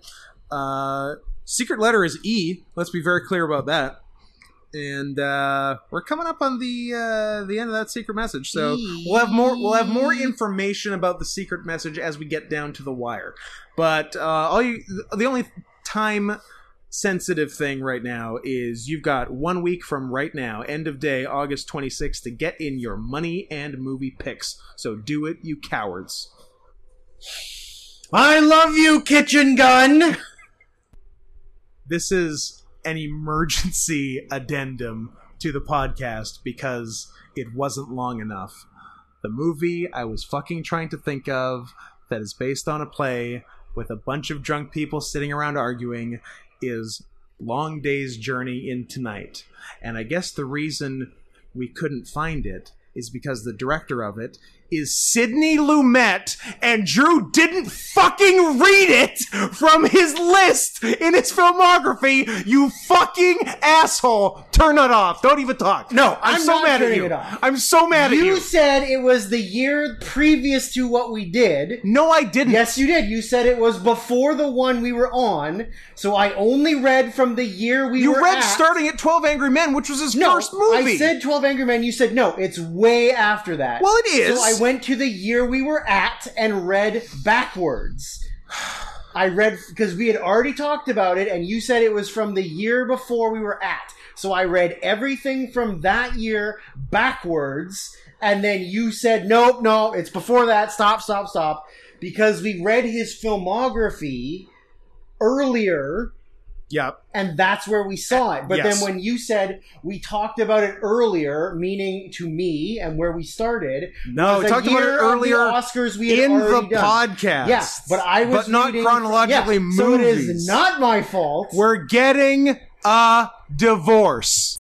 S2: Uh, secret letter is E. Let's be very clear about that. And uh, we're coming up on the uh, the end of that secret message, so
S1: E.
S2: we'll have more we'll have more information about the secret message as we get down to the wire. But uh, all you the only time sensitive thing right now is you've got one week from right now, end of day, August 26th, to get in your money and movie picks. So do it, you cowards.
S1: I love you, Kitchen Gun.
S2: this is an emergency addendum to the podcast because it wasn't long enough. The movie I was fucking trying to think of that is based on a play with a bunch of drunk people sitting around arguing is Long Day's Journey into Night. And I guess the reason we couldn't find it is because the director of it is Sidney Lumet, and Drew didn't fucking read it from his list in his filmography. You fucking asshole! Turn it off. Don't even talk.
S1: No, I'm
S2: so
S1: not
S2: mad at
S1: turning
S2: you.
S1: it off.
S2: I'm so mad at
S1: You
S2: you.
S1: said it was the year previous to what we did.
S2: No, I didn't.
S1: Yes, you did. You said it was before the one we were on, so I only read from the year we
S2: you
S1: were
S2: read
S1: at.
S2: starting at Twelve Angry Men, which was his
S1: no,
S2: first movie.
S1: I said 12 Angry Men. You said no, it's way after that.
S2: Well, it is.
S1: So I went to the year we were at and read backwards. I read because we had already talked about it, and you said it was from the year before we were at. So I read everything from that year backwards, and then you said, "Nope, no, it's before that. Stop, stop, stop," because we read his filmography earlier
S2: Yep.
S1: and that's where we saw it. But
S2: Yes.
S1: then when you said we talked about it earlier, meaning to me and where we started, was
S2: No, we
S1: a
S2: talked about it
S1: year of the
S2: earlier
S1: Oscars we had
S2: in the
S1: already done.
S2: podcast.
S1: Yeah, but I was
S4: But not
S1: reading-
S4: chronologically
S1: Yeah, So it
S4: movies.
S1: is not my fault.
S2: We're getting a divorce.